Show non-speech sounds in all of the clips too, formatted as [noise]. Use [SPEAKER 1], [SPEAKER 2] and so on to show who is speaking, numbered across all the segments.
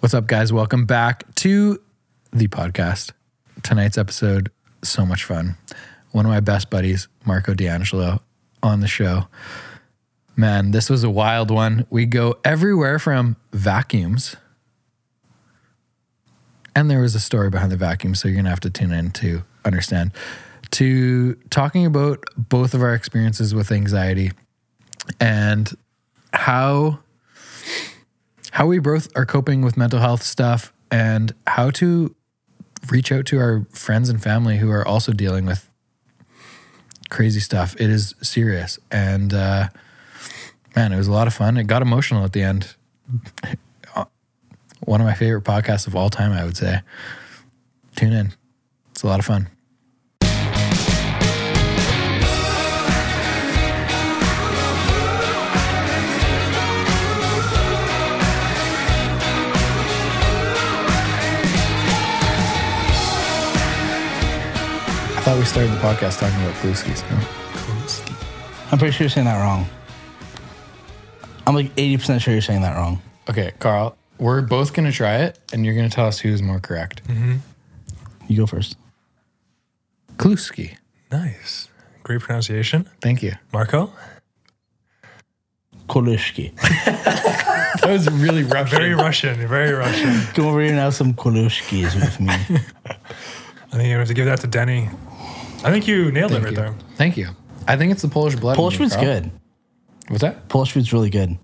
[SPEAKER 1] What's up, guys? Welcome back to the podcast. Tonight's episode, so much fun. One of my best buddies, Marco D'Angelo, on the show. Man, this was a wild one. We go everywhere from vacuums. And there was a story behind the vacuum, so you're going to have to tune in to understand. To talking about both of our experiences with anxiety and how how we both are coping with mental health stuff and how to reach out to our friends and family who are also dealing with crazy stuff. It is serious. And uh, man, it was a lot of fun. It got emotional at the end. [laughs] One of my favorite podcasts of all time, I would say. Tune in, it's a lot of fun. I thought we started the podcast talking about Blueskies.
[SPEAKER 2] I'm pretty sure you're saying that wrong. I'm like 80% sure you're saying that wrong.
[SPEAKER 1] Okay, Carl, we're both going to try it, and you're going to tell us who's more correct.
[SPEAKER 2] You go first.
[SPEAKER 1] Kluski.
[SPEAKER 3] Nice. Great pronunciation.
[SPEAKER 1] Thank you.
[SPEAKER 3] Marco?
[SPEAKER 2] Kolushki.
[SPEAKER 1] That was really rough.
[SPEAKER 3] Very Russian.
[SPEAKER 2] [laughs]
[SPEAKER 3] Very Russian.
[SPEAKER 2] [laughs] Come over here and have some kolushkis with [laughs] me.
[SPEAKER 3] I think you have to give that to Denny. I think you nailed
[SPEAKER 1] Thank
[SPEAKER 3] it right
[SPEAKER 1] you.
[SPEAKER 3] there.
[SPEAKER 1] Thank you. I think it's the Polish blood. in
[SPEAKER 2] Polish
[SPEAKER 1] me,
[SPEAKER 2] food's
[SPEAKER 1] Carl.
[SPEAKER 2] good.
[SPEAKER 1] What's that?
[SPEAKER 2] Polish food's really good.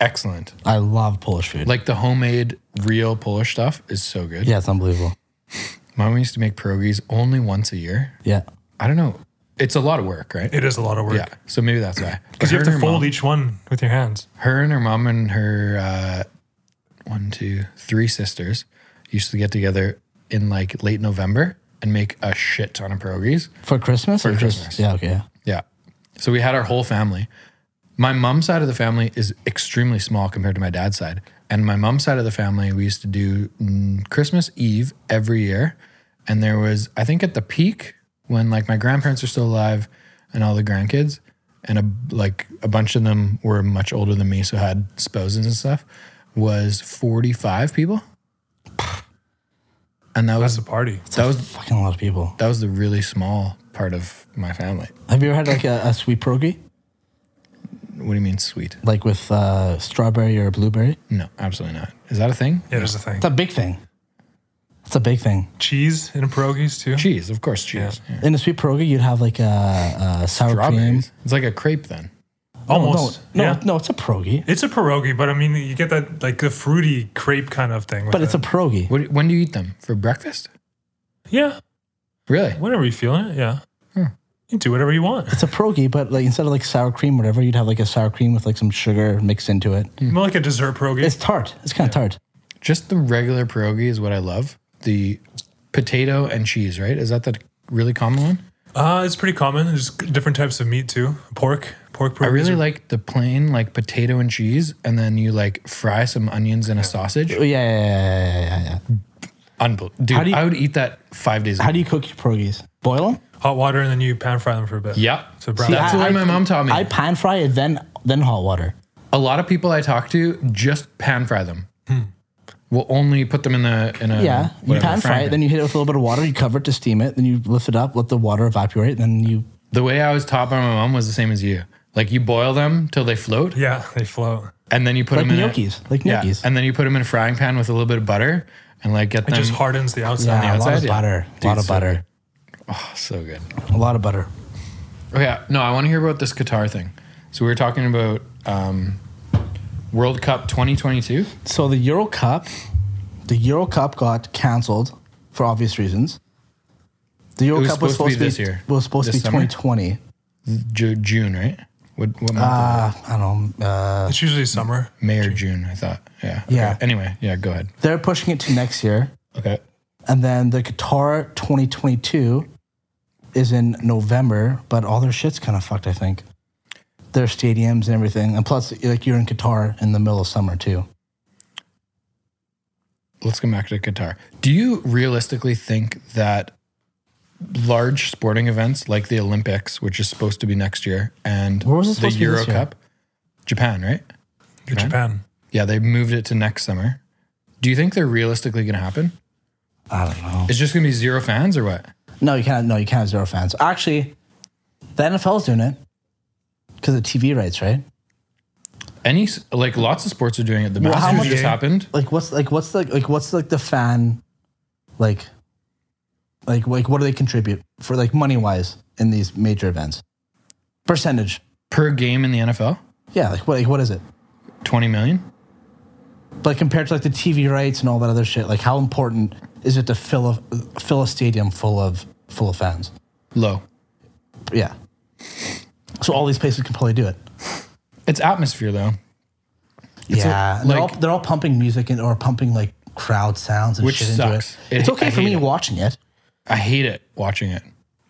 [SPEAKER 1] Excellent.
[SPEAKER 2] I love Polish food.
[SPEAKER 1] Like the homemade, real Polish stuff is so good.
[SPEAKER 2] yeah, it's unbelievable.
[SPEAKER 1] Mom used to make pierogies only once a year.
[SPEAKER 2] Yeah.
[SPEAKER 1] I don't know. It's a lot of work, right?
[SPEAKER 3] It is a lot of work.
[SPEAKER 1] yeah. So maybe that's why.
[SPEAKER 3] Because you
[SPEAKER 1] But her
[SPEAKER 3] have to
[SPEAKER 1] and her
[SPEAKER 3] fold
[SPEAKER 1] mom-
[SPEAKER 3] each one with your hands.
[SPEAKER 1] her and her mom and her uh, one, two, three sisters used to get together in like late November and make a shit ton of pierogies.
[SPEAKER 2] For Christmas? For
[SPEAKER 1] Christmas.
[SPEAKER 2] yeah, okay.
[SPEAKER 1] Yeah. So we had our whole family. My mom's side of the family is extremely small compared to my dad's side. And my mom's side of the family, we used to do mm, Christmas Eve every year. And there was, I think at the peak when like my grandparents are still alive and all the grandkids, and a, like a bunch of them were much older than me, so had spouses and stuff, was 45 people. And that
[SPEAKER 3] That's
[SPEAKER 1] was,
[SPEAKER 3] a party.
[SPEAKER 1] that was,
[SPEAKER 2] Fucking a lot of people.
[SPEAKER 1] that was the really small part of my family.
[SPEAKER 2] Have you ever had like a, a sweet pierogi?
[SPEAKER 1] What do you mean sweet?
[SPEAKER 2] Like with uh, strawberry or blueberry?
[SPEAKER 1] No, absolutely not. Is that a thing?
[SPEAKER 3] Yeah, there's a thing.
[SPEAKER 2] It's a big thing. It's a big thing.
[SPEAKER 3] Cheese in pierogies too.
[SPEAKER 1] Cheese, of course, cheese. Yeah.
[SPEAKER 2] In a sweet pierogi, you'd have like a, a sour cream. Oh,
[SPEAKER 1] Strawberries. It's like a crepe then.
[SPEAKER 3] Almost.
[SPEAKER 2] No, no,
[SPEAKER 3] yeah.
[SPEAKER 2] no, it's a pierogi.
[SPEAKER 3] It's a pierogi, but I mean, you get that like the fruity crepe kind of thing. With
[SPEAKER 2] But it's a
[SPEAKER 3] it.
[SPEAKER 2] pierogi.
[SPEAKER 1] What, when do you eat them? For breakfast?
[SPEAKER 3] yeah.
[SPEAKER 1] Really?
[SPEAKER 3] Whenever you feel it, yeah. You do whatever you want.
[SPEAKER 2] It's a pierogi, but like instead of like sour cream, whatever, you'd have like a sour cream with like some sugar mixed into it.
[SPEAKER 1] Hmm.
[SPEAKER 3] More like a dessert pierogi.
[SPEAKER 2] It's tart. It's kind of tart.
[SPEAKER 1] Just the regular pierogi is what I love. The potato and cheese, right? Is that the really common one?
[SPEAKER 3] uh, it's pretty common. There's different types of meat too. Pork, pork pierogies.
[SPEAKER 1] I really
[SPEAKER 3] are-
[SPEAKER 1] like the plain, like potato and cheese, and then you like fry some onions in a sausage.
[SPEAKER 2] Oh, Yeah, yeah, yeah, yeah, yeah, yeah, yeah.
[SPEAKER 1] Unbelievable. Dude,
[SPEAKER 2] do you-
[SPEAKER 1] I would eat that five days a
[SPEAKER 2] How
[SPEAKER 1] week.
[SPEAKER 2] do you cook your pierogies? Boil them.
[SPEAKER 3] hot water and then you pan fry them for a bit.
[SPEAKER 1] Yeah.
[SPEAKER 3] So brown.
[SPEAKER 1] That's the way my mom taught me.
[SPEAKER 2] I pan fry it, then then hot water.
[SPEAKER 1] a lot of people I talk to just pan fry them.
[SPEAKER 2] Hmm.
[SPEAKER 1] We'll only put them in the in a
[SPEAKER 2] Yeah, you
[SPEAKER 1] whatever,
[SPEAKER 2] pan fry
[SPEAKER 1] frying
[SPEAKER 2] it,
[SPEAKER 1] pan.
[SPEAKER 2] then you hit it with a little bit of water. You cover it to steam it. Then you lift it up, let the water evaporate, then you.
[SPEAKER 1] the way I was taught by my mom was the same as you. Like you boil them till they float,
[SPEAKER 3] Yeah, they float.
[SPEAKER 1] and then you put
[SPEAKER 2] Like
[SPEAKER 1] them in a-
[SPEAKER 2] gnocchis, like
[SPEAKER 1] yeah,
[SPEAKER 2] gnocchis.
[SPEAKER 1] and then you put them in a frying pan with a little bit of butter, and like get
[SPEAKER 3] It
[SPEAKER 1] them
[SPEAKER 3] just hardens the
[SPEAKER 2] Yeah,
[SPEAKER 3] outside.
[SPEAKER 2] a lot
[SPEAKER 1] outside,
[SPEAKER 2] of
[SPEAKER 1] yeah.
[SPEAKER 2] butter.
[SPEAKER 1] Dude,
[SPEAKER 2] A lot of
[SPEAKER 1] so
[SPEAKER 2] butter.
[SPEAKER 1] oh, so good.
[SPEAKER 2] A lot of butter.
[SPEAKER 1] Okay, no, I want to hear about this Qatar thing. So we were talking about um, World Cup 2022.
[SPEAKER 2] So the Euro Cup, the Euro Cup got canceled for obvious reasons. The Euro
[SPEAKER 1] was
[SPEAKER 2] Cup was
[SPEAKER 1] supposed
[SPEAKER 2] supposed
[SPEAKER 1] to
[SPEAKER 2] to
[SPEAKER 1] be
[SPEAKER 2] be
[SPEAKER 1] this year.
[SPEAKER 2] was supposed to be
[SPEAKER 1] This summer?
[SPEAKER 2] 2020.
[SPEAKER 1] Ju- June, right? What, what month? is
[SPEAKER 2] Uh, I don't know. Uh,
[SPEAKER 3] It's usually summer.
[SPEAKER 1] it? May or June? I thought. Yeah. okay.
[SPEAKER 2] Yeah.
[SPEAKER 1] Anyway, yeah. Go ahead.
[SPEAKER 2] they're pushing it to next year.
[SPEAKER 1] Okay.
[SPEAKER 2] And then the Qatar 2022 is in November, but all their shit's kind of fucked, I think. Their stadiums and everything. And plus, like you're in Qatar in the middle of summer too.
[SPEAKER 1] let's come back to Qatar. Do you realistically think that large sporting events like the Olympics, which is supposed to be next year, and
[SPEAKER 2] Where was it
[SPEAKER 1] the
[SPEAKER 2] supposed to be
[SPEAKER 1] Euro
[SPEAKER 2] this year?
[SPEAKER 1] Cup, Japan, right?
[SPEAKER 3] Japan.
[SPEAKER 1] Yeah, they moved it to next summer. Do you think they're realistically going to happen?
[SPEAKER 2] I don't know.
[SPEAKER 1] It's just going to be zero fans or what?
[SPEAKER 2] No, you can't. No, you can't have zero fans. Actually, the NFL's doing it because of TV rights, right?
[SPEAKER 1] Any s- like lots of sports are doing it. The Masters
[SPEAKER 2] how much-
[SPEAKER 1] just happened.
[SPEAKER 2] Like, what's like what's the like what's like the fan, like, like like what do they contribute for like money wise in these major events? Percentage,
[SPEAKER 1] per game in the NFL,
[SPEAKER 2] yeah. Like what like what is it?
[SPEAKER 1] 20 million.
[SPEAKER 2] Like compared to like the TV rights and all that other shit. Like how important is it to fill a fill a stadium full of full of fans?
[SPEAKER 1] Low.
[SPEAKER 2] Yeah. So all these places can probably do it.
[SPEAKER 1] It's atmosphere though,
[SPEAKER 2] yeah, and they're, all,
[SPEAKER 1] like-
[SPEAKER 2] they're all pumping music and or pumping like crowd sounds and
[SPEAKER 1] Which
[SPEAKER 2] shit
[SPEAKER 1] sucks.
[SPEAKER 2] into it.
[SPEAKER 1] It-
[SPEAKER 2] It's okay
[SPEAKER 1] I
[SPEAKER 2] for
[SPEAKER 1] hate
[SPEAKER 2] me
[SPEAKER 1] it.
[SPEAKER 2] watching it.
[SPEAKER 1] I hate it watching it.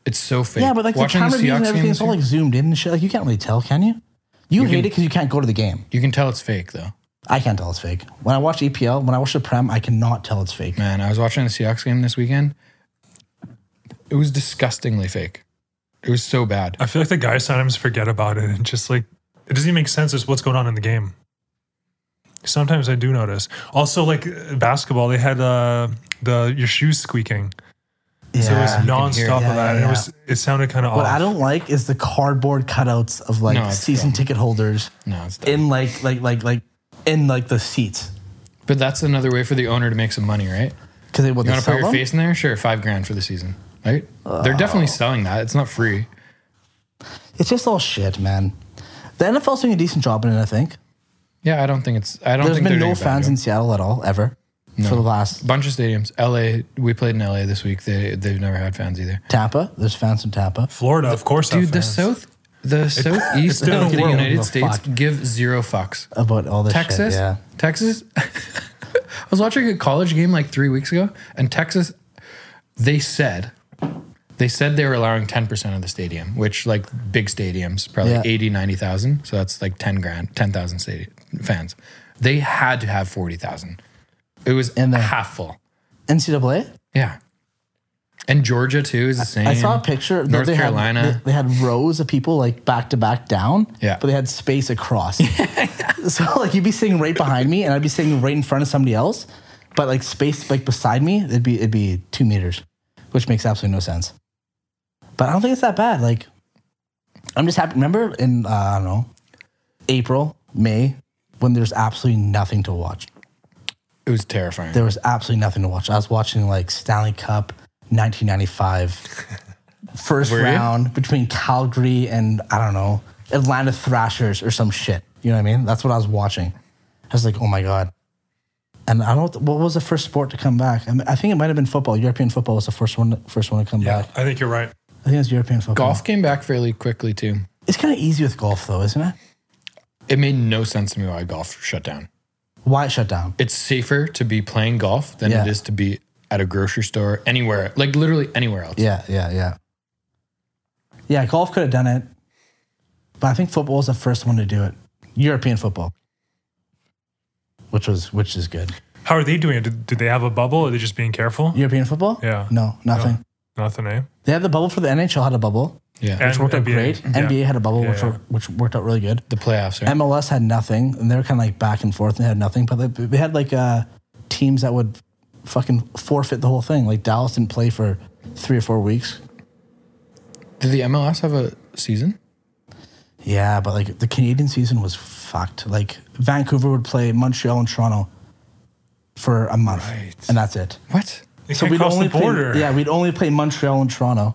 [SPEAKER 1] It's so fake.
[SPEAKER 2] Yeah, but like
[SPEAKER 1] watching
[SPEAKER 2] the camera views
[SPEAKER 1] Seahawks
[SPEAKER 2] and
[SPEAKER 1] game
[SPEAKER 2] everything,
[SPEAKER 1] this
[SPEAKER 2] it's all
[SPEAKER 1] year,
[SPEAKER 2] like zoomed in and shit. Like you can't really tell, can you? You, hate it because you can't go to the game.
[SPEAKER 1] you can tell it's fake though.
[SPEAKER 2] I can't tell it's fake. When I watch EPL, when I watch the Prem, I cannot tell it's fake.
[SPEAKER 1] Man, I was watching the Seahawks game this weekend. It was disgustingly fake. It was so bad.
[SPEAKER 3] I feel like the guys sometimes forget about it and just like it doesn't even make sense as what's going on in the game. Sometimes I do notice. Also, like uh, basketball, they had uh, the your shoes squeaking,
[SPEAKER 2] Yeah.
[SPEAKER 3] so it was
[SPEAKER 1] hear it.
[SPEAKER 3] nonstop
[SPEAKER 2] Yeah,
[SPEAKER 3] of that. and
[SPEAKER 2] yeah,
[SPEAKER 3] It was it sounded kind of off.
[SPEAKER 2] what I don't like is the cardboard cutouts of like
[SPEAKER 1] No, it's
[SPEAKER 2] season ticket holders
[SPEAKER 1] No, it's dumb.
[SPEAKER 2] in like like like like in like the seats
[SPEAKER 1] but that's another way for the owner to make some money, right?
[SPEAKER 2] because they want
[SPEAKER 1] You
[SPEAKER 2] to
[SPEAKER 1] want to put
[SPEAKER 2] sell
[SPEAKER 1] your
[SPEAKER 2] them.
[SPEAKER 1] face in there? Sure, five grand for the season, right? They're definitely selling that. It's not free.
[SPEAKER 2] It's just all shit, man. The NFL's doing a decent job in it, I think.
[SPEAKER 1] Yeah, I don't think it's. I don't
[SPEAKER 2] There's
[SPEAKER 1] think
[SPEAKER 2] been
[SPEAKER 1] they're
[SPEAKER 2] no
[SPEAKER 1] doing a bad
[SPEAKER 2] fans
[SPEAKER 1] job.
[SPEAKER 2] in Seattle at all ever for the last
[SPEAKER 1] bunch of stadiums. LA, we played in LA this week. They they've never had fans either.
[SPEAKER 2] Tampa. There's fans in Tampa.
[SPEAKER 3] Florida, of course. have
[SPEAKER 1] Dude, the
[SPEAKER 3] fans.
[SPEAKER 1] south the
[SPEAKER 2] [laughs]
[SPEAKER 1] southeast
[SPEAKER 3] different
[SPEAKER 1] of the
[SPEAKER 3] world.
[SPEAKER 1] United
[SPEAKER 2] The
[SPEAKER 1] States
[SPEAKER 2] fuck.
[SPEAKER 1] give zero fucks.
[SPEAKER 2] about all this
[SPEAKER 1] Texas,
[SPEAKER 2] shit. Yeah.
[SPEAKER 1] Texas. [laughs] I was watching a college game like three weeks ago, and Texas, they said, they said they were allowing ten percent of the stadium, which like big stadiums, probably
[SPEAKER 2] Yeah.
[SPEAKER 1] eighty, ninety thousand. 80, 90,000. So that's like ten grand, ten thousand stadium fans. They had to have forty thousand. It was
[SPEAKER 2] And the-
[SPEAKER 1] half full.
[SPEAKER 2] NCAA.
[SPEAKER 1] Yeah. And Georgia too is the same.
[SPEAKER 2] I saw a picture. that
[SPEAKER 1] North
[SPEAKER 2] they
[SPEAKER 1] Carolina.
[SPEAKER 2] Had, they, they had rows of people like back to back down.
[SPEAKER 1] Yeah.
[SPEAKER 2] But they had
[SPEAKER 1] [laughs]
[SPEAKER 2] space across. so like you'd be sitting right behind me, and I'd be sitting right in front of somebody else, but like space like beside me, it'd be it'd be two meters, which makes absolutely no sense. But I don't think it's that bad. Like I'm just happy. Remember in uh, I don't know April, May, when there's absolutely nothing to watch.
[SPEAKER 1] it was terrifying.
[SPEAKER 2] there was absolutely nothing to watch. I was watching like Stanley Cup
[SPEAKER 1] [laughs]
[SPEAKER 2] 1995 first
[SPEAKER 1] Were you?
[SPEAKER 2] round between Calgary and I don't know, Atlanta Thrashers or some shit. You know what I mean? That's what I was watching. I was like, "Oh my god." And I don't what was the first sport to come back? I, mean, I think it might have been football. European football was the first one first one to come
[SPEAKER 3] Yeah,
[SPEAKER 2] back.
[SPEAKER 3] I think you're right.
[SPEAKER 2] I think it was European football.
[SPEAKER 1] Golf came back fairly quickly too.
[SPEAKER 2] It's kind of easy with golf though, isn't it?
[SPEAKER 1] It made no sense to me why golf shut down.
[SPEAKER 2] Why it shut down?
[SPEAKER 1] It's safer to be playing golf than
[SPEAKER 2] Yeah.
[SPEAKER 1] it is to be at a grocery store anywhere, like literally anywhere else.
[SPEAKER 2] Yeah, yeah, yeah. Yeah, golf could have done it, but I think football was the first one to do it. European football, which was which is good.
[SPEAKER 3] How are they doing it? Did, did they have a bubble? Are they just being careful?
[SPEAKER 2] European football?
[SPEAKER 3] Yeah.
[SPEAKER 2] No, nothing.
[SPEAKER 3] Nothing, eh?
[SPEAKER 2] They had the bubble for the NHL had a bubble,
[SPEAKER 1] Yeah.
[SPEAKER 2] which worked out
[SPEAKER 3] NBA.
[SPEAKER 2] great.
[SPEAKER 3] Yeah.
[SPEAKER 2] NBA had a bubble, which
[SPEAKER 3] Yeah.
[SPEAKER 2] wor- which worked out really good.
[SPEAKER 1] The playoffs, right?
[SPEAKER 2] MLS had nothing, and they were kind of like back and forth and they had nothing, but they, they had like uh, teams that would fucking forfeit the whole thing. Like Dallas didn't play for three or four weeks.
[SPEAKER 1] Did the MLS have a season?
[SPEAKER 2] Yeah, but like the Canadian season was fucked. Like Vancouver would play Montreal and Toronto for a month, and that's it.
[SPEAKER 1] What?
[SPEAKER 3] They can't cross the
[SPEAKER 2] play-
[SPEAKER 3] border.
[SPEAKER 2] yeah, we'd only play Montreal and Toronto.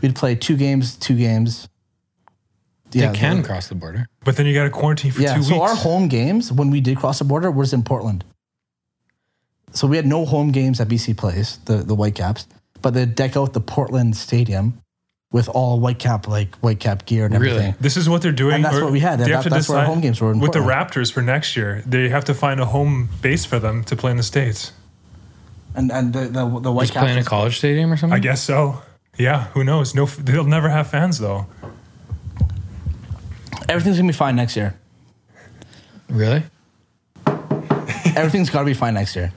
[SPEAKER 2] We'd play two games, two games. Yeah,
[SPEAKER 1] they can cross the border.
[SPEAKER 3] But then you got to quarantine for
[SPEAKER 2] yeah.
[SPEAKER 3] two
[SPEAKER 2] So
[SPEAKER 3] weeks.
[SPEAKER 2] our home games when we did cross the border was in Portland. So we had no home games at BC Place, the the Whitecaps, but they deck out the Portland Stadium with all Whitecap like Whitecap gear and
[SPEAKER 1] Really?
[SPEAKER 2] everything.
[SPEAKER 3] This is what they're doing.
[SPEAKER 2] And that's
[SPEAKER 3] or
[SPEAKER 2] what we had.
[SPEAKER 3] they
[SPEAKER 2] That-
[SPEAKER 3] have to
[SPEAKER 2] that's where our
[SPEAKER 3] decide
[SPEAKER 2] home games were in
[SPEAKER 3] With the
[SPEAKER 2] Portland.
[SPEAKER 3] Raptors for next year, they have to find a home base for them to play in the States.
[SPEAKER 2] And and the the, the
[SPEAKER 1] Just
[SPEAKER 2] Whitecaps
[SPEAKER 1] playing a college stadium or something?
[SPEAKER 3] I guess so. Yeah, who knows? No, f- they'll never have fans though.
[SPEAKER 2] everything's gonna be fine next year.
[SPEAKER 1] Really?
[SPEAKER 2] Everything's got to be fine next year.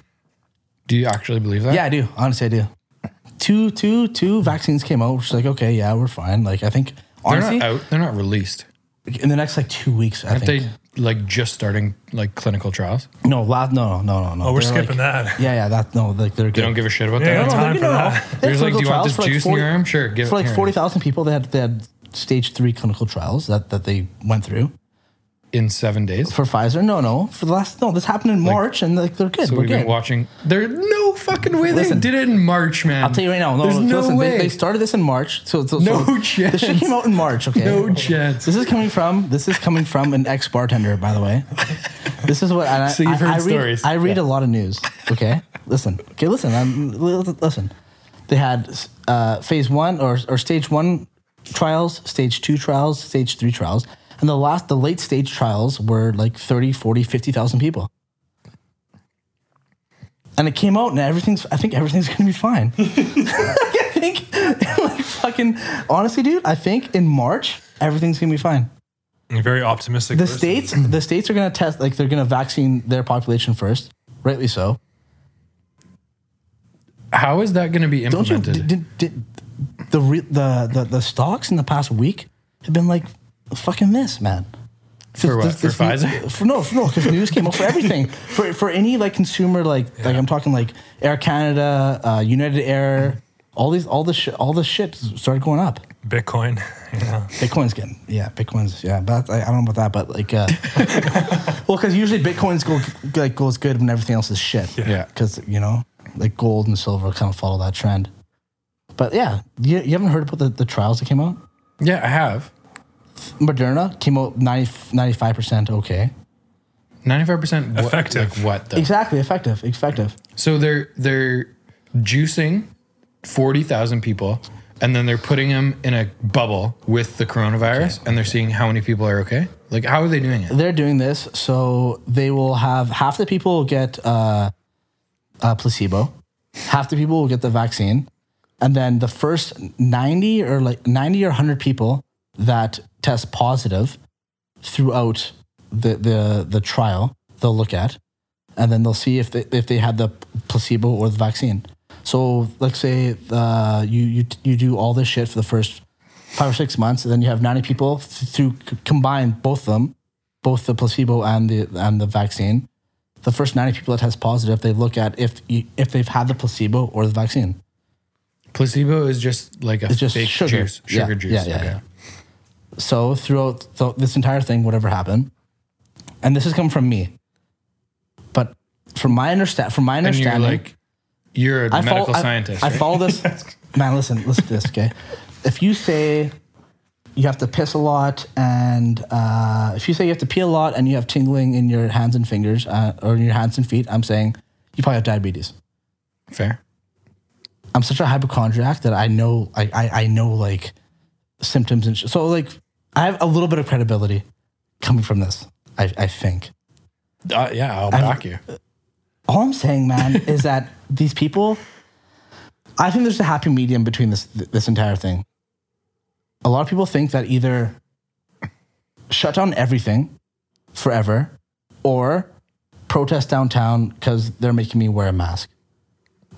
[SPEAKER 1] Do you actually believe that?
[SPEAKER 2] Yeah, I do. Honestly, I do. Two, two, two vaccines came out. Which is like, okay, yeah, we're fine. Like, I think
[SPEAKER 1] They're
[SPEAKER 2] honestly,
[SPEAKER 1] not out. They're not released.
[SPEAKER 2] in the next like two weeks. I
[SPEAKER 1] Aren't
[SPEAKER 2] think.
[SPEAKER 1] they like just starting like clinical trials?
[SPEAKER 2] no, la- no, no, no, no.
[SPEAKER 3] Oh, we're
[SPEAKER 2] They're,
[SPEAKER 3] skipping
[SPEAKER 2] like-
[SPEAKER 3] that. [laughs]
[SPEAKER 2] Yeah, yeah. That no, like they're
[SPEAKER 1] They don't
[SPEAKER 2] good.
[SPEAKER 1] give a shit about
[SPEAKER 3] Yeah,
[SPEAKER 1] that.
[SPEAKER 3] no, time
[SPEAKER 2] you
[SPEAKER 3] for
[SPEAKER 2] know,
[SPEAKER 3] that.
[SPEAKER 2] they had
[SPEAKER 1] They're just like,
[SPEAKER 2] clinical
[SPEAKER 1] do you want
[SPEAKER 2] trials
[SPEAKER 1] this
[SPEAKER 2] for, like,
[SPEAKER 1] juice
[SPEAKER 2] 40
[SPEAKER 1] in your arm? Sure, give
[SPEAKER 2] for
[SPEAKER 1] it
[SPEAKER 2] like
[SPEAKER 1] here.
[SPEAKER 2] forty thousand people, they had they had stage three clinical trials that that they went through
[SPEAKER 1] in seven days.
[SPEAKER 2] for Pfizer. No, no, for the last no, this happened in March, and like they're good.
[SPEAKER 1] So
[SPEAKER 2] we're
[SPEAKER 1] we've been
[SPEAKER 2] good.
[SPEAKER 1] watching. There's no fucking way
[SPEAKER 2] Listen.
[SPEAKER 1] they did it in March, man.
[SPEAKER 2] I'll tell you right now. No,
[SPEAKER 1] There's no
[SPEAKER 2] listen,
[SPEAKER 1] way.
[SPEAKER 2] They, they started this in March. So, so
[SPEAKER 1] No
[SPEAKER 2] so This
[SPEAKER 1] [laughs]
[SPEAKER 2] shit
[SPEAKER 1] chance.
[SPEAKER 2] came out in March. Okay.
[SPEAKER 1] no chance.
[SPEAKER 2] This is coming from this is coming from an ex bartender, by the way. This is what and I,
[SPEAKER 1] [laughs] So you've heard
[SPEAKER 2] I, I read,
[SPEAKER 1] stories.
[SPEAKER 2] I read a lot of news. Okay, listen. Okay, listen. I'm, listen. They had uh, phase one or or stage one trials, stage two trials, stage three trials, and the last the late stage trials were like 30, 40, 50,000 people. And it came out, and everything's. I think everything's [laughs] gonna be fine. I think, [laughs] like, fucking, honestly, dude. I think in March everything's gonna be fine.
[SPEAKER 3] You're very optimistic.
[SPEAKER 2] The
[SPEAKER 3] person.
[SPEAKER 2] states, the states are gonna test, like, they're gonna vaccine their population first, rightly so.
[SPEAKER 1] How is that going to be
[SPEAKER 2] Don't you?
[SPEAKER 1] implemented?
[SPEAKER 2] Did, did, did- the, re, the the the stocks in the past week have been like fucking this, man.
[SPEAKER 1] For what? For Pfizer?
[SPEAKER 2] For, no, for, no, because news came out
[SPEAKER 1] [laughs]
[SPEAKER 2] for everything. For for any like consumer, like like I'm talking like Air Canada, uh, United Air, all these all the sh- all the shit started going up.
[SPEAKER 3] Bitcoin. [laughs] Yeah.
[SPEAKER 2] Bitcoin's getting yeah, Bitcoin's yeah. But I, I don't know about that, but like, [laughs] uh, well, because usually Bitcoin's go like goes good when everything else is shit.
[SPEAKER 1] Yeah.
[SPEAKER 2] Because you know, like gold and silver kind of follow that trend. But yeah, you, you haven't heard about the, the trials that came out.
[SPEAKER 1] yeah, I have.
[SPEAKER 2] Moderna came out 95 percent okay.
[SPEAKER 1] 95% what,
[SPEAKER 3] Effective.
[SPEAKER 1] Like what though?
[SPEAKER 2] Exactly, effective, effective.
[SPEAKER 1] So they're they're juicing 40,000 people and then they're putting them in a bubble with the coronavirus and they're seeing how many people are okay? Like how are they doing it?
[SPEAKER 2] They're doing this so they will have half the people will get uh, a placebo, half the people will get the vaccine, and then the first ninety or like ninety or hundred people that test positive throughout the the the trial they'll look at, and then they'll see if they if they had the placebo or the vaccine. So let's say uh, you you you do all this shit for the first five or six months, and then you have ninety people th- through c- combine both of them, both the placebo and the and the vaccine. The first ninety people that test positive, they look at if you, if they've had the placebo or the vaccine.
[SPEAKER 1] Placebo is just like a
[SPEAKER 2] It's just
[SPEAKER 1] fake
[SPEAKER 2] sugar,
[SPEAKER 1] juice, sugar
[SPEAKER 2] Yeah,
[SPEAKER 1] juice.
[SPEAKER 2] Yeah, yeah,
[SPEAKER 1] okay.
[SPEAKER 2] yeah. So throughout th- this entire thing, whatever happened, and this has come from me, but from my understand, from my
[SPEAKER 1] And
[SPEAKER 2] understanding,
[SPEAKER 1] you're like you're a
[SPEAKER 2] I follow-
[SPEAKER 1] medical
[SPEAKER 2] I-
[SPEAKER 1] scientist.
[SPEAKER 2] I
[SPEAKER 1] right?
[SPEAKER 2] follow
[SPEAKER 1] [laughs]
[SPEAKER 2] this. man, listen, listen to this, okay? If you say you have to piss a lot, and uh, if you say you have to pee a lot, and you have tingling in your hands and fingers uh, or in your hands and feet, I'm saying you probably have diabetes.
[SPEAKER 1] Fair.
[SPEAKER 2] I'm such a hypochondriac that I know, I, I, I know like symptoms and sh- so like I have a little bit of credibility coming from this. I, I think.
[SPEAKER 1] Uh, yeah, I'll back you.
[SPEAKER 2] all I'm saying, man, is that these people. I think there's a happy medium between this this entire thing. A lot of people think that either shut down everything forever or protest downtown because they're making me wear a mask.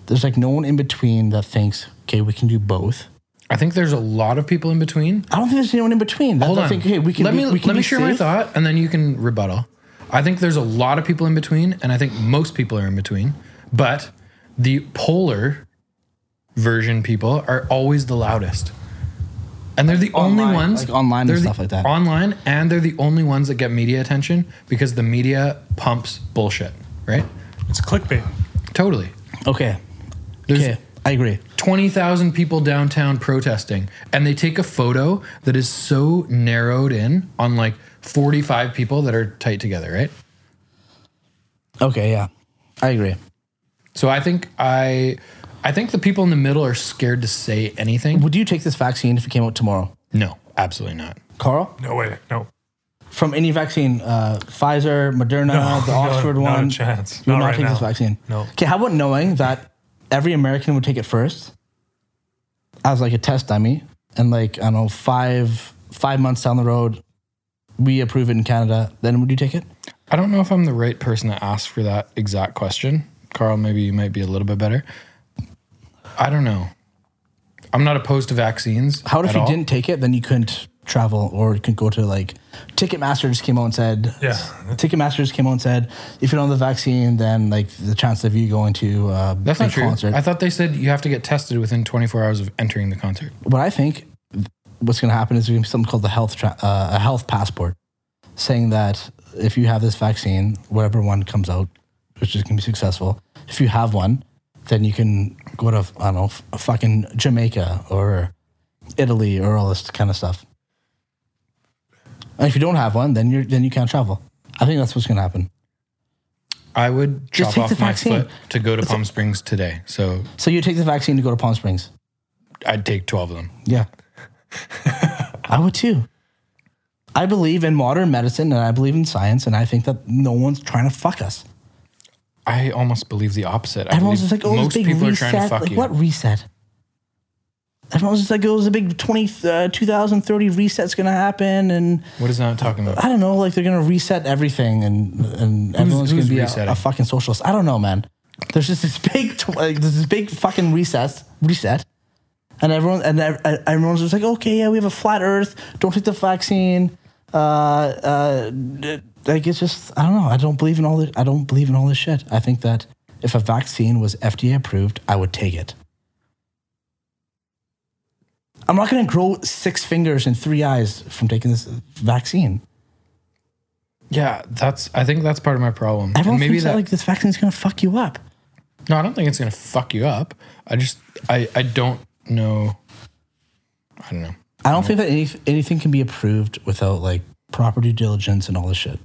[SPEAKER 2] There's like no one in between that thinks, okay, we can do both.
[SPEAKER 1] I think there's a lot of people in between
[SPEAKER 2] I don't think there's anyone in between. That
[SPEAKER 1] Hold
[SPEAKER 2] that
[SPEAKER 1] on.
[SPEAKER 2] Think, okay, we can
[SPEAKER 1] let
[SPEAKER 2] be-
[SPEAKER 1] me
[SPEAKER 2] we can
[SPEAKER 1] let me
[SPEAKER 2] be
[SPEAKER 1] share my
[SPEAKER 2] safe."
[SPEAKER 1] thought, and then you can rebuttal. I think there's a lot of people in between, and I think most people are in between. But the polar version people are always the loudest, and they're the only
[SPEAKER 2] Online,
[SPEAKER 1] ones
[SPEAKER 2] like online and
[SPEAKER 1] they're the-
[SPEAKER 2] stuff like that.
[SPEAKER 1] Online, and they're the only ones that get media attention because the media pumps bullshit, right?
[SPEAKER 3] It's clickbait.
[SPEAKER 1] Totally.
[SPEAKER 2] Okay.
[SPEAKER 1] There's
[SPEAKER 2] Okay. I agree.
[SPEAKER 1] 20,000 people downtown protesting and they take a photo that is so narrowed in on like 45 people that are tight together, right?
[SPEAKER 2] Okay. Yeah. I agree.
[SPEAKER 1] So I think I I think the people in the middle are scared to say anything.
[SPEAKER 2] Would you take this vaccine if it came out tomorrow?
[SPEAKER 1] No, absolutely not.
[SPEAKER 2] Carl?
[SPEAKER 3] No way. No.
[SPEAKER 2] From any vaccine, uh, Pfizer, Moderna,
[SPEAKER 3] No,
[SPEAKER 2] the
[SPEAKER 3] [laughs] no,
[SPEAKER 2] Oxford
[SPEAKER 3] not a
[SPEAKER 2] one.
[SPEAKER 3] chance.
[SPEAKER 2] You would
[SPEAKER 3] Not
[SPEAKER 2] not
[SPEAKER 3] right
[SPEAKER 2] take this
[SPEAKER 3] now.
[SPEAKER 2] vaccine.
[SPEAKER 3] No.
[SPEAKER 2] Okay, how about knowing that every American would take it first as like a test dummy, and like I don't know, five five months down the road, we approve it in Canada. Then would you take it?
[SPEAKER 1] I don't know if I'm the right person to ask for that exact question. Carl, maybe you might be a little bit better. I don't know. I'm not opposed to vaccines.
[SPEAKER 2] How about if
[SPEAKER 1] at
[SPEAKER 2] you
[SPEAKER 1] all.
[SPEAKER 2] didn't take it, then you couldn't travel, or you can go to like Ticketmaster just came out and said,
[SPEAKER 3] Yeah.
[SPEAKER 2] Ticketmaster just came out and said, if you don't have the vaccine, then like the chance of you going to uh,
[SPEAKER 1] That's
[SPEAKER 2] a
[SPEAKER 1] not true.
[SPEAKER 2] concert.
[SPEAKER 1] I thought they said you have to get tested within 24 hours of entering the concert.
[SPEAKER 2] what I think what's going to happen is there's going to be something called the health tra- uh, a health passport, saying that if you have this vaccine, whatever one comes out, which is going to be successful, if you have one, then you can go to I don't know f- fucking Jamaica or Italy or all this kind of stuff. And if you don't have one, then you're then you can't travel. I think that's what's going to happen.
[SPEAKER 1] I would chop
[SPEAKER 2] Just take
[SPEAKER 1] off
[SPEAKER 2] the
[SPEAKER 1] my
[SPEAKER 2] vaccine.
[SPEAKER 1] foot to go to Palm Springs today. So
[SPEAKER 2] So you take the vaccine to go to Palm Springs.
[SPEAKER 1] I'd take 12 of them.
[SPEAKER 2] Yeah. I would too. I believe in modern medicine and I believe in science, and I think that no one's trying to fuck us.
[SPEAKER 1] I almost believe the opposite. I
[SPEAKER 2] Everyone's
[SPEAKER 1] believe
[SPEAKER 2] just like, oh,
[SPEAKER 1] most
[SPEAKER 2] this big
[SPEAKER 1] people
[SPEAKER 2] reset.
[SPEAKER 1] are trying to fuck
[SPEAKER 2] like,
[SPEAKER 1] you.
[SPEAKER 2] What reset? Everyone's just like, oh, there's a big 20, uh, 2030 reset's going to happen. And
[SPEAKER 1] What is that talking about?
[SPEAKER 2] I don't know, like they're going to reset everything and, and everyone's going
[SPEAKER 1] who's
[SPEAKER 2] to be a,
[SPEAKER 1] resetting?
[SPEAKER 2] a fucking socialist. I don't know, man. There's just this big, tw- like, there's this big fucking recess, reset. And everyone and ev- and everyone's just like, okay, yeah, we have a flat Earth. Don't take the vaccine. Uh, uh, d- like it's just, I don't know. I don't believe in all this. I don't believe in all this shit. I think that if a vaccine was FDA approved, I would take it. I'm not going to grow six fingers and three eyes from taking this vaccine.
[SPEAKER 1] Yeah, that's. I think that's part of my problem. And
[SPEAKER 2] Everyone
[SPEAKER 1] maybe
[SPEAKER 2] thinks that,
[SPEAKER 1] that.
[SPEAKER 2] like this vaccine's gonna fuck you up.
[SPEAKER 1] no, I don't think it's gonna fuck you up. I just. I. I don't know. I don't know.
[SPEAKER 2] I don't think that any, anything can be approved without like proper due diligence and all this shit.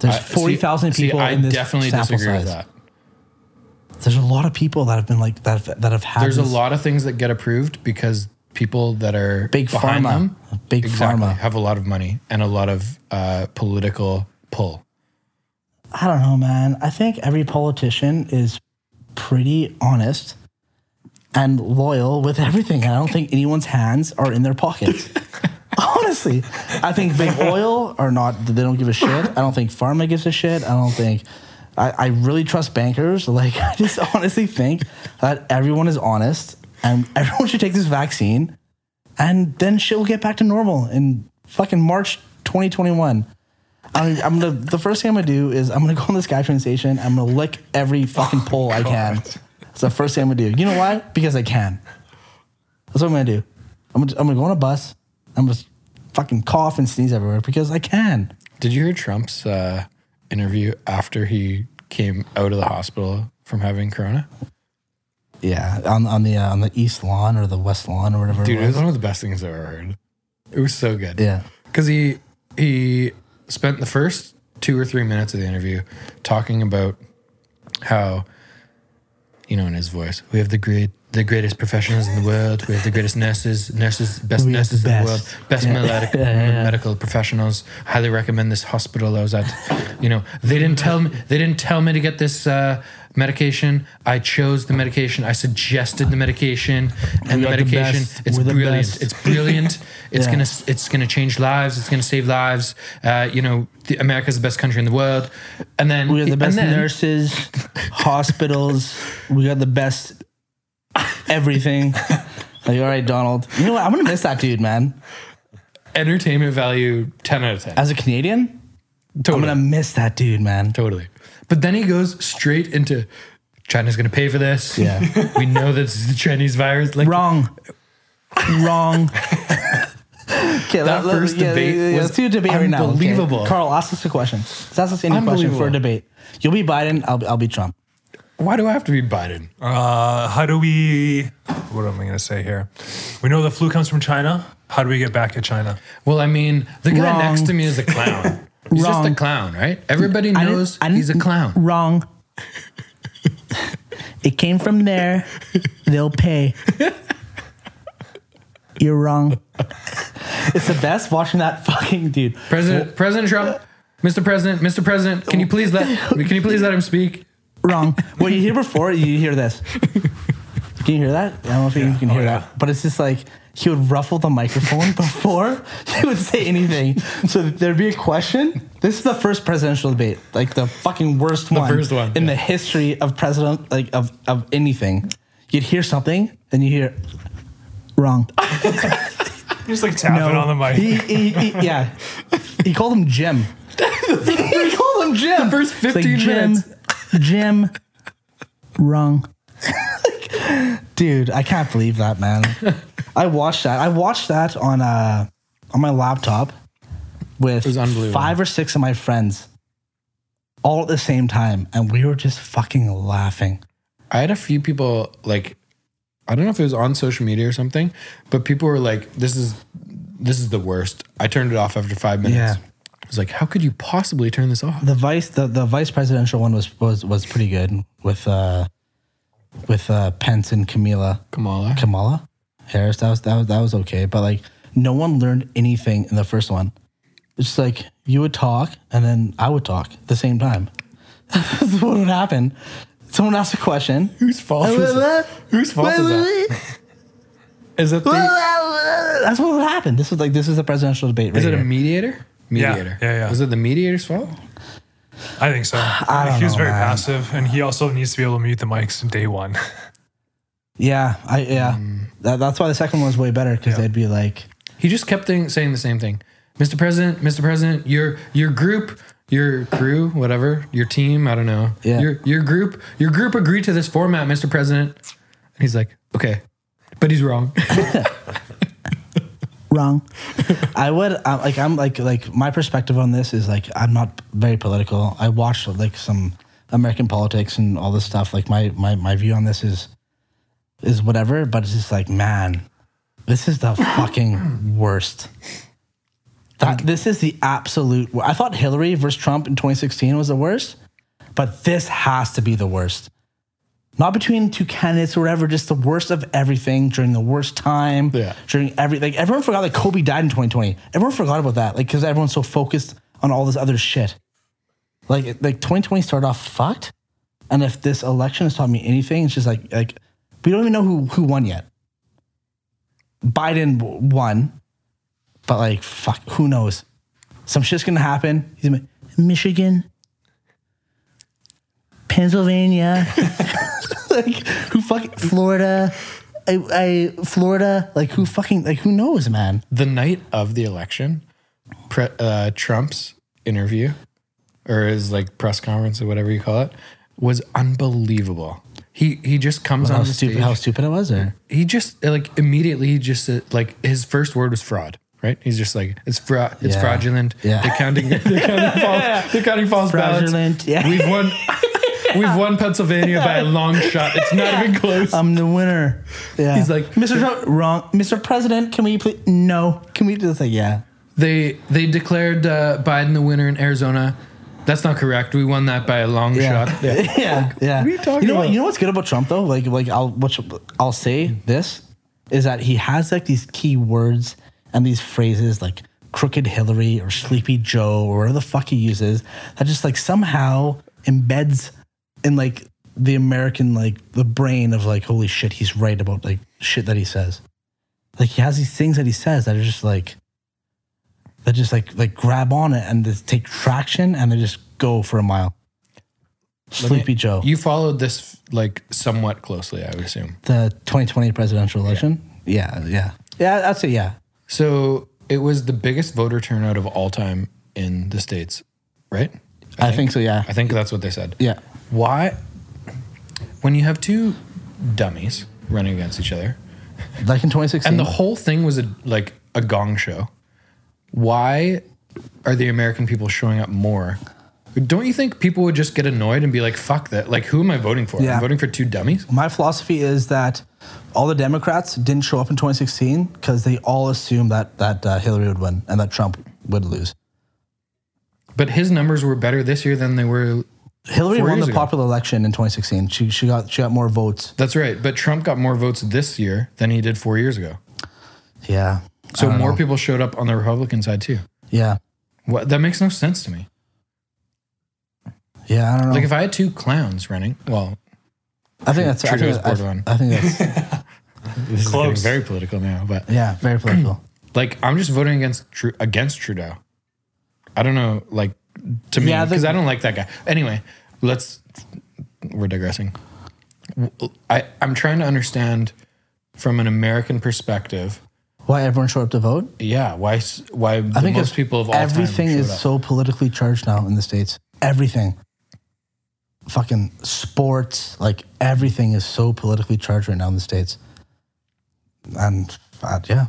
[SPEAKER 2] There's
[SPEAKER 1] I- see-
[SPEAKER 2] forty thousand
[SPEAKER 1] see,
[SPEAKER 2] people
[SPEAKER 1] I
[SPEAKER 2] in this
[SPEAKER 1] definitely
[SPEAKER 2] sample
[SPEAKER 1] disagree
[SPEAKER 2] size.
[SPEAKER 1] with that.
[SPEAKER 2] There's a lot of people that have been like that. Have, that have had.
[SPEAKER 1] There's a
[SPEAKER 2] this
[SPEAKER 1] lot of things that get approved because people that are
[SPEAKER 2] Big
[SPEAKER 1] behind
[SPEAKER 2] pharma.
[SPEAKER 1] them,
[SPEAKER 2] Big
[SPEAKER 1] exactly,
[SPEAKER 2] pharma.
[SPEAKER 1] have a lot of money and a lot of uh, political pull.
[SPEAKER 2] I don't know, man. I think every politician is pretty honest and loyal with everything. And I don't think anyone's hands are in their pockets. Honestly, I think big oil are not, they don't give a shit. I don't think pharma gives a shit. I don't think, I, I really trust bankers. Like, [laughs] I just honestly think that everyone is honest and everyone should take this vaccine and then shit will get back to normal in fucking March 2021. I'm, I'm gonna. The first thing I'm gonna do is I'm gonna go on this guy train station. I'm gonna lick every fucking
[SPEAKER 1] Oh
[SPEAKER 2] pole I can. It's the first thing I'm gonna do. You know why? Because I can. That's what I'm gonna do. I'm gonna, I'm gonna go on a bus. I'm just fucking cough and sneeze everywhere because I can.
[SPEAKER 1] Did you hear Trump's uh, interview after he came out of the hospital from having corona?
[SPEAKER 2] Yeah, on on the uh, on the east lawn or the west lawn or whatever.
[SPEAKER 1] Dude,
[SPEAKER 2] it
[SPEAKER 1] it
[SPEAKER 2] was.
[SPEAKER 1] was one of the best things I've ever heard. It was so good.
[SPEAKER 2] Yeah.
[SPEAKER 1] Because he he spent the first two or three minutes of the interview talking about how, you know, in his voice, we have the great the greatest professionals in the world. We have the greatest nurses, nurses, best
[SPEAKER 2] We have the
[SPEAKER 1] nurses in the world,
[SPEAKER 2] best.
[SPEAKER 1] best
[SPEAKER 2] [laughs] Yeah.
[SPEAKER 1] medical, medical professionals. Highly recommend this hospital I was at. You know, they didn't tell me they didn't tell me to get this uh, medication. I chose the medication. I suggested the medication, and
[SPEAKER 2] We
[SPEAKER 1] the
[SPEAKER 2] are the
[SPEAKER 1] medication.
[SPEAKER 2] best.
[SPEAKER 1] it's
[SPEAKER 2] We're the
[SPEAKER 1] brilliant.
[SPEAKER 2] best.
[SPEAKER 1] It's
[SPEAKER 2] [laughs]
[SPEAKER 1] brilliant. It's
[SPEAKER 2] Yeah.
[SPEAKER 1] gonna it's gonna change lives. It's gonna save lives. Uh, you know, the, America's the best country in the world. And then
[SPEAKER 2] We got the
[SPEAKER 1] and
[SPEAKER 2] best
[SPEAKER 1] then- [laughs]
[SPEAKER 2] nurses, hospitals. We got the best
[SPEAKER 1] [laughs]
[SPEAKER 2] everything. Like, all right, Donald. You know what? I'm gonna miss that dude, man.
[SPEAKER 1] Entertainment value, ten out of ten.
[SPEAKER 2] As a Canadian,
[SPEAKER 1] Totally.
[SPEAKER 2] I'm gonna miss that dude, man.
[SPEAKER 1] Totally. But then he goes straight into China's going to pay for this.
[SPEAKER 2] Yeah.
[SPEAKER 1] [laughs] we know that this is the Chinese virus. Like
[SPEAKER 2] Wrong. Wrong. [laughs] okay,
[SPEAKER 1] That first debate was
[SPEAKER 2] let's do a debate right now. okay?
[SPEAKER 1] unbelievable.
[SPEAKER 2] Carl, ask us a question. Let's ask us any question for
[SPEAKER 1] Unbelievable.
[SPEAKER 2] a debate. You'll be Biden. I'll, I'll be Trump.
[SPEAKER 1] why do I have to be Biden?
[SPEAKER 3] Uh, how do we? What am I going to say here? We know the flu comes from China. How do we get back at China?
[SPEAKER 1] Well, I mean, the guy
[SPEAKER 2] Wrong.
[SPEAKER 1] next to me is a
[SPEAKER 2] [laughs]
[SPEAKER 1] clown. He's just a
[SPEAKER 2] Wrong.
[SPEAKER 1] clown, right? Everybody
[SPEAKER 2] I didn't-
[SPEAKER 1] knows
[SPEAKER 2] I didn't-
[SPEAKER 1] he's a clown.
[SPEAKER 2] Wrong. it came from there. They'll pay.
[SPEAKER 1] [laughs]
[SPEAKER 2] You're wrong. it's the best watching that fucking dude.
[SPEAKER 1] President President Trump, Mr. President, Mr. President, can you please let can you please let him speak?
[SPEAKER 2] Wrong. What you hear before, you hear this. Can you hear that? I don't know if you can
[SPEAKER 3] Oh,
[SPEAKER 2] hear
[SPEAKER 3] yeah.
[SPEAKER 2] that, but it's just like he would ruffle the microphone [laughs] before he would say anything. So there'd be a question. This is the first presidential debate, like the fucking worst one,
[SPEAKER 1] first one,
[SPEAKER 2] in
[SPEAKER 1] yeah.
[SPEAKER 2] the history of president, like of of anything. You'd hear something, and you hear wrong.
[SPEAKER 3] He's like tapping on the mic.
[SPEAKER 2] He, he, he- yeah. He called him Jim. [laughs] he called him Jim.
[SPEAKER 1] first
[SPEAKER 2] It's
[SPEAKER 1] 15
[SPEAKER 2] Jim,
[SPEAKER 1] minutes.
[SPEAKER 2] [laughs] Jim. Wrong. Dude, I can't believe that, man. I watched that. I watched that on uh on my laptop with
[SPEAKER 1] was unbelievable.
[SPEAKER 2] five or six of my friends all at the same time and we were just fucking laughing.
[SPEAKER 1] I had a few people like I don't know if it was on social media or something, but people were like, "This is this is the worst." I turned it off after five minutes.
[SPEAKER 2] Yeah.
[SPEAKER 1] I was like, "How could you possibly turn this off?"
[SPEAKER 2] The vice the, the vice presidential one was was was pretty good with uh with uh Pence and Camila.
[SPEAKER 1] Kamala,
[SPEAKER 2] Kamala Harris. That was that was that was okay, but like no one learned anything in the first one. It's just like you would talk and then I would talk at the same time. [laughs] That's what would happen. Someone asked a question.
[SPEAKER 1] whose fault is it? Whose fault is that? Is it the,
[SPEAKER 2] [laughs] That's what would happen. This was like this is a presidential debate. Right
[SPEAKER 1] is it a
[SPEAKER 2] here.
[SPEAKER 1] mediator?
[SPEAKER 3] Yeah,
[SPEAKER 1] Mediator.
[SPEAKER 3] yeah, yeah.
[SPEAKER 1] Is it the mediator's fault?
[SPEAKER 3] I think so.
[SPEAKER 2] don't
[SPEAKER 3] he was
[SPEAKER 2] know,
[SPEAKER 3] very
[SPEAKER 2] man.
[SPEAKER 3] passive, and he also needs to be able to mute the mics day one. [laughs]
[SPEAKER 2] yeah, I yeah.
[SPEAKER 1] Mm.
[SPEAKER 2] That, that's why the second one was way better because they'd be like,
[SPEAKER 1] He just kept thing, saying the same thing. Mr. President, Mr. President, your your group, your crew, whatever, your team, I don't know.
[SPEAKER 2] Yeah.
[SPEAKER 1] Your your group, your group agreed to this format, Mr. President. And he's like, "Okay." But he's wrong. [laughs]
[SPEAKER 2] wrong. [laughs] I would I, like I'm like like my perspective on this is like I'm not very political. I watch like some American politics and all this stuff. Like my my my view on this is is whatever, but it's just like man, this is the fucking worst. That this is the absolute. wor- I thought Hillary versus Trump in 2016 was the worst, but this has to be the worst. Not between two candidates or whatever, just the worst of everything during the worst time.
[SPEAKER 1] Yeah.
[SPEAKER 2] During every like everyone forgot that Kobe died in 2020. Everyone forgot about that, like because everyone's so focused on all this other shit. Like like 2020 started off fucked, and if this election has taught me anything, it's just like like we don't even know who who won yet. Biden w- won, but like, fuck, who knows? Some shit's gonna happen. He's gonna be, Michigan, Pennsylvania, [laughs] like who fuck Florida, I, I Florida, like who fucking like who knows, man?
[SPEAKER 1] the night of the election, pre, uh, Trump's interview or his like press conference or whatever you call it was unbelievable. He he just comes
[SPEAKER 2] How
[SPEAKER 1] on the
[SPEAKER 2] stupid,
[SPEAKER 1] stage.
[SPEAKER 2] how stupid it was, or
[SPEAKER 1] he just like immediately he just uh, like his first word was fraud. Right? He's just like it's fraud. It's
[SPEAKER 2] Yeah.
[SPEAKER 1] fraudulent.
[SPEAKER 2] Yeah.
[SPEAKER 1] They're counting. They're counting
[SPEAKER 2] [laughs]
[SPEAKER 1] false. They're counting false ballots.
[SPEAKER 2] fraudulent. Yeah,
[SPEAKER 1] We've won. We've won Pennsylvania by a long shot. It's not even close.
[SPEAKER 2] I'm the winner. Yeah,
[SPEAKER 1] He's like-
[SPEAKER 2] Mr. Trump, wrong, Mr. President. Can we please? No, can we just like yeah?
[SPEAKER 1] They they declared uh, Biden the winner in Arizona. That's not correct. We won that by a long [laughs]
[SPEAKER 2] Yeah.
[SPEAKER 1] shot.
[SPEAKER 2] yeah, yeah.
[SPEAKER 1] what are you talking
[SPEAKER 2] know What,
[SPEAKER 1] about?
[SPEAKER 2] you know what's good about Trump though? Like, like I'll what you- I'll say this is that he has like these key words and these phrases like crooked Hillary or sleepy Joe or whatever the fuck he uses that just like somehow embeds in like the American like the brain of like holy shit he's right about like shit that he says. Like he has these things that he says that are just like that just like like grab on it and just take traction and they just go for a mile. Sleepy Joe.
[SPEAKER 1] You followed this like somewhat closely, I would assume.
[SPEAKER 2] the 2020 presidential election. Yeah, yeah, yeah. I'd say yeah.
[SPEAKER 1] So it was the biggest voter turnout of all time in the states, right?
[SPEAKER 2] I, think, so. Yeah,
[SPEAKER 1] I think that's what they said.
[SPEAKER 2] Uh, yeah,
[SPEAKER 1] Why, when you have two dummies running against each other,
[SPEAKER 2] like in 2016.
[SPEAKER 1] and the whole thing was a, like a gong show, why are the American people showing up more? Don't you think people would just get annoyed and be like, "Fuck that! Like, who am I voting for?
[SPEAKER 2] Yeah.
[SPEAKER 1] I'm voting for two dummies."
[SPEAKER 2] My philosophy is that all the Democrats didn't show up in 2016 because they all assumed that that uh, Hillary would win and that Trump would lose.
[SPEAKER 1] But his numbers were better this year than they were
[SPEAKER 2] Hillary
[SPEAKER 1] Four
[SPEAKER 2] won
[SPEAKER 1] years
[SPEAKER 2] the
[SPEAKER 1] ago.
[SPEAKER 2] popular election in 2016. She she got she got more votes.
[SPEAKER 1] That's right. But Trump got more votes this year than he did four years ago.
[SPEAKER 2] Yeah,
[SPEAKER 1] So more people showed up on the Republican side too.
[SPEAKER 2] yeah,
[SPEAKER 1] What, that makes no sense to me.
[SPEAKER 2] yeah. I don't know.
[SPEAKER 1] Like if I had two clowns running, well,
[SPEAKER 2] I think that's I
[SPEAKER 1] Trudeau's
[SPEAKER 2] think, I,
[SPEAKER 1] borderline.
[SPEAKER 2] I think that's
[SPEAKER 1] [laughs] this is
[SPEAKER 3] Close.
[SPEAKER 1] getting very political now. But
[SPEAKER 2] yeah, very political.
[SPEAKER 1] like, I'm just voting against Tru- against Trudeau. I don't know, like to me,
[SPEAKER 2] Yeah, the-
[SPEAKER 1] because I don't like that guy. Anyway, let's. We're digressing. I, I'm trying to understand from an American perspective
[SPEAKER 2] Why everyone showed up to vote?
[SPEAKER 1] Yeah, why? s- Why?
[SPEAKER 2] I think
[SPEAKER 1] most
[SPEAKER 2] it's-
[SPEAKER 1] people of all time
[SPEAKER 2] everything
[SPEAKER 1] showed
[SPEAKER 2] is
[SPEAKER 1] up.
[SPEAKER 2] so politically charged now in the states. Everything, fucking sports, like everything is so politically charged right now in the states. And uh, yeah,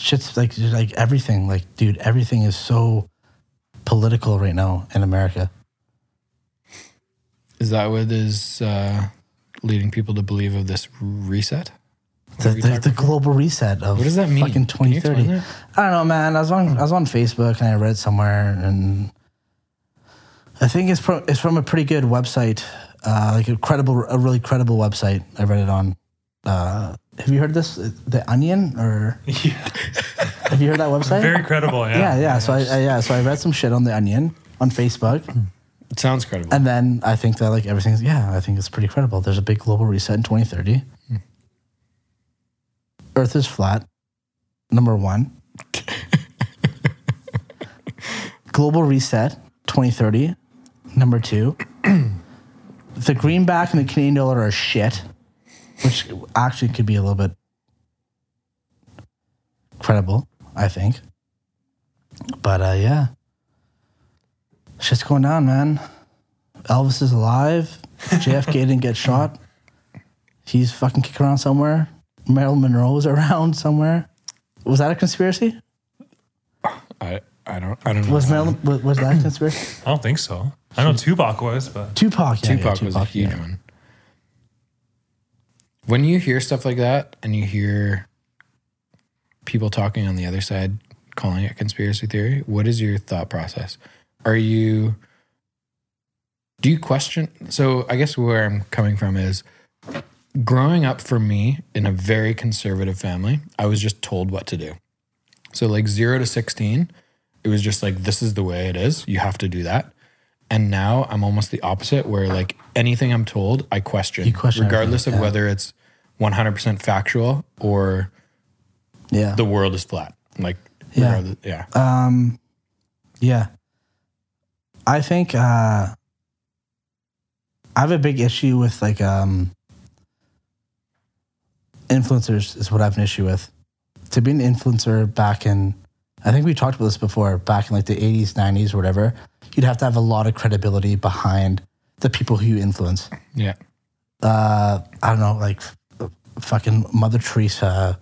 [SPEAKER 2] shit's like just, like everything, like dude, everything is so political right now in America.
[SPEAKER 1] Is that what is uh, leading people to believe of this reset?
[SPEAKER 2] The,
[SPEAKER 1] are you
[SPEAKER 2] the,
[SPEAKER 1] talking
[SPEAKER 2] the global reset of
[SPEAKER 1] What does that mean?
[SPEAKER 2] fucking
[SPEAKER 1] Can you explain
[SPEAKER 2] 2030. I don't know, man. I was on I was on Facebook and I read somewhere, and I think it's pro, it's from a pretty good website, uh, like a credible, a really credible website. I read it on. Uh, have you heard this, The Onion, or
[SPEAKER 3] Yeah.
[SPEAKER 2] have you heard that website?
[SPEAKER 3] Very
[SPEAKER 2] [laughs]
[SPEAKER 3] credible. Yeah.
[SPEAKER 2] yeah, yeah. So I, I yeah, so I read some shit on The Onion on Facebook,
[SPEAKER 1] It sounds credible.
[SPEAKER 2] and then I think that like everything's yeah, I think it's pretty credible. There's a big global reset in 2030. Earth is flat. Number one. global reset 2030. Number two. the greenback and the Canadian dollar are shit, which actually could be a little bit credible, I think. But uh, yeah, shit's going down, man. Elvis is alive. [laughs] JFK didn't get shot. He's fucking kicking around somewhere. Marilyn Monroe's around somewhere. Was that a conspiracy?
[SPEAKER 1] I, I don't I don't know.
[SPEAKER 2] Was Marilyn was, was that a conspiracy?
[SPEAKER 3] I don't think so. I know Tupac was,
[SPEAKER 2] [coughs]
[SPEAKER 3] but
[SPEAKER 2] Tupac. Yeah, yeah,
[SPEAKER 1] Tupac, was a huge
[SPEAKER 2] yeah.
[SPEAKER 1] one. When you hear stuff like that and you hear people talking on the other side calling it conspiracy theory, what is your thought process? Are you do you question so I guess where I'm coming from is growing up for me in a very conservative family, I was just told what to do. So like 0 to 16, it was just like this is the way it is. You have to do that. And now I'm almost the opposite, where like anything I'm told, I question,
[SPEAKER 2] You question
[SPEAKER 1] regardless of whether it's 100% factual or
[SPEAKER 2] Yeah.
[SPEAKER 1] the world is flat. Like,
[SPEAKER 2] Yeah.
[SPEAKER 1] regardless- yeah.
[SPEAKER 2] Um, yeah. I think uh, I have a big issue with like um, influencers is what I have an issue with. To be an influencer back in, I think we talked about this before, back in like the 80s, 90s, or whatever, you'd have to have a lot of credibility behind the people who you influence
[SPEAKER 1] yeah.
[SPEAKER 2] uh, I don't know, like f- fucking Mother Teresa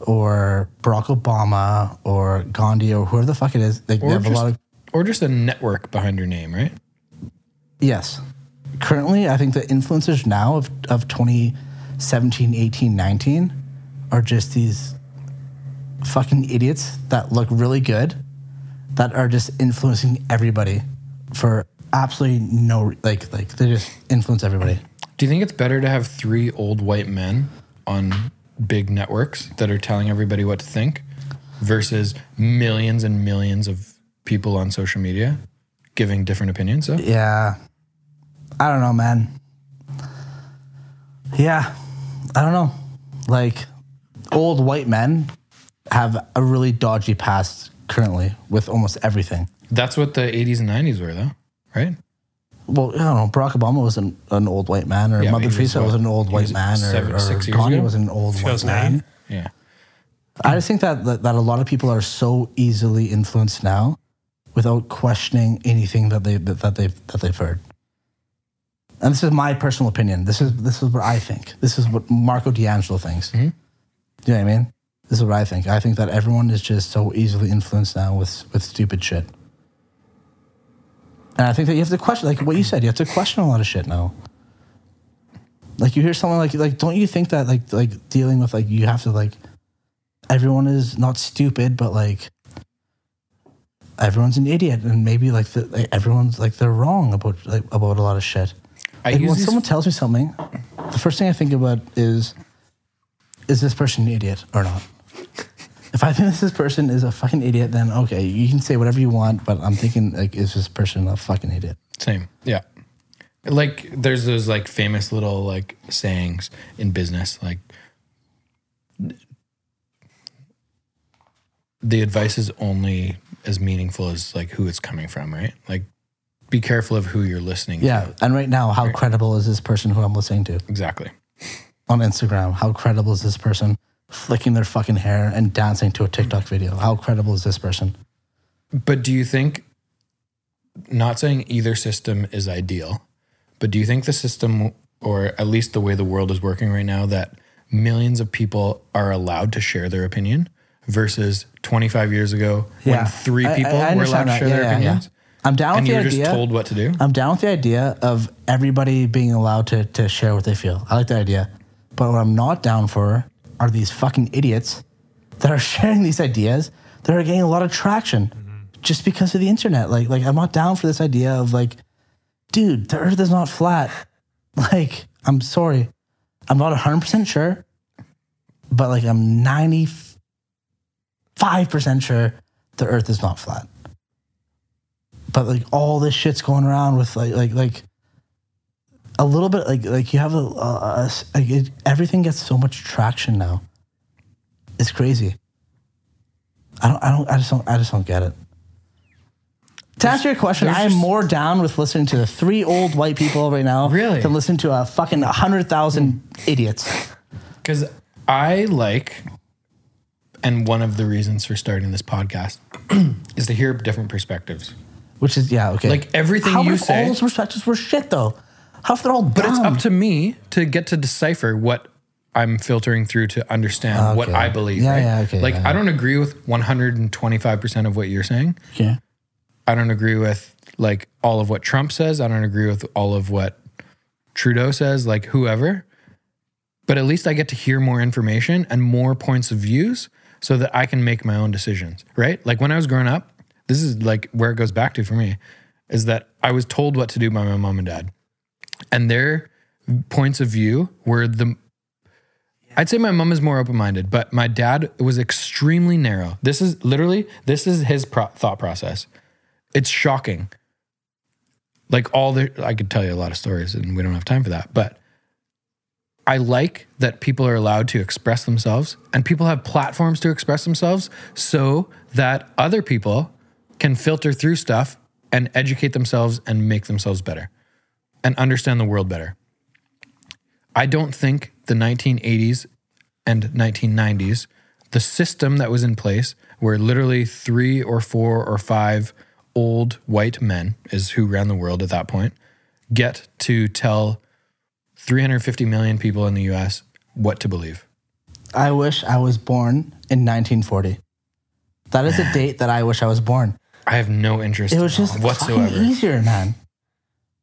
[SPEAKER 2] or Barack Obama or Gandhi or whoever the fuck it is. Like, they
[SPEAKER 1] Or
[SPEAKER 2] have
[SPEAKER 1] just-
[SPEAKER 2] a lot of.
[SPEAKER 1] Or just a network behind your name, right?
[SPEAKER 2] Yes. Currently, I think the influencers now of, of 2017, 18, 19 are just these fucking idiots that look really good that are just influencing everybody for absolutely no like like they just influence everybody.
[SPEAKER 1] Do you think it's better to have three old white men on big networks that are telling everybody what to think versus millions and millions of people on social media giving different opinions? So,
[SPEAKER 2] Yeah. I don't know, man. Yeah. I don't know. Like, old white men have a really dodgy past currently with almost everything.
[SPEAKER 1] that's what the 80s and 90s were, though, right?
[SPEAKER 2] Well, I don't know. Barack Obama was an, an old white man, or
[SPEAKER 1] Yeah, but
[SPEAKER 2] Mother
[SPEAKER 1] he was
[SPEAKER 2] Teresa was,
[SPEAKER 1] what,
[SPEAKER 2] an old
[SPEAKER 1] he
[SPEAKER 2] white
[SPEAKER 1] was
[SPEAKER 2] man,
[SPEAKER 1] seven-
[SPEAKER 2] or, or
[SPEAKER 1] six years
[SPEAKER 2] Gandhi
[SPEAKER 1] ago?
[SPEAKER 2] was an old white
[SPEAKER 3] 2008?
[SPEAKER 2] man.
[SPEAKER 1] Yeah.
[SPEAKER 2] I just think that, that that a lot of people are so easily influenced now, without questioning anything that they that, that they've that they've heard. And this is my personal opinion. This is this is what I think. This is what Marco D'Angelo thinks.
[SPEAKER 1] Mhm.
[SPEAKER 2] Do you know what I mean? This is what I think. I think that everyone is just so easily influenced now with with stupid shit. And I think that you have to question, like what you said, you have to question a lot of shit now. Like you hear someone like like, don't you think that like like dealing with like you have to like everyone is not stupid, but like everyone's an idiot, and maybe like, the, like everyone's like they're wrong about like about a lot of shit.
[SPEAKER 1] I
[SPEAKER 2] Like,
[SPEAKER 1] use
[SPEAKER 2] when
[SPEAKER 1] these-
[SPEAKER 2] someone tells me something, the first thing I think about is is this person an idiot or not? If I think [laughs] this person is a fucking idiot, then okay, you can say whatever you want, but I'm thinking like, is this person a fucking idiot?
[SPEAKER 1] Same. Yeah. Like there's those like famous little like sayings in business like the advice is only as meaningful as like who it's coming from, right? Like be careful of who you're listening
[SPEAKER 2] Yeah.
[SPEAKER 1] to.
[SPEAKER 2] And right now, how credible is this person who I'm listening to
[SPEAKER 1] Exactly.
[SPEAKER 2] on Instagram? How credible is this person flicking their fucking hair and dancing to a TikTok video. How credible is this person?
[SPEAKER 1] But do you think, not saying either system is ideal, but do you think the system, or at least the way the world is working right now, that millions of people are allowed to share their opinion versus 25 years ago when three
[SPEAKER 2] I- I-
[SPEAKER 1] people
[SPEAKER 2] I
[SPEAKER 1] were allowed
[SPEAKER 2] understand
[SPEAKER 1] to
[SPEAKER 2] that.
[SPEAKER 1] share
[SPEAKER 2] Yeah,
[SPEAKER 1] their
[SPEAKER 2] yeah, yeah.
[SPEAKER 1] opinions?
[SPEAKER 2] I'm down
[SPEAKER 1] And
[SPEAKER 2] with
[SPEAKER 1] you
[SPEAKER 2] the uh,
[SPEAKER 1] were just
[SPEAKER 2] idea.
[SPEAKER 1] told what to do?
[SPEAKER 2] I'm down with the idea of everybody being allowed to, to share what they feel. I like that idea. But what I'm not down for are these fucking idiots that are [laughs] sharing these ideas that are getting a lot of traction just because of the internet. Like, like I'm not down for this idea of like, dude, the earth is not flat. [laughs] Like, I'm sorry. I'm not 100% sure, but like I'm 95% sure the earth is not flat but like all this shit's going around with like like like a little bit like like you have a, a- a s- like it, everything gets so much traction now. It's crazy. I don't I don't I just don't I just don't get it. To answer your question,
[SPEAKER 1] there's
[SPEAKER 2] I am
[SPEAKER 1] just-
[SPEAKER 2] more down with listening to the three old white people right now
[SPEAKER 1] Really?
[SPEAKER 2] than listen to a fucking hundred thousand idiots.
[SPEAKER 1] Because I like, and one of the reasons for starting this podcast [clears throat] is to hear different perspectives.
[SPEAKER 2] Which is yeah okay.
[SPEAKER 1] Like everything
[SPEAKER 2] How
[SPEAKER 1] you
[SPEAKER 2] if
[SPEAKER 1] say-
[SPEAKER 2] all those perspectives were shit though? How if they're all dumb?
[SPEAKER 1] But it's up to me to get to decipher what I'm filtering through to understand what
[SPEAKER 2] Okay.
[SPEAKER 1] I believe.
[SPEAKER 2] Yeah,
[SPEAKER 1] right?
[SPEAKER 2] yeah, okay,
[SPEAKER 1] Like,
[SPEAKER 2] yeah.
[SPEAKER 1] I don't agree with 125% of what you're saying.
[SPEAKER 2] okay.
[SPEAKER 1] I don't agree with like all of what Trump says. I don't agree with all of what Trudeau says, like whoever. But at least I get to hear more information and more points of views so that I can make my own decisions, right? Like when I was growing up, this is like where it goes back to for me is that I was told what to do by my mom and dad. And their points of view were the I'd say my mom is more open minded, but my dad was extremely narrow. This is literally this is his pro- thought process. It's shocking. Like all the I could tell you a lot of stories, and we don't have time for that. But I like that people are allowed to express themselves, and people have platforms to express themselves, so that other people can filter through stuff and educate themselves and make themselves better, and understand the world better. I don't think the 1980s and 1990s, the system that was in place, where literally three or four or five old white men is who ran the world at that point, get to tell 350 million people in the US what to believe.
[SPEAKER 2] I wish I was born in 1940.
[SPEAKER 1] [sighs]
[SPEAKER 2] That is a date that I wish I was born.
[SPEAKER 1] I have no interest
[SPEAKER 2] It was
[SPEAKER 1] in
[SPEAKER 2] just
[SPEAKER 1] whatsoever.
[SPEAKER 2] fucking easier, man.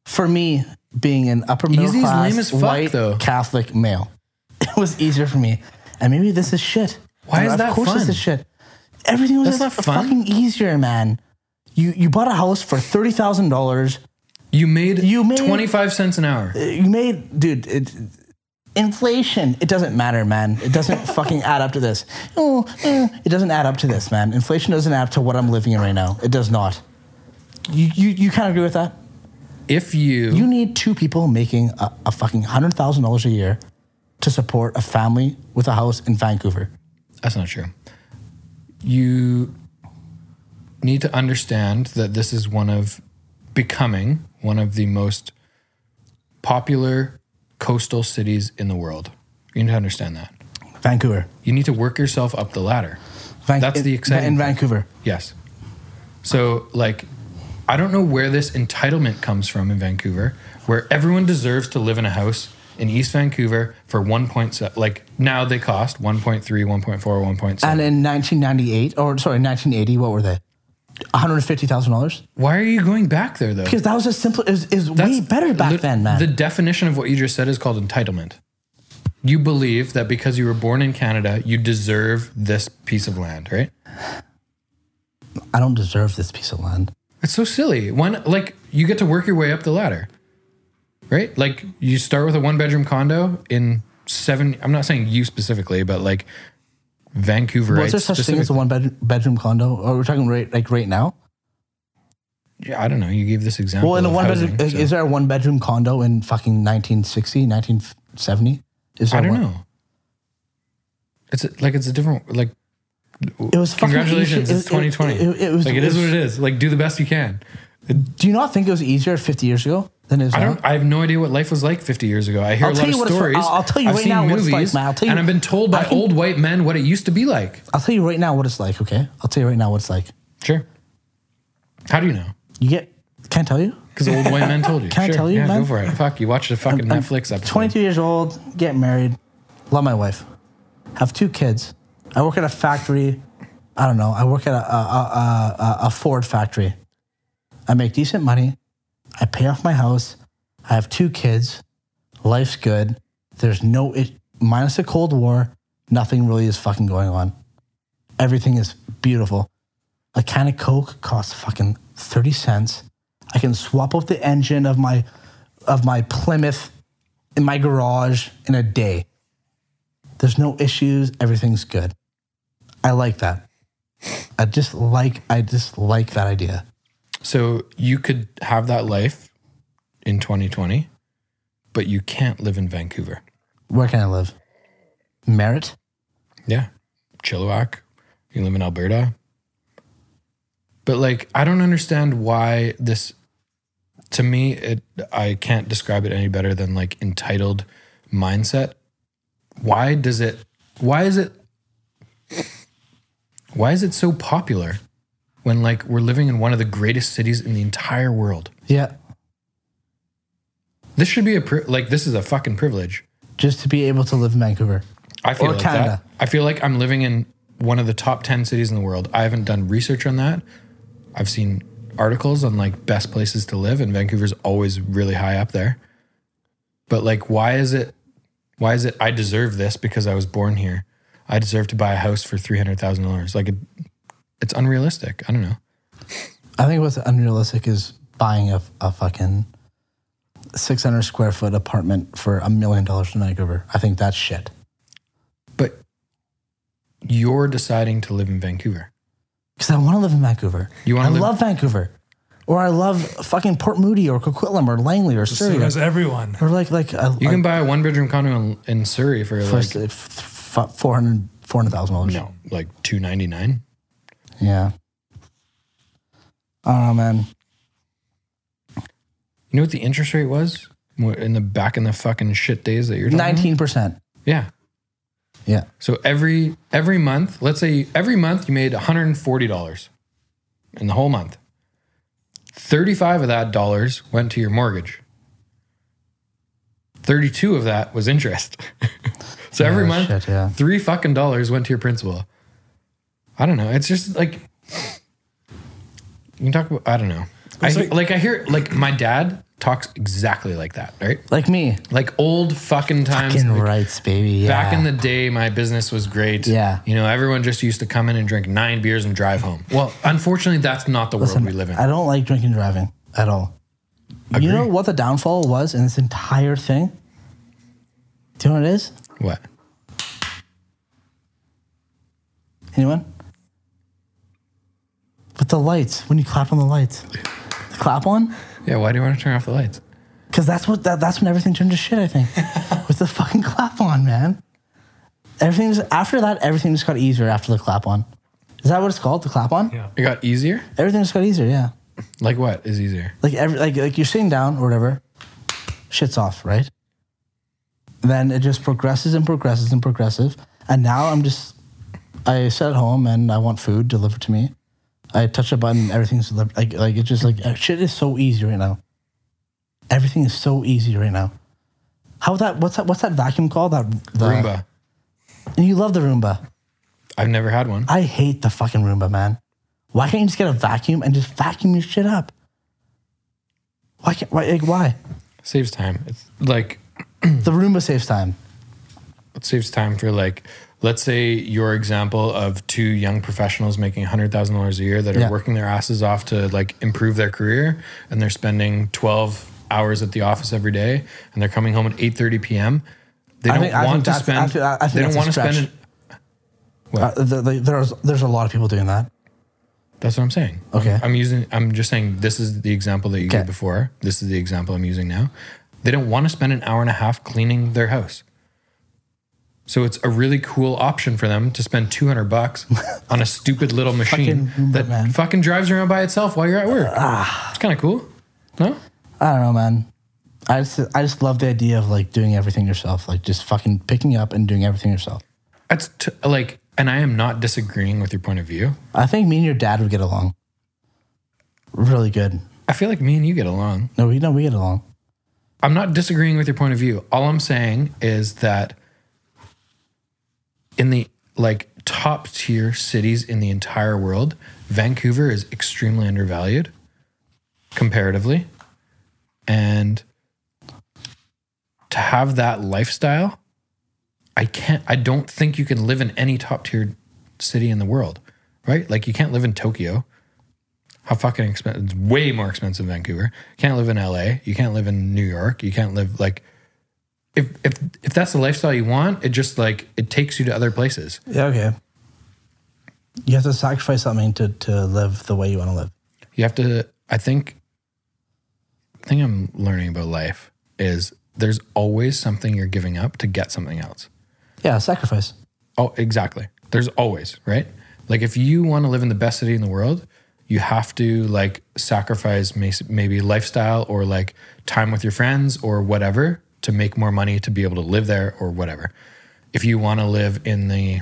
[SPEAKER 2] For me, being an upper middle
[SPEAKER 1] Easy is
[SPEAKER 2] class
[SPEAKER 1] lame as fuck,
[SPEAKER 2] white
[SPEAKER 1] though.
[SPEAKER 2] Catholic male, [laughs] it was easier for me. And maybe this is shit.
[SPEAKER 1] Why
[SPEAKER 2] And
[SPEAKER 1] is
[SPEAKER 2] of
[SPEAKER 1] that
[SPEAKER 2] course this
[SPEAKER 1] fun?
[SPEAKER 2] is shit. Everything was
[SPEAKER 1] That's
[SPEAKER 2] just
[SPEAKER 1] not fun.
[SPEAKER 2] fucking easier, man. You you bought a house for thirty thousand dollars.
[SPEAKER 1] You made,
[SPEAKER 2] You made-
[SPEAKER 1] 25 cents an hour.
[SPEAKER 2] You made, dude. It, inflation. It doesn't matter, man.
[SPEAKER 1] [laughs]
[SPEAKER 2] It doesn't fucking add up to this. Oh, eh, it doesn't add up to this, man. Inflation doesn't add up to what I'm living in right now. It does not. You you you kind of agree with that?
[SPEAKER 1] If you,
[SPEAKER 2] You need two people making a, a fucking hundred thousand dollars a year to support a family with a house in Vancouver.
[SPEAKER 1] That's not true. You need to understand that this is one of becoming one of the most popular coastal cities in the world. You need to understand that.
[SPEAKER 2] Vancouver.
[SPEAKER 1] You need to work yourself up the ladder.
[SPEAKER 2] Van-
[SPEAKER 1] That's
[SPEAKER 2] in-
[SPEAKER 1] the exciting
[SPEAKER 2] in
[SPEAKER 1] part.
[SPEAKER 2] Vancouver.
[SPEAKER 1] Yes. So, like, I don't know where this entitlement comes from in Vancouver, where everyone deserves to live in a house in East Vancouver for 1.7 like now they cost 1.3, 1.4, 1.7.
[SPEAKER 2] And in 1998, or sorry, 1980, what were they? One hundred fifty thousand dollars.
[SPEAKER 1] Why are you going back there though?
[SPEAKER 2] Because that was a simple. Is is way better back
[SPEAKER 1] lit-
[SPEAKER 2] then, man.
[SPEAKER 1] The definition of what you just said is called entitlement. You believe that because you were born in Canada, you deserve this piece of land, right?
[SPEAKER 2] I don't deserve this piece of land.
[SPEAKER 1] It's so silly. One like you get to work your way up the ladder. Right? Like you start with a one bedroom condo in seven I'm not saying you specifically, but like Vancouver.
[SPEAKER 2] Was there such thing as a one bed, bedroom condo? Or we're talking right like right now?
[SPEAKER 1] I don't know. You gave this example.
[SPEAKER 2] Well, in a
[SPEAKER 1] of
[SPEAKER 2] one bedroom,
[SPEAKER 1] housing, so-
[SPEAKER 2] is there a one bedroom condo in fucking 1960, 1970? Is there
[SPEAKER 1] I don't
[SPEAKER 2] one?
[SPEAKER 1] know. It's a, like it's a different like
[SPEAKER 2] It was fucking
[SPEAKER 1] Congratulations,
[SPEAKER 2] easy-
[SPEAKER 1] it's 2020.
[SPEAKER 2] It, it- it was
[SPEAKER 1] like it is what it is. Like do the best you can.
[SPEAKER 2] Do you not think it was easier 50 years ago? than it is
[SPEAKER 1] I
[SPEAKER 2] now.
[SPEAKER 1] don't. I have no idea what life was like 50 years ago. I hear
[SPEAKER 2] I'll
[SPEAKER 1] a
[SPEAKER 2] tell
[SPEAKER 1] lot of
[SPEAKER 2] you what it's-
[SPEAKER 1] stories.
[SPEAKER 2] I'll- I'll tell you
[SPEAKER 1] I've
[SPEAKER 2] right
[SPEAKER 1] seen
[SPEAKER 2] now what it's like, man. I'll tell you-
[SPEAKER 1] and I've been told by
[SPEAKER 2] I can-
[SPEAKER 1] old white men what it used to be like.
[SPEAKER 2] I'll tell you right now what it's like, okay? I'll tell you right now what it's like.
[SPEAKER 1] Sure. How do you know?
[SPEAKER 2] You get, can I tell you?
[SPEAKER 1] Because old white men told you.
[SPEAKER 2] Can I
[SPEAKER 1] Sure.
[SPEAKER 2] tell you,
[SPEAKER 1] Yeah,
[SPEAKER 2] man?
[SPEAKER 1] go for it. Fuck, you watched a fucking
[SPEAKER 2] I'm
[SPEAKER 1] Netflix episode.
[SPEAKER 2] 22 years old, get married, love my wife, have two kids. I work at a factory. I don't know. I work at a, a, a, a, a Ford factory. I make decent money. I pay off my house. I have two kids. Life's good. There's no, it, minus the Cold War, nothing really is fucking going on. Everything is beautiful. A can of Coke costs fucking 30 cents. I can swap out the engine of my of my Plymouth in my garage in a day. There's no issues, everything's good. I like that. I just like I just like that idea.
[SPEAKER 1] So you could have that life in 2020, but you can't live in Vancouver.
[SPEAKER 2] Where can I live? Merritt?
[SPEAKER 1] Yeah. Chilliwack. You live in Alberta. But like I don't understand why this to me it I can't describe it any better than like entitled mindset. Why does it why is it why is it so popular when like we're living in one of the greatest cities in the entire world?
[SPEAKER 2] Yeah.
[SPEAKER 1] This should be a pri- like this is a fucking privilege.
[SPEAKER 2] Just to be able to live in Vancouver.
[SPEAKER 1] I feel
[SPEAKER 2] Or
[SPEAKER 1] like
[SPEAKER 2] Canada.
[SPEAKER 1] that. I feel like I'm living in one of the top 10 cities in the world. I haven't done research on that. I've seen articles on like best places to live and Vancouver's always really high up there. But like why is it why is it I deserve this because I was born here? I deserve to buy a house for $300,000. Like it, it's unrealistic. I don't know.
[SPEAKER 2] I think what's unrealistic is buying a, a fucking 600 square foot apartment for a million dollars in Vancouver. I think that's shit.
[SPEAKER 1] But you're deciding to live in Vancouver.
[SPEAKER 2] because I want to live in Vancouver.
[SPEAKER 1] You wanna
[SPEAKER 2] I
[SPEAKER 1] live-
[SPEAKER 2] love Vancouver, or I love fucking Port Moody or Coquitlam or Langley or
[SPEAKER 3] So
[SPEAKER 2] Surrey,
[SPEAKER 3] does everyone.
[SPEAKER 2] or like like I,
[SPEAKER 1] You can buy a one bedroom condo in, in Surrey for
[SPEAKER 2] I,
[SPEAKER 1] like
[SPEAKER 2] like, f- 400 400000 dollars.
[SPEAKER 1] no, like 299.
[SPEAKER 2] Yeah. I don't know, man.
[SPEAKER 1] You know what the interest rate was Wha- in the back in the fucking shit days that you're talking about?
[SPEAKER 2] Nineteen percent.
[SPEAKER 1] Yeah.
[SPEAKER 2] Yeah.
[SPEAKER 1] So every every month, let's say every month you made $140 in the whole month. 35 of that dollars went to your mortgage. 32 of that was interest. [laughs] so every
[SPEAKER 2] Oh,
[SPEAKER 1] month,
[SPEAKER 2] shit, yeah.
[SPEAKER 1] 3 fucking dollars went to your principal. I don't know. It's just like you can talk about I don't know. I
[SPEAKER 3] It's
[SPEAKER 1] he-
[SPEAKER 3] like-
[SPEAKER 1] like I hear like my dad talks exactly like that, right?
[SPEAKER 2] Like me.
[SPEAKER 1] Like old fucking times.
[SPEAKER 2] Fucking
[SPEAKER 1] like,
[SPEAKER 2] rights, baby. Yeah.
[SPEAKER 1] Back in the day, my business was great.
[SPEAKER 2] Yeah.
[SPEAKER 1] You know, everyone just used to come in and drink nine beers and drive home. Well, unfortunately, that's not the world we live in.
[SPEAKER 2] I don't like drinking and driving at all. You know what the downfall was in this entire thing? Do you know what it is?
[SPEAKER 1] what?
[SPEAKER 2] Anyone? With the lights, when you clap on the lights, the clap on,
[SPEAKER 1] Yeah, why do you want to turn off the lights?
[SPEAKER 2] because that's what that, that's when everything turned to shit. I think with the fucking clap on, man. Everything's after that. Everything just got easier after the clap on. Is that what it's called? The clap on.
[SPEAKER 3] Yeah.
[SPEAKER 1] It got easier?
[SPEAKER 2] Everything just got easier. Yeah.
[SPEAKER 1] Like what is easier?
[SPEAKER 2] Like every like like you're sitting down or whatever, shit's off, right? Then it just progresses and progresses and progresses. And now I'm just I sit at home and I want food delivered to me. I touch a button, everything's delivered. Like like it's just like uh, shit is so easy right now. Everything is so easy right now. How that what's that what's that vacuum called? That the,
[SPEAKER 1] Roomba.
[SPEAKER 2] And you love the Roomba.
[SPEAKER 1] I've never had one.
[SPEAKER 2] I hate the fucking Roomba, man. Why can't you just get a vacuum and just vacuum your shit up? Why can't why like why?
[SPEAKER 1] Saves time. It's like
[SPEAKER 2] The Roomba saves time.
[SPEAKER 1] it saves time for like let's say your example of two young professionals making $100000 a year that are
[SPEAKER 2] Yeah.
[SPEAKER 1] working their asses off to like improve their career and they're spending 12 hours at the office every day and they're coming home at 8.30 p.m they
[SPEAKER 2] I
[SPEAKER 1] don't
[SPEAKER 2] think- I
[SPEAKER 1] want
[SPEAKER 2] think
[SPEAKER 1] to
[SPEAKER 2] that's-
[SPEAKER 1] spend
[SPEAKER 2] I feel- I think
[SPEAKER 1] they don't
[SPEAKER 2] that's a
[SPEAKER 1] want to spend
[SPEAKER 2] stretch.
[SPEAKER 1] an-
[SPEAKER 2] Uh, th- th- there's there's a lot of people doing that.
[SPEAKER 1] that's what i'm saying
[SPEAKER 2] Okay.
[SPEAKER 1] i'm using i'm just saying this is the example that you
[SPEAKER 2] Okay.
[SPEAKER 1] gave before this is the example i'm using now they don't want to spend an hour and a half cleaning their house So it's a really cool option for them to spend 200
[SPEAKER 2] [laughs]
[SPEAKER 1] bucks on a stupid little machine
[SPEAKER 2] Fucking
[SPEAKER 1] that
[SPEAKER 2] Roomba, man. Ah.
[SPEAKER 1] fucking drives around by itself while you're at work. it's kind of cool. No?
[SPEAKER 2] I don't know, man. I just I just love the idea of like doing everything yourself, like just fucking picking up and doing everything yourself.
[SPEAKER 1] That's t- like, and I am not disagreeing with your point of view.
[SPEAKER 2] I think me and your dad would get along really good.
[SPEAKER 1] I feel like me and you get along.
[SPEAKER 2] No, we know we get along.
[SPEAKER 1] I'm not disagreeing with your point of view. All I'm saying is that in the like top tier cities in the entire world, Vancouver is extremely undervalued comparatively. And to have that lifestyle, I can't I don't think you can live in any top tier city in the world, right? Like you can't live in Tokyo. How fucking expensive? It's way more expensive than Vancouver. You can't live in LA. You can't live in New York. You can't live like if if if that's the lifestyle you want, it just like it takes you to other places.
[SPEAKER 2] Yeah, okay. You have to sacrifice something to, to live the way you want to live.
[SPEAKER 1] You have to I think the thing I'm learning about life is there's always something you're giving up to get something else.
[SPEAKER 2] Yeah, sacrifice.
[SPEAKER 1] Oh, exactly. There's always, right? Like if you want to live in the best city in the world, you have to like sacrifice mas- maybe lifestyle or like time with your friends or whatever to make more money to be able to live there or whatever. If you want to live in the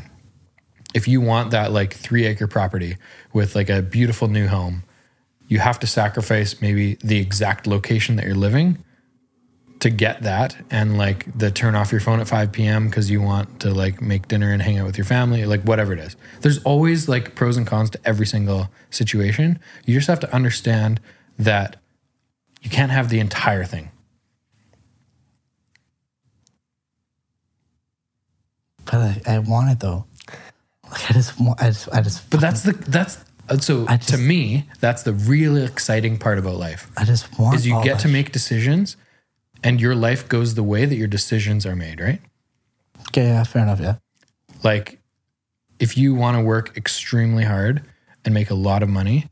[SPEAKER 1] if you want that like 3 acre property with like a beautiful new home, you have to sacrifice maybe the exact location that you're living to get that and like the turn off your phone at 5 p.m. because you want to like make dinner and hang out with your family, like whatever it is. There's always like pros and cons to every single situation. You just have to understand that you can't have the entire thing.
[SPEAKER 2] But I, I want it though. Like I just want, I just, I just,
[SPEAKER 1] But that's the, that's, uh, so to
[SPEAKER 2] just-
[SPEAKER 1] me, that's the really exciting part about life
[SPEAKER 2] I just want.
[SPEAKER 1] is you
[SPEAKER 2] all
[SPEAKER 1] get
[SPEAKER 2] that
[SPEAKER 1] to make decisions and your life goes the way that your decisions are made, right?
[SPEAKER 2] Okay, yeah, fair enough. Yeah,
[SPEAKER 1] like if you want to work extremely hard and make a lot of money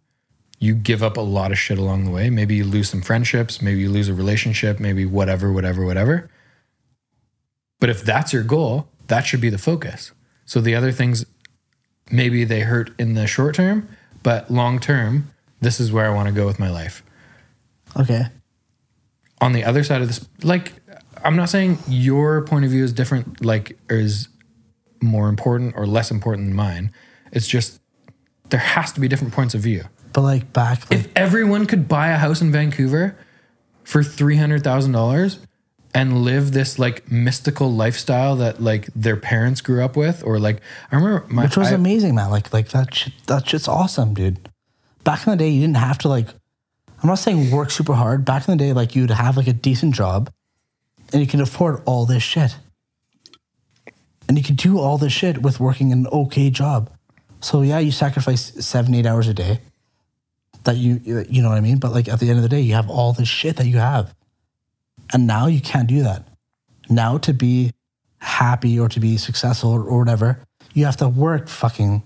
[SPEAKER 1] you give up a lot of shit along the way maybe you lose some friendships maybe you lose a relationship maybe whatever whatever whatever but if that's your goal that should be the focus so the other things maybe they hurt in the short term but long term this is where i want to go with my life
[SPEAKER 2] okay.
[SPEAKER 1] on the other side of this like i'm not saying your point of view is different like or is more important or less important than mine it's just there has to be different points of view
[SPEAKER 2] But like back, like,
[SPEAKER 1] if everyone could buy a house in vancouver for $300000 and live this like mystical lifestyle that like their parents grew up with or like i remember my
[SPEAKER 2] which was
[SPEAKER 1] I-
[SPEAKER 2] amazing, man. Like, like that, shit, that shit's awesome, dude. Back in the day, you didn't have to like. I'm not saying work super hard. Back in the day, like you'd have like a decent job, and you could afford all this shit, and you could do all this shit with working an okay job. So yeah, you sacrifice seven, eight hours a day. That you, you know what I mean. But like at the end of the day, you have all this shit that you have, and now you can't do that. Now to be happy or to be successful or, or whatever, you have to work fucking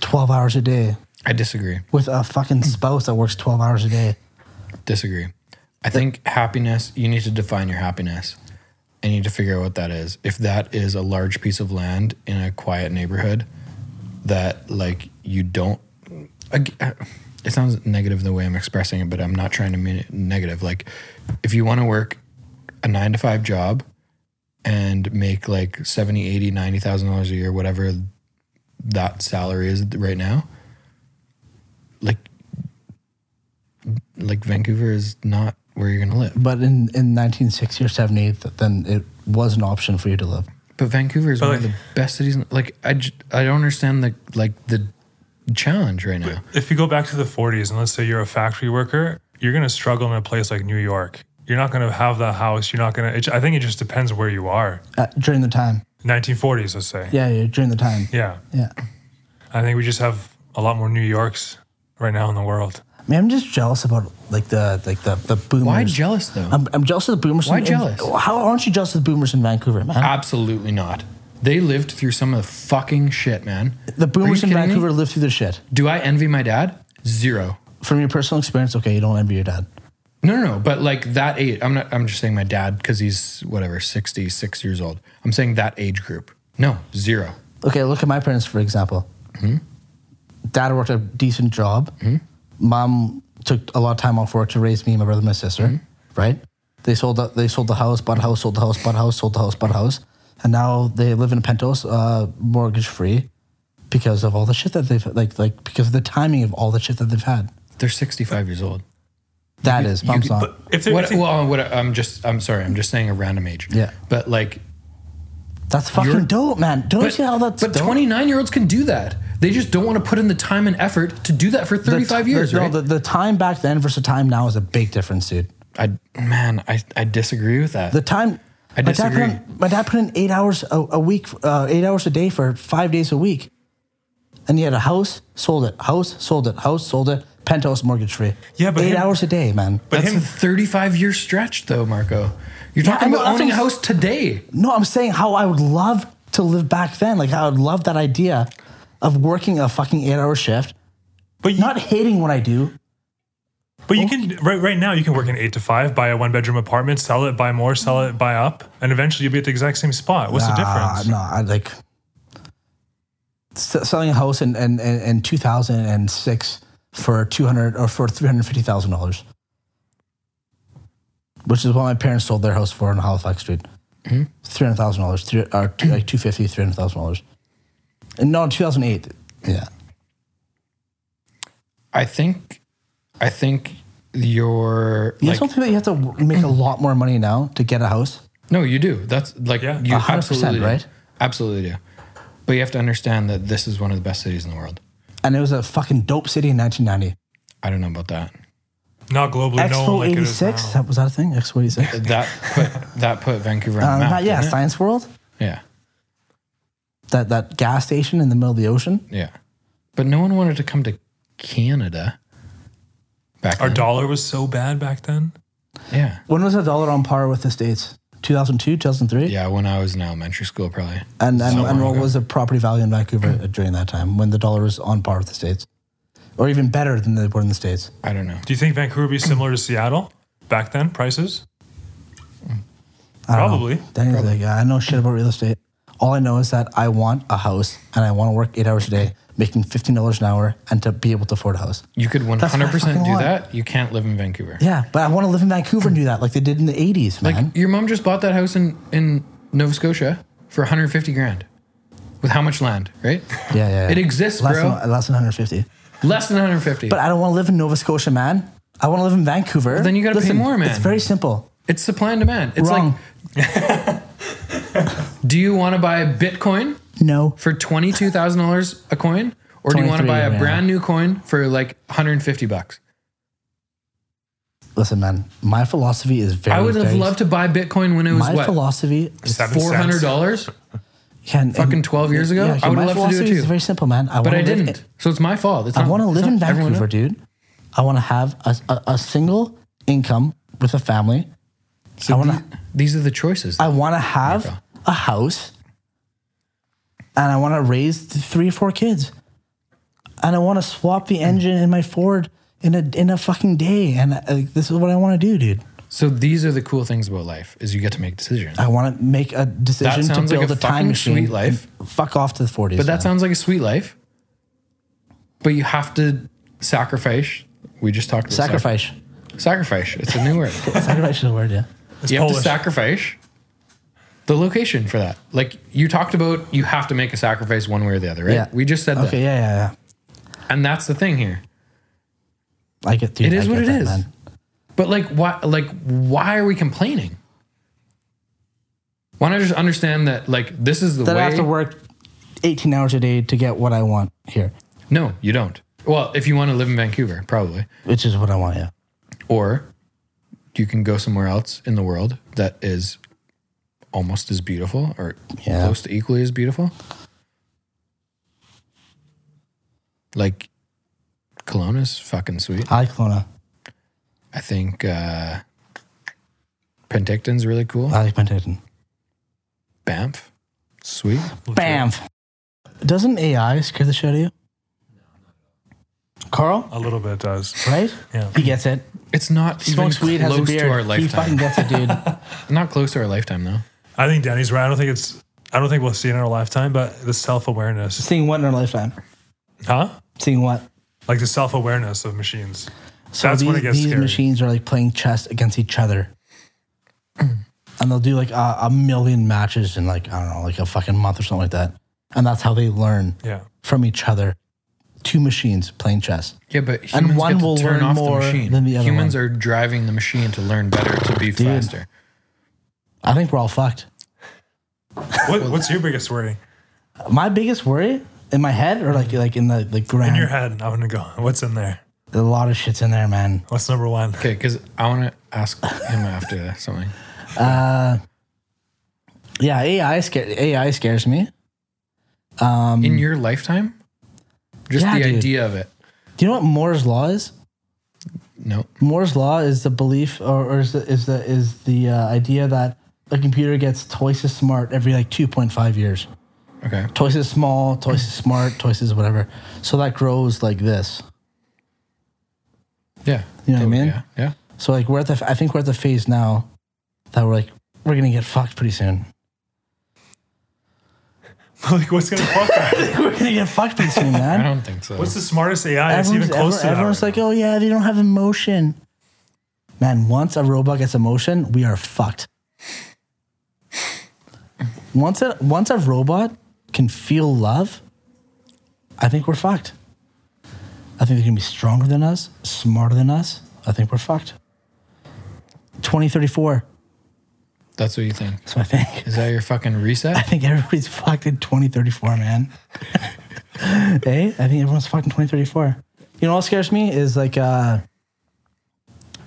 [SPEAKER 2] 12 hours a day
[SPEAKER 1] I disagree
[SPEAKER 2] with a
[SPEAKER 1] Mm.
[SPEAKER 2] fucking spouse that works 12 hours a day.
[SPEAKER 1] Disagree. I think happiness, you need to define your happiness and you need to figure out what that is. If that is a large piece of land in a quiet neighborhood that, like, you don't, ag- uh, it sounds negative the way I'm expressing it, but I'm not trying to mean it negative. Like, if you want to work a nine to five job and make like 70, 80, 90,000 dollars a year, whatever that salary is right now, like, like Vancouver is not where you're going to live.
[SPEAKER 2] But in, in 1960 or 70, th- then it was an option for you to live.
[SPEAKER 1] But Vancouver is one of
[SPEAKER 3] like-
[SPEAKER 1] the best cities. in- Like I, j- I don't understand the like the challenge right now.
[SPEAKER 3] If you go back to the 40s and let's say you're a factory worker, you're going to struggle in a place like New York. You're not going to have that house. You're not going to, I think it just depends where you are.
[SPEAKER 2] Uh, during the time.
[SPEAKER 3] 1940s, let's say.
[SPEAKER 2] Yeah, yeah, during the time.
[SPEAKER 3] Yeah.
[SPEAKER 2] Yeah.
[SPEAKER 3] I think we just have a lot more New Yorks right now in the world.
[SPEAKER 2] Man, I'm just jealous about like the like the, the boomers.
[SPEAKER 1] Why jealous though?
[SPEAKER 2] I'm, I'm jealous of the boomers.
[SPEAKER 1] Why
[SPEAKER 2] in-
[SPEAKER 1] jealous? Uh,
[SPEAKER 2] how aren't you jealous of the boomers in Vancouver, man?
[SPEAKER 1] Absolutely not. They lived through some of the fucking shit, man.
[SPEAKER 2] the boomers
[SPEAKER 1] Are
[SPEAKER 2] in
[SPEAKER 1] you kidding me?
[SPEAKER 2] Vancouver lived through their shit.
[SPEAKER 1] Do I envy my dad? Zero.
[SPEAKER 2] From your personal experience, okay, you don't envy your dad.
[SPEAKER 1] No, no, no. But like that age, I'm not. I'm just saying my dad because he's whatever 66 years old. I'm saying that age group. No, zero.
[SPEAKER 2] okay, look at my parents for example.
[SPEAKER 1] Hmm?
[SPEAKER 2] Dad worked a
[SPEAKER 1] Hmm?
[SPEAKER 2] decent job. Mom took a lot of time off work to raise me, my brother, and my sister, right? They sold the, they sold the house, bought a house, sold the house, bought a house, sold the house, bought a house, and now they live in a penthouse, uh, mortgage free, because of all the shit that they've like like because of the timing of all the shit that they've had.
[SPEAKER 1] They're 65 years old.
[SPEAKER 2] That is, Mom's not.
[SPEAKER 3] If they, if
[SPEAKER 1] What,
[SPEAKER 3] they-
[SPEAKER 1] well, what, I'm just, I'm sorry, I'm just saying a random age.
[SPEAKER 2] Yeah.
[SPEAKER 1] But like,
[SPEAKER 2] That's fucking dope, man. Don't you
[SPEAKER 1] but,
[SPEAKER 2] see how that's dope?
[SPEAKER 1] 29 year olds can do that. They just don't want to put in the time and effort to do that for
[SPEAKER 2] The
[SPEAKER 1] 35
[SPEAKER 2] t-
[SPEAKER 1] years,
[SPEAKER 2] the,
[SPEAKER 1] right?
[SPEAKER 2] No, the, the time back then versus the time now is a big difference, dude.
[SPEAKER 1] I, man, I, I disagree with that.
[SPEAKER 2] The time.
[SPEAKER 1] I
[SPEAKER 2] My dad put
[SPEAKER 1] disagree.
[SPEAKER 2] in, my dad put in eight hours a, a week, uh, eight hours a day for five days a week. And he had a house, sold it, house, sold it, house, sold it, penthouse mortgage free.
[SPEAKER 3] Yeah, but
[SPEAKER 2] Eight
[SPEAKER 3] him-
[SPEAKER 2] hours a day, man.
[SPEAKER 3] but
[SPEAKER 1] That's
[SPEAKER 3] him,
[SPEAKER 1] a 35 year stretch, though, Marco. You're
[SPEAKER 2] Yeah, I
[SPEAKER 1] talking
[SPEAKER 2] know,
[SPEAKER 1] about
[SPEAKER 2] that's
[SPEAKER 1] owning a
[SPEAKER 2] what I'm s-
[SPEAKER 1] house today.
[SPEAKER 2] No, I'm saying how I would love to live back then. Like, I would love that idea of working a fucking eight hour shift,
[SPEAKER 3] but you,
[SPEAKER 2] not hating what I do.
[SPEAKER 3] but you can right right now you can work an eight to five, buy a one bedroom apartment, sell it, buy more, sell it, buy up, and eventually you'll be at the exact same spot. What's the
[SPEAKER 2] Ah,
[SPEAKER 3] difference?
[SPEAKER 2] No, I like s- selling a house in, in, in, in 2006 for 200 or for $350,000, which is what my parents sold their house for on Halifax Street.
[SPEAKER 3] Hmm?
[SPEAKER 2] $300,000, three, or two, like 250, $300,000. And no, in 2008. Yeah.
[SPEAKER 1] I think, I think your
[SPEAKER 2] You
[SPEAKER 1] like,
[SPEAKER 2] just don't think that you have to w- make a lot more money now to get a house?
[SPEAKER 1] no, you do. That's like
[SPEAKER 3] Yeah.
[SPEAKER 1] you
[SPEAKER 2] A hundred percent,
[SPEAKER 1] absolutely do.
[SPEAKER 2] right?
[SPEAKER 1] Absolutely do. But you have to understand that this is one of the best cities in the world.
[SPEAKER 2] And it was a fucking dope city in 1990.
[SPEAKER 1] I don't know about that.
[SPEAKER 3] Not globally known
[SPEAKER 2] Expo
[SPEAKER 3] like it is
[SPEAKER 2] 86?
[SPEAKER 3] now.
[SPEAKER 2] That, was that a thing? Expo 86?
[SPEAKER 3] [laughs]
[SPEAKER 1] That put that put Vancouver on the
[SPEAKER 2] Uh,
[SPEAKER 1] map.
[SPEAKER 2] not, yeah,
[SPEAKER 1] didn't it?
[SPEAKER 2] Science World.
[SPEAKER 1] yeah,
[SPEAKER 2] that that gas station in the middle of the ocean.
[SPEAKER 1] yeah. But no one wanted to come to Canada back
[SPEAKER 3] Our
[SPEAKER 1] then.
[SPEAKER 3] dollar was so bad back then.
[SPEAKER 1] yeah,
[SPEAKER 2] When was a dollar on par with the states? 2002, 2003,
[SPEAKER 1] yeah. When I was in elementary school, probably
[SPEAKER 2] and and,
[SPEAKER 1] Somewhere
[SPEAKER 2] and what
[SPEAKER 1] ago.
[SPEAKER 2] was the property value in
[SPEAKER 1] [clears throat]
[SPEAKER 2] Vancouver during that time when the dollar was on par with the states, or even better than they were in the states?
[SPEAKER 1] I don't know.
[SPEAKER 3] Do you think Vancouver would be similar to Seattle back then? Prices?
[SPEAKER 2] I don't know.
[SPEAKER 3] Probably.
[SPEAKER 2] Danny's like, yeah, I know shit about real estate. All I know is that I want a house and I want to work eight hours a day, making fifteen dollars an hour, and to be able to afford a house.
[SPEAKER 1] You could one
[SPEAKER 2] That's what I
[SPEAKER 1] hundred percent
[SPEAKER 2] fucking
[SPEAKER 1] do
[SPEAKER 2] want.
[SPEAKER 1] that. You can't live in Vancouver.
[SPEAKER 2] Yeah, but I want to live in Vancouver and do that, like they did in the '80s, man.
[SPEAKER 1] Like your mom just bought that house in in Nova Scotia for 150 grand, with how much land,
[SPEAKER 2] [laughs]
[SPEAKER 1] right?
[SPEAKER 2] yeah, yeah, yeah.
[SPEAKER 1] It exists,
[SPEAKER 2] less
[SPEAKER 1] bro.
[SPEAKER 2] Than, less than 150.
[SPEAKER 1] Less than 150.
[SPEAKER 2] But I don't want to live in Nova Scotia, man. I want to live in Vancouver.
[SPEAKER 1] then you gotta pay more, man.
[SPEAKER 2] It's very simple.
[SPEAKER 1] it's supply and demand. It's
[SPEAKER 2] Wrong.
[SPEAKER 1] like, [laughs] do you want to buy a Bitcoin
[SPEAKER 2] no.
[SPEAKER 1] for twenty two thousand dollars a coin, or do you want to
[SPEAKER 2] 23,
[SPEAKER 1] buy a
[SPEAKER 2] yeah.
[SPEAKER 1] brand new coin for like 150 bucks?
[SPEAKER 2] Listen, man. My philosophy is very.
[SPEAKER 1] I would have
[SPEAKER 2] very-
[SPEAKER 1] loved to buy Bitcoin when it was
[SPEAKER 2] My
[SPEAKER 1] what
[SPEAKER 2] philosophy. Is,
[SPEAKER 3] Seven
[SPEAKER 1] four hundred dollars,
[SPEAKER 2] can,
[SPEAKER 1] fucking 12 years ago. I would
[SPEAKER 2] my
[SPEAKER 1] have loved to do
[SPEAKER 2] philosophy
[SPEAKER 1] it
[SPEAKER 2] is
[SPEAKER 1] too,
[SPEAKER 2] very simple, man. I
[SPEAKER 1] but I
[SPEAKER 2] wanna live
[SPEAKER 1] didn't.
[SPEAKER 2] in-
[SPEAKER 1] so it's my fault. It's
[SPEAKER 2] I
[SPEAKER 1] not-
[SPEAKER 2] want to
[SPEAKER 1] it's
[SPEAKER 2] live in
[SPEAKER 1] not everyone
[SPEAKER 2] Vancouver,
[SPEAKER 1] else.
[SPEAKER 2] dude. I want to have a, a, a single income with a family. I
[SPEAKER 1] So
[SPEAKER 2] wanna-
[SPEAKER 1] the- these are the choices.
[SPEAKER 2] I want to have a house, and I want to raise th- three or four kids, and I want to swap the engine in my Ford in a in a fucking day. And uh, like, this is what I want to do, dude.
[SPEAKER 1] So these are the cool things about life is you get to make decisions.
[SPEAKER 2] I want to make a decision to
[SPEAKER 1] sounds like
[SPEAKER 2] build
[SPEAKER 1] a
[SPEAKER 2] a, time
[SPEAKER 1] fucking
[SPEAKER 2] machine.
[SPEAKER 1] sweet life.
[SPEAKER 2] and Fuck off to the forties.
[SPEAKER 1] But that sounds like a sweet life. But you have to sacrifice. We just talked about sacrifice.
[SPEAKER 2] sacrifice.
[SPEAKER 1] sacrifice. It's a new
[SPEAKER 2] [laughs]
[SPEAKER 1] word.
[SPEAKER 2] sacrifice is a word, yeah.
[SPEAKER 3] It's
[SPEAKER 1] you have to
[SPEAKER 3] Polish.
[SPEAKER 1] sacrifice the location for that. Like you talked about, you have to make a sacrifice one way or the other, right?
[SPEAKER 2] Yeah.
[SPEAKER 1] We just said
[SPEAKER 2] Okay, yeah, yeah,
[SPEAKER 1] that, and that's the thing here.
[SPEAKER 2] yeah. I get dude,
[SPEAKER 1] It is
[SPEAKER 2] I
[SPEAKER 1] what
[SPEAKER 2] get
[SPEAKER 1] it
[SPEAKER 2] that,
[SPEAKER 1] is.
[SPEAKER 2] man.
[SPEAKER 1] But like, why? Like, why are we complaining? Why not just understand that? Like, this is the
[SPEAKER 2] That
[SPEAKER 1] way.
[SPEAKER 2] I have to work eighteen hours a day to get what I want here,
[SPEAKER 1] No, you don't. Well, if you want to live in Vancouver, probably.
[SPEAKER 2] which is what I want. Yeah.
[SPEAKER 1] or you can go somewhere else in the world that is almost as beautiful or
[SPEAKER 2] Yeah.
[SPEAKER 1] close to equally as beautiful like Kelowna is fucking sweet
[SPEAKER 2] I like Kelowna.
[SPEAKER 1] i think uh penticton's really cool
[SPEAKER 2] I like Penticton.
[SPEAKER 1] banff sweet
[SPEAKER 2] Bam. Doesn't AI scare the shit out of you? Carl,
[SPEAKER 3] A little bit does.
[SPEAKER 2] right?
[SPEAKER 3] Yeah.
[SPEAKER 2] He gets it.
[SPEAKER 1] it's not
[SPEAKER 2] He
[SPEAKER 1] even
[SPEAKER 2] smokes weed, has a
[SPEAKER 1] close
[SPEAKER 2] beard.
[SPEAKER 1] to our
[SPEAKER 2] he
[SPEAKER 1] lifetime
[SPEAKER 2] fucking gets it,
[SPEAKER 1] [laughs]
[SPEAKER 2] dude.
[SPEAKER 1] not close to our lifetime though
[SPEAKER 3] I think Danny's right. I don't think it's. I don't think we'll see it in our lifetime, but the self awareness,
[SPEAKER 2] Seeing what in our lifetime?
[SPEAKER 3] huh?
[SPEAKER 2] Seeing what?
[SPEAKER 3] Like the self awareness of machines.
[SPEAKER 2] So
[SPEAKER 3] That's
[SPEAKER 2] these,
[SPEAKER 3] when it gets
[SPEAKER 2] these
[SPEAKER 3] scary.
[SPEAKER 2] machines are like playing chess against each other. and they'll do like a, a million matches in like I don't know, like a fucking month or something like that. And that's how they learn
[SPEAKER 3] Yeah.
[SPEAKER 2] from each other. Two machines playing chess.
[SPEAKER 1] Yeah, but humans
[SPEAKER 2] one
[SPEAKER 1] get to
[SPEAKER 2] will
[SPEAKER 1] turn
[SPEAKER 2] learn
[SPEAKER 1] off
[SPEAKER 2] more
[SPEAKER 1] the machine.
[SPEAKER 2] than the other
[SPEAKER 1] humans are driving the machine to learn better, to be faster.
[SPEAKER 2] I think we're all fucked. [laughs]
[SPEAKER 3] What, what's your biggest worry
[SPEAKER 2] My biggest worry in my head, or like like in the the grand,
[SPEAKER 3] in your head? I'm gonna go. What's in there?
[SPEAKER 2] a lot of shits in there, man.
[SPEAKER 3] What's number one? [laughs]
[SPEAKER 1] Okay, because I want to ask him after something.
[SPEAKER 2] Yeah, AI scares AI scares me.
[SPEAKER 1] In your lifetime, just
[SPEAKER 2] Yeah,
[SPEAKER 1] the
[SPEAKER 2] dude.
[SPEAKER 1] idea of it.
[SPEAKER 2] Do you know what Moore's law is?
[SPEAKER 1] Nope.
[SPEAKER 2] Moore's law is the belief, or, or is the is the is the uh, idea that a computer gets twice as smart every like two point five years,
[SPEAKER 1] Okay.
[SPEAKER 2] twice as small, twice as smart, twice as whatever. So that grows like this.
[SPEAKER 1] Yeah.
[SPEAKER 2] You know what I mean?
[SPEAKER 1] Yeah. Yeah.
[SPEAKER 2] So like we're at the I think we're at the phase now that we're like we're gonna get fucked pretty soon.
[SPEAKER 3] like, what's gonna fuck that?
[SPEAKER 2] we're gonna get fucked pretty soon,
[SPEAKER 1] I
[SPEAKER 2] man.
[SPEAKER 1] don't think so.
[SPEAKER 3] What's the smartest AI that's even
[SPEAKER 2] everyone-
[SPEAKER 3] close to that?
[SPEAKER 2] everyone's
[SPEAKER 3] right
[SPEAKER 2] like, oh yeah, they don't have emotion. Man, once a robot gets emotion, we are fucked. once a once a robot can feel love, I think we're fucked. I think they're gonna be stronger than us, smarter than us. I think we're fucked. 2034.
[SPEAKER 1] That's what you think.
[SPEAKER 2] That's what I think.
[SPEAKER 1] Is that your fucking
[SPEAKER 2] I
[SPEAKER 1] reset?
[SPEAKER 2] [laughs] think everybody's fucked in 2034, man. hey, I think everyone's fucked in 2034. You know what scares me is like uh,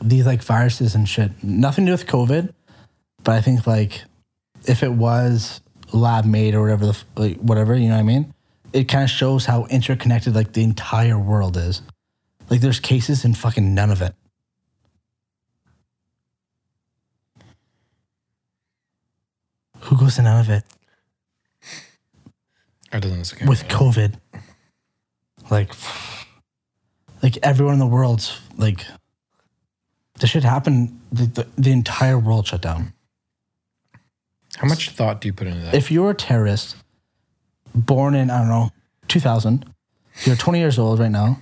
[SPEAKER 2] these like viruses and shit. Nothing to do with COVID, but I think like if it was lab made or whatever, the, f- like whatever, you know what I mean? It kind of shows how interconnected like the entire world is. Like there's cases in fucking none of it. Who goes to none of it?
[SPEAKER 1] Or doesn't scare
[SPEAKER 2] with COVID. Like, like everyone in the world's like, this shit happened. The, the, the entire world shut down.
[SPEAKER 1] How much thought do you put into that?
[SPEAKER 2] If you're a terrorist, born in I don't know 2000, you're 20 years old right now.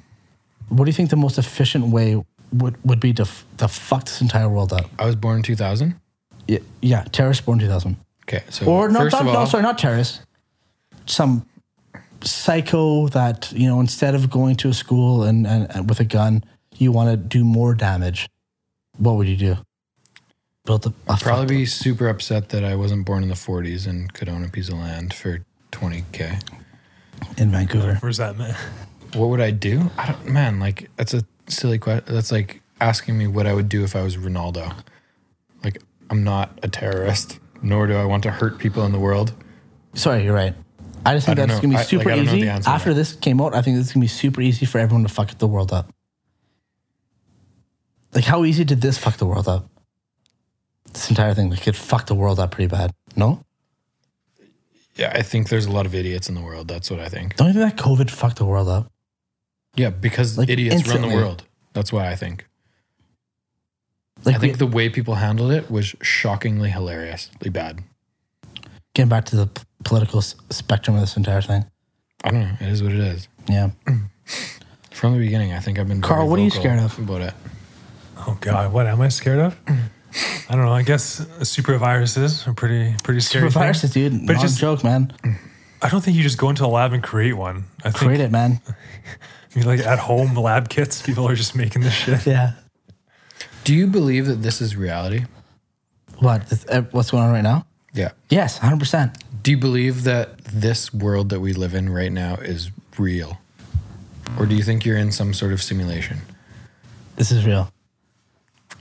[SPEAKER 2] What do you think the most efficient way would, would be to f- to fuck this entire world up?
[SPEAKER 1] I was born in 2000.
[SPEAKER 2] Yeah, yeah terrorist born 2000.
[SPEAKER 1] Okay. So
[SPEAKER 2] Or no,
[SPEAKER 1] first
[SPEAKER 2] not,
[SPEAKER 1] of all,
[SPEAKER 2] no, sorry, not terrorists. Some psycho that you know, instead of going to a school and, and, and with a gun, you want to do more damage. What would you do? Build a, a
[SPEAKER 1] probably
[SPEAKER 2] fuck-
[SPEAKER 1] be super upset that I wasn't born in the 40s and could own a piece of land for 20k.
[SPEAKER 2] in Vancouver.
[SPEAKER 3] Where's that man? [laughs]
[SPEAKER 1] What would I do? I don't, man, like that's a silly question. That's like asking me what I would do if I was Ronaldo. Like I'm not a terrorist, nor do I want to hurt people in the world.
[SPEAKER 2] Sorry, you're right. I just think
[SPEAKER 1] I don't
[SPEAKER 2] that's
[SPEAKER 1] know.
[SPEAKER 2] gonna be
[SPEAKER 1] I- like,
[SPEAKER 2] super
[SPEAKER 1] I don't know
[SPEAKER 2] easy.
[SPEAKER 1] the answer to
[SPEAKER 2] After
[SPEAKER 1] that.
[SPEAKER 2] this came out, I think it's gonna be super easy for everyone to fuck the world up. Like, how easy did this fuck the world up? This entire thing, like, it fucked the world up pretty bad. No,
[SPEAKER 1] Yeah, I think there's a lot of idiots in the world. That's what I think.
[SPEAKER 2] don't you think that COVID fucked the world up?
[SPEAKER 1] Yeah, because
[SPEAKER 2] Like,
[SPEAKER 1] idiots run
[SPEAKER 2] instantly.
[SPEAKER 1] the world. That's why I think.
[SPEAKER 2] Like,
[SPEAKER 1] I
[SPEAKER 2] we-
[SPEAKER 1] think the way people handled it was shockingly hilariously bad.
[SPEAKER 2] getting back to the p- political s- spectrum of this entire thing.
[SPEAKER 1] I don't know. It is what it is.
[SPEAKER 2] Yeah.
[SPEAKER 1] From the beginning, I think I've been
[SPEAKER 2] Carl,
[SPEAKER 1] very
[SPEAKER 2] what are you
[SPEAKER 1] vocal
[SPEAKER 2] scared of?
[SPEAKER 1] About it.
[SPEAKER 3] Oh God, what am I scared of? I don't know. I guess super viruses are pretty pretty scary.
[SPEAKER 2] Super
[SPEAKER 3] thing.
[SPEAKER 2] viruses, dude.
[SPEAKER 3] But
[SPEAKER 2] not
[SPEAKER 3] just-
[SPEAKER 2] a joke, man.
[SPEAKER 3] I don't think you just go into a lab and create one. I think
[SPEAKER 2] Create
[SPEAKER 1] [laughs]
[SPEAKER 2] it, man.
[SPEAKER 3] I mean, like at home lab kits, people are just making this shit.
[SPEAKER 2] Yeah.
[SPEAKER 1] Do you believe that this is reality?
[SPEAKER 2] What? This- eh, What's going on right now?
[SPEAKER 1] Yeah.
[SPEAKER 2] Yes, 100%.
[SPEAKER 1] Do you believe that this world that we live in right now is real? Or do you think you're in some sort of simulation?
[SPEAKER 2] This is real.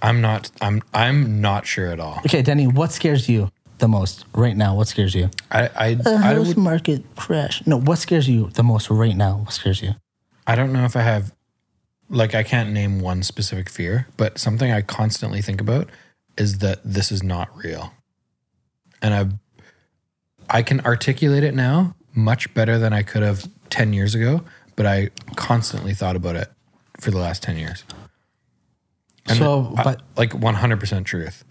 [SPEAKER 1] I'm not I'm I'm not sure at all.
[SPEAKER 2] Okay, Denny, what scares you the most right now? What scares you?
[SPEAKER 1] I I,
[SPEAKER 2] Uh-huh.
[SPEAKER 1] I, would,
[SPEAKER 2] market crash. No, what scares you the most right now? What scares you?
[SPEAKER 1] I don't know if I have like I can't name one specific fear, but something I constantly think about is that this is not real. And I I can articulate it now much better than I could have 10 years ago, but I constantly thought about it for the last 10 years.
[SPEAKER 2] so, but
[SPEAKER 1] like 100% truth.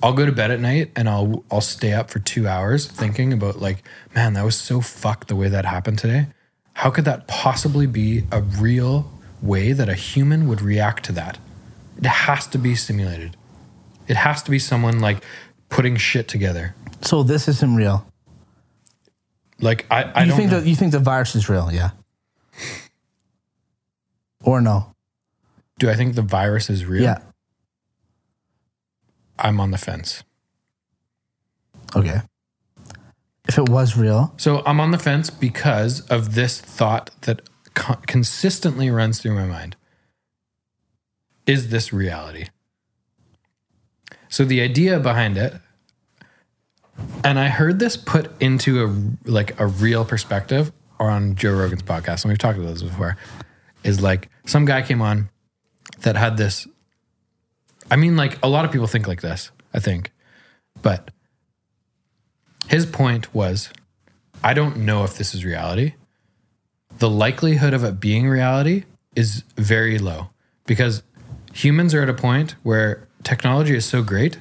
[SPEAKER 1] I'll go to bed at night and I'll I'll stay up for 2 hours thinking about like, man, that was so fucked the way that happened today. How could that possibly be a real way that a human would react to that? It has to be simulated. It has to be someone like putting shit together.
[SPEAKER 2] So this isn't real.
[SPEAKER 1] Like I, I
[SPEAKER 2] you
[SPEAKER 1] don't
[SPEAKER 2] think
[SPEAKER 1] know.
[SPEAKER 2] that you think the virus is real, yeah? Or no?
[SPEAKER 1] do I think the virus is real?
[SPEAKER 2] Yeah.
[SPEAKER 1] I'm on the fence.
[SPEAKER 2] Okay. If it was real,
[SPEAKER 1] So I'm on the fence because of this thought that con- consistently runs through my mind. Is this reality? So the idea behind it and I heard this put into a like a real perspective on Joe Rogan's podcast and we've talked about this before is like some guy came on that had this I mean like a lot of people think like this, I think. But his point was I don't know if this is reality. The likelihood of it being reality is very low because humans are at a point where technology is so great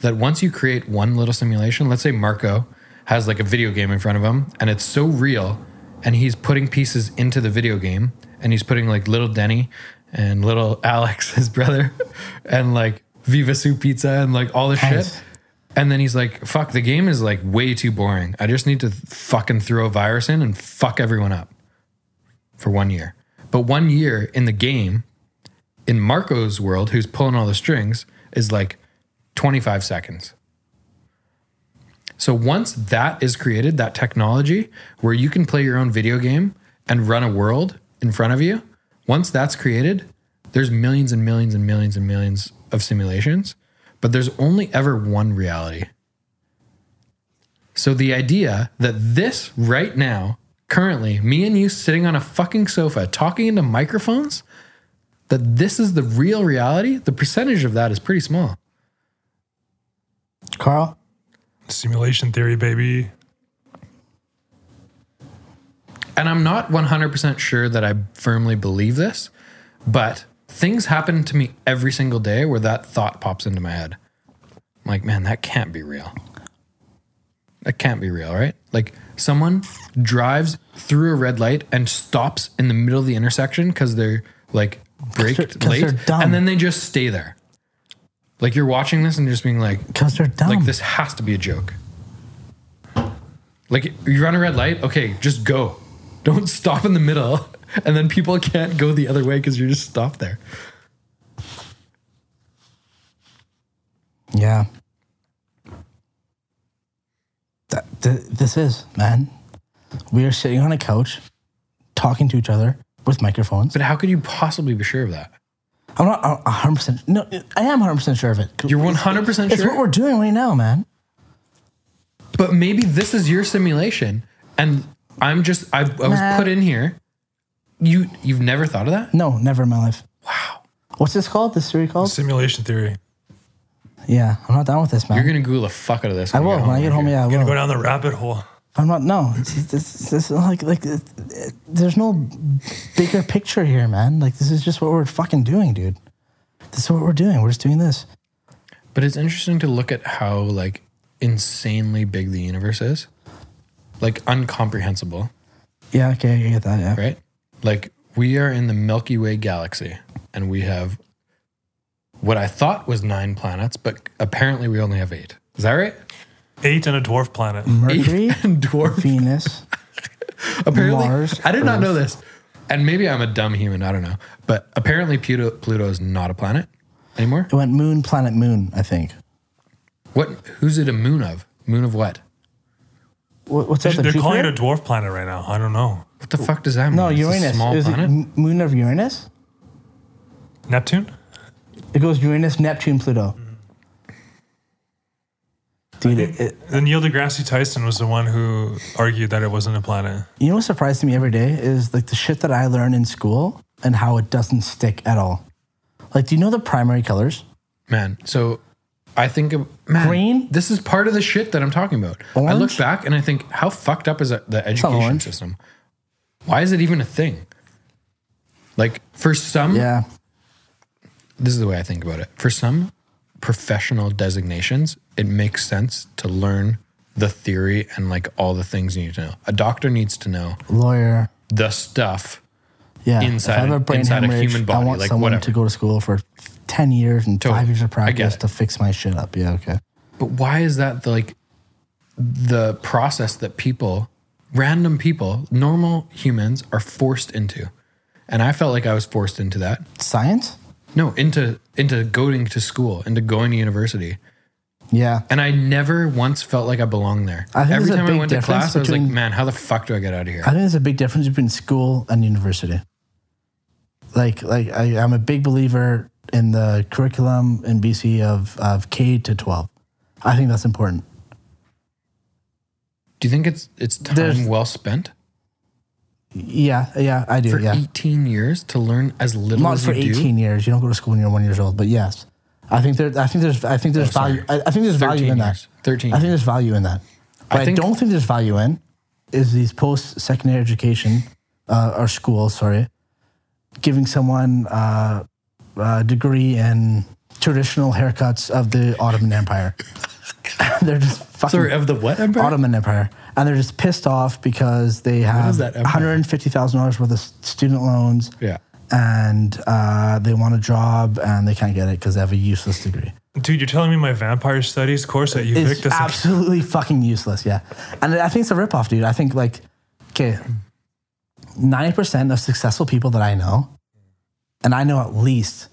[SPEAKER 1] that once you create one little simulation, let's say Marco has like a video game in front of him and it's so real and he's putting pieces into the video game and he's putting like little Denny and little [laughs] Alex, his brother, [laughs] and like Viva Sue Pizza and like all this
[SPEAKER 2] Nice.
[SPEAKER 1] shit. And then he's like, fuck, the game is like way too boring. I just need to th- fucking throw a virus in and fuck everyone up for one year. But one year in the game, in Marco's world, who's pulling all the strings, is like 25 seconds. So once that is created, that technology where you can play your own video game and run a world in front of you, once that's created, there's millions and millions and millions and millions of simulations, but there's only ever one reality. So the idea that this right now, currently, me and you sitting on a fucking sofa talking into microphones, that this is the real reality, the percentage of that is pretty small.
[SPEAKER 2] Carl,
[SPEAKER 3] Simulation theory, baby.
[SPEAKER 1] and I'm not 100% sure that I firmly believe this, but things happen to me every single day where that thought pops into my head. I'm like, man, that can't be real. That can't be real, right? Like, someone drives through a red light and stops in the middle of the intersection because they're like
[SPEAKER 2] they're-
[SPEAKER 1] braked
[SPEAKER 2] [laughs] 'cause
[SPEAKER 1] late,
[SPEAKER 2] they're dumb.
[SPEAKER 1] and then they just stay there. Like, you're watching this and just being like,
[SPEAKER 2] because they're dumb.
[SPEAKER 1] like this has to be a joke. Like you run a red light, okay, just go. Don't stop in the middle, [laughs] and then people can't go the other way because you're just stopped there.
[SPEAKER 2] Yeah. That, th- this is, man. We are sitting on a couch talking to each other with microphones.
[SPEAKER 1] But how could you possibly be sure of that?
[SPEAKER 2] I'm not a 100%. No, I am 100% sure of it.
[SPEAKER 1] You're 100 percent
[SPEAKER 2] It's what
[SPEAKER 1] sure.
[SPEAKER 2] we're doing right now, man.
[SPEAKER 1] But maybe this is your simulation, and I'm just I, I was
[SPEAKER 2] Nah.
[SPEAKER 1] put in here. You you've never thought of that?
[SPEAKER 2] No, never in my life. Wow. What's this called? This series called?
[SPEAKER 3] Simulation theory.
[SPEAKER 2] yeah, I'm not down with this, man.
[SPEAKER 1] You're gonna Google the fuck out of this.
[SPEAKER 2] I will. When I get home, yeah, I
[SPEAKER 3] Gonna go
[SPEAKER 2] will.
[SPEAKER 3] down the rabbit hole.
[SPEAKER 2] I'm not, no. It's, it's, it's, it's like, like, it, it- there's no bigger picture here, man. Like, this is just what we're fucking doing, dude. This is what we're doing. We're just doing this.
[SPEAKER 1] But it's interesting to look at how like insanely big the universe is, like uncomprehensible.
[SPEAKER 2] Yeah, okay, I get that. Yeah.
[SPEAKER 1] right? Like we are in the Milky Way galaxy and we have what I thought was nine planets, but apparently we only have eight. Is that right?
[SPEAKER 3] Eight and a dwarf planet.
[SPEAKER 1] Mm-hmm. [laughs]
[SPEAKER 2] Mercury,
[SPEAKER 1] And dwarf.
[SPEAKER 2] Venus,
[SPEAKER 1] Apparently,
[SPEAKER 2] Mars,
[SPEAKER 1] I did not know this. And maybe I'm a dumb human. I don't know. But apparently Pluto, Pluto is not a planet anymore.
[SPEAKER 2] it went moon, planet, moon, I think.
[SPEAKER 1] What? Who's it a moon of? Moon of what?
[SPEAKER 2] What, what's
[SPEAKER 3] They're,
[SPEAKER 2] that? the Jupiter?
[SPEAKER 3] calling it a dwarf planet right now. I don't know.
[SPEAKER 1] What the fuck does that mean?
[SPEAKER 2] No,
[SPEAKER 1] It's a
[SPEAKER 2] Uranus.
[SPEAKER 1] small
[SPEAKER 2] Is it
[SPEAKER 1] planet.
[SPEAKER 2] m- moon of Uranus?
[SPEAKER 3] Neptune?
[SPEAKER 2] It goes Uranus, Neptune, Pluto.
[SPEAKER 1] Mm-hmm.
[SPEAKER 2] Dude, it, it,
[SPEAKER 3] Then Neil deGrasse Tyson was the one who argued that it wasn't a planet.
[SPEAKER 2] you know what surprises me every day is like the shit that I learn in school and how it doesn't stick at all. Like, do you know the primary colors?
[SPEAKER 1] Man, so I think of man,
[SPEAKER 2] Green?
[SPEAKER 1] This is part of the shit that I'm talking about. I look
[SPEAKER 2] Orange?
[SPEAKER 1] back and I think, how fucked up is that- the
[SPEAKER 2] not
[SPEAKER 1] education
[SPEAKER 2] orange.
[SPEAKER 1] system? Why is it even a thing? Like for some,
[SPEAKER 2] Yeah.
[SPEAKER 1] this is the way I think about it. For some professional designations, it makes sense to learn the theory and like all the things you need to know. A doctor needs to know
[SPEAKER 2] Lawyer.
[SPEAKER 1] the stuff.
[SPEAKER 2] Yeah. If
[SPEAKER 1] Inside-
[SPEAKER 2] I have a brain
[SPEAKER 1] inside a
[SPEAKER 2] hemorrhage,
[SPEAKER 1] human body,
[SPEAKER 2] I want
[SPEAKER 1] like,
[SPEAKER 2] someone
[SPEAKER 1] whatever.
[SPEAKER 2] to go to school for 10 years and
[SPEAKER 1] Totally.
[SPEAKER 2] five years
[SPEAKER 1] I
[SPEAKER 2] of
[SPEAKER 1] get
[SPEAKER 2] practice
[SPEAKER 1] it.
[SPEAKER 2] to fix my shit up. Yeah, okay.
[SPEAKER 1] But why is that the, like the process that people, random people, normal humans are forced into? And I felt like I was forced into that.
[SPEAKER 2] Science?
[SPEAKER 1] No, into into going to school, into going to university.
[SPEAKER 2] Yeah.
[SPEAKER 1] And I never once felt like I belonged there.
[SPEAKER 2] I think
[SPEAKER 1] Every
[SPEAKER 2] there's a
[SPEAKER 1] time I
[SPEAKER 2] big
[SPEAKER 1] went to
[SPEAKER 2] difference
[SPEAKER 1] class, I was like,
[SPEAKER 2] between-
[SPEAKER 1] man, how the fuck do I get out of here?
[SPEAKER 2] I think there's a big difference between school and university. Like, like I, I'm a big believer in the curriculum in BC of, of K to 12. I think that's important.
[SPEAKER 1] do you think it's it's time
[SPEAKER 2] There's-
[SPEAKER 1] well spent
[SPEAKER 2] Yeah, yeah, I do.
[SPEAKER 1] for
[SPEAKER 2] yeah,
[SPEAKER 1] 18 years to learn as little
[SPEAKER 2] not
[SPEAKER 1] as
[SPEAKER 2] for
[SPEAKER 1] you do?
[SPEAKER 2] 18 years. You don't go to school when you're one years old. But yes, I think there. I think there's. I think there's value. I, I think there's value in that.
[SPEAKER 1] Oh, years. 13
[SPEAKER 2] I think there's value in that. What I,
[SPEAKER 1] think-
[SPEAKER 2] don't think there's value in is these post-secondary education uh, or schools. Sorry, giving someone uh, a degree in traditional haircuts of the Ottoman Empire. [laughs] They're just fucking
[SPEAKER 1] Sorry, of the what empire?
[SPEAKER 2] Ottoman Empire, and they're just pissed off because they have
[SPEAKER 1] is that empire?
[SPEAKER 2] $150,000 worth of s- student loans,
[SPEAKER 1] Yeah.
[SPEAKER 2] and uh, they want a job and they can't get it because they have a useless degree.
[SPEAKER 3] Dude, you're telling me my vampire studies course that you
[SPEAKER 2] It's
[SPEAKER 3] picked is
[SPEAKER 2] absolutely [laughs] fucking useless. Yeah, and I think it's a ripoff, dude. I think like, okay, ninety percent of successful people that I know, and I know at least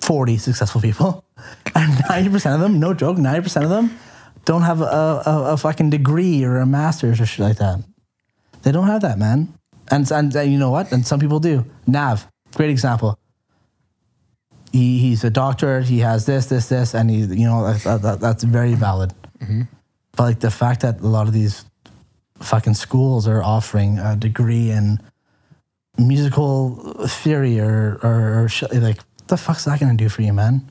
[SPEAKER 2] forty successful people, [laughs] and ninety percent of them, no joke, ninety percent of them don't have a, a, a fucking degree or a master's or shit like that. They don't have that, man. And, and and you know what? And some people do. Nav, great example he, he's a doctor. He has this, this, this, and he's you know that, that, that's very valid. But like the fact that a lot of these fucking schools are offering a degree in musical theory or or, or sh- like the fuck's that gonna do for you, man?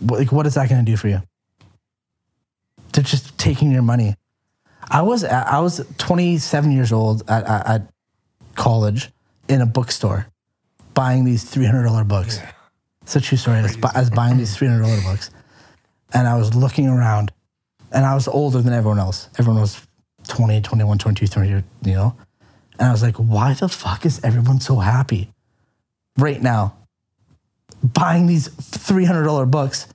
[SPEAKER 2] What, like what is that gonna do for you? They're just taking your money. I was I was 27 years old at, at, at college in a bookstore buying these $300 books. It's a true story. I was, bu- I was buying these $300 books and I was looking around and I was older than everyone else. Everyone was 20, 21, 22, 30, you know? And I was like, why the fuck is everyone so happy right now buying these $300 books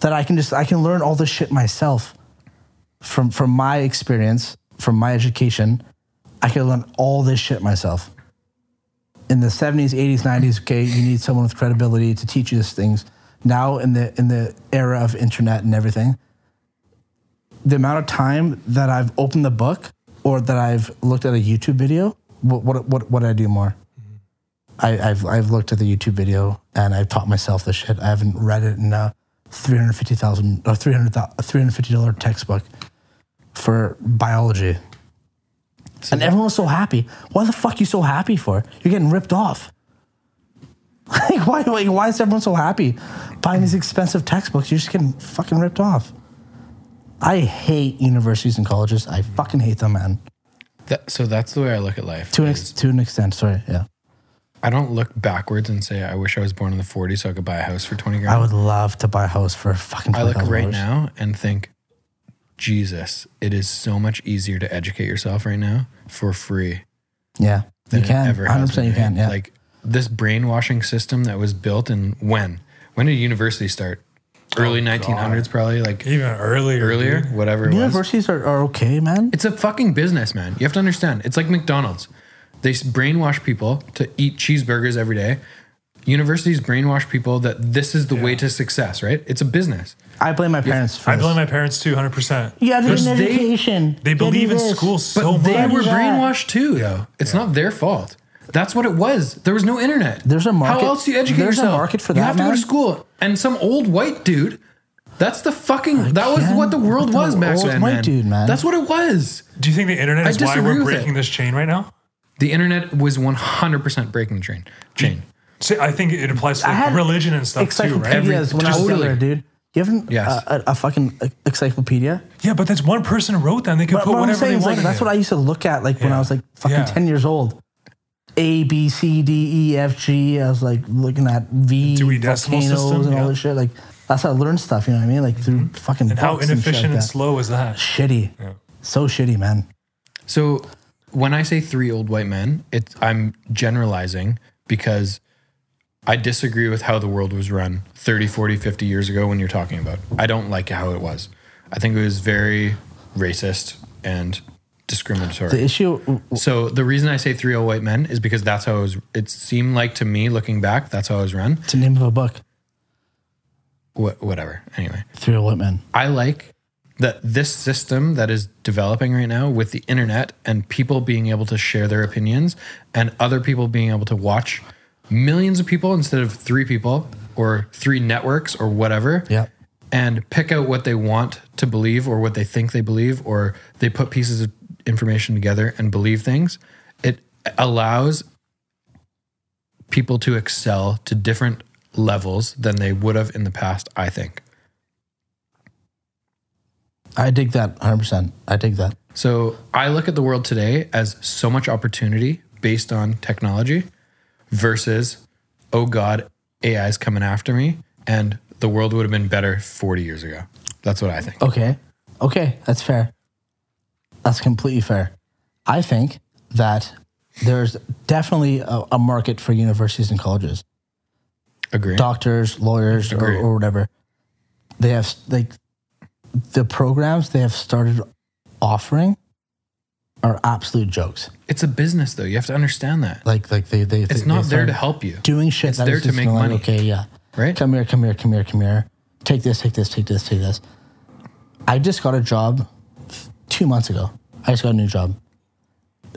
[SPEAKER 2] that I can just, I can learn all this shit myself from, from my experience, from my education. I can learn all this shit myself in the 70s 80s 90s okay you need someone with credibility to teach you these things now in the in the era of internet and everything the amount of time that i've opened the book or that i've looked at a youtube video what what what, what did i do more I, I've I've looked at the YouTube video and I've taught myself this shit. I haven't read it in a three hundred fifty thousand or three hundred three hundred fifty dollar textbook for biology. And everyone was so happy. Why the fuck you so happy for? You're getting ripped off. [laughs] like why like, why is everyone so happy buying these expensive textbooks? You're just getting fucking ripped off. I hate universities and colleges. I fucking hate them, man.
[SPEAKER 1] That, so that's the way I look at life.
[SPEAKER 2] To an ex- to an extent, sorry. Yeah,
[SPEAKER 1] I don't look backwards and say, I wish I was born in the 40s so I could buy a house for 20 grand.
[SPEAKER 2] I would love to buy a house for fucking.
[SPEAKER 1] I look
[SPEAKER 2] $20,000.
[SPEAKER 1] right now and think, Jesus, it is so much easier to educate yourself right now for free
[SPEAKER 2] Yeah,
[SPEAKER 1] than
[SPEAKER 2] you can.
[SPEAKER 1] it ever
[SPEAKER 2] Hundred
[SPEAKER 1] has been,
[SPEAKER 2] percent, you
[SPEAKER 1] right?
[SPEAKER 2] can. Yeah,
[SPEAKER 1] Like this brainwashing system that was built in when? When did university start? Early 1900s, probably. Like
[SPEAKER 3] even earlier.
[SPEAKER 1] earlier,
[SPEAKER 3] dude.
[SPEAKER 1] whatever it was.
[SPEAKER 2] universities are, are okay, man.
[SPEAKER 1] It's a fucking business, man. You have to understand. It's like McDonald's. They s- brainwash people to eat cheeseburgers every day. Universities brainwash people that this is the way to success, right? It's a business.
[SPEAKER 2] I blame my parents. for
[SPEAKER 3] I
[SPEAKER 2] this.
[SPEAKER 3] blame my parents too, 100%.
[SPEAKER 2] You have to get an
[SPEAKER 1] they-
[SPEAKER 2] education.
[SPEAKER 3] They
[SPEAKER 2] You gotta do
[SPEAKER 3] believe in
[SPEAKER 2] this.
[SPEAKER 3] school
[SPEAKER 1] But
[SPEAKER 3] so
[SPEAKER 1] they
[SPEAKER 3] much.
[SPEAKER 1] were
[SPEAKER 2] Yeah.
[SPEAKER 1] brainwashed too, though. It's not their fault. That's what it was. There was no internet.
[SPEAKER 2] There's a market-
[SPEAKER 1] How else do you educate
[SPEAKER 2] there's a
[SPEAKER 1] yourself?
[SPEAKER 2] market for
[SPEAKER 1] You
[SPEAKER 2] that,
[SPEAKER 1] have to go
[SPEAKER 2] man.
[SPEAKER 1] to school. And some old white dude. That's the fucking. that was
[SPEAKER 2] can't
[SPEAKER 1] what the world
[SPEAKER 2] with the
[SPEAKER 1] was back
[SPEAKER 2] old
[SPEAKER 1] then,
[SPEAKER 2] white
[SPEAKER 1] man.
[SPEAKER 2] dude, man.
[SPEAKER 1] That's what it was.
[SPEAKER 3] Do you think the internet
[SPEAKER 1] I
[SPEAKER 3] is why
[SPEAKER 1] disagree
[SPEAKER 3] we're
[SPEAKER 1] with it.
[SPEAKER 3] breaking this chain right now?
[SPEAKER 1] The internet was 100% breaking the train. Chain.
[SPEAKER 3] See, I think it applies to
[SPEAKER 2] I
[SPEAKER 3] like,
[SPEAKER 2] had
[SPEAKER 3] religion and stuff too, right?
[SPEAKER 1] Every-
[SPEAKER 2] Encyclopedias when I was
[SPEAKER 1] Totally.
[SPEAKER 2] younger, dude. You haven't
[SPEAKER 1] Yes.
[SPEAKER 2] a, a fucking e-, encyclopedia.
[SPEAKER 3] yeah, but that's one person wrote them. They could
[SPEAKER 2] But
[SPEAKER 3] put
[SPEAKER 2] what I'm
[SPEAKER 3] whatever they
[SPEAKER 2] saying is, like,
[SPEAKER 3] wanted.
[SPEAKER 2] that's
[SPEAKER 3] in.
[SPEAKER 2] what I used to look at, like, when I was like fucking
[SPEAKER 3] Yeah.
[SPEAKER 2] ten years old. A B C D E F G. I was like looking at V
[SPEAKER 3] Dewey Decimal
[SPEAKER 2] volcanoes
[SPEAKER 3] System,
[SPEAKER 2] and all
[SPEAKER 3] yeah. Mm-hmm.
[SPEAKER 2] this shit. Like that's how I learned stuff. You know what I mean? Like through fucking
[SPEAKER 3] and how
[SPEAKER 2] books and shit
[SPEAKER 3] inefficient and,
[SPEAKER 2] like that.
[SPEAKER 3] slow is that?
[SPEAKER 2] shitty. So shitty, man.
[SPEAKER 1] So when I say three old white men, it's I'm generalizing because I disagree with how the world was run 30, 40, 50 years ago when you're talking about. I don't like how it was. I think it was very racist and discriminatory.
[SPEAKER 2] The issue
[SPEAKER 1] So the reason I say 30 white men is because that's how it was it seemed like to me looking back, that's how it was run.
[SPEAKER 2] It's the name of a book.
[SPEAKER 1] Wha whatever. Anyway,
[SPEAKER 2] Three White Men.
[SPEAKER 1] I like that this system that is developing right now with the internet and people being able to share their opinions and other people being able to watch millions of people instead of 3 people or 3 networks or whatever.
[SPEAKER 2] Yeah.
[SPEAKER 1] and pick out what they want to believe or what they think they believe, or they put pieces of information together and believe things. It allows people to excel to different levels than they would have in the past, I think.
[SPEAKER 2] I dig that 100%. I dig that.
[SPEAKER 1] So I look at the world today as so much opportunity based on technology versus, oh God, AI is coming after me. And the world would have been better 40 years ago. That's what I think.
[SPEAKER 2] Okay. Okay. That's fair. That's completely fair. I think that there's definitely a, a market for universities and colleges,
[SPEAKER 1] Agree.
[SPEAKER 2] doctors, lawyers, or,
[SPEAKER 1] Agreed.
[SPEAKER 2] or whatever. They have like the programs they have started offering are absolute jokes.
[SPEAKER 1] It's a business though. You have to understand that.
[SPEAKER 2] Like, like they, they,
[SPEAKER 1] It's not there to help you.
[SPEAKER 2] doing shit
[SPEAKER 1] It's
[SPEAKER 2] that
[SPEAKER 1] there
[SPEAKER 2] is
[SPEAKER 1] to
[SPEAKER 2] just
[SPEAKER 1] make
[SPEAKER 2] kinda like,
[SPEAKER 1] money.
[SPEAKER 2] Okay, yeah.
[SPEAKER 1] Right?
[SPEAKER 2] Come here, come here, come here, come here. Take this, take this, take this, take this. I just got a job th- two months ago. I just got a new job.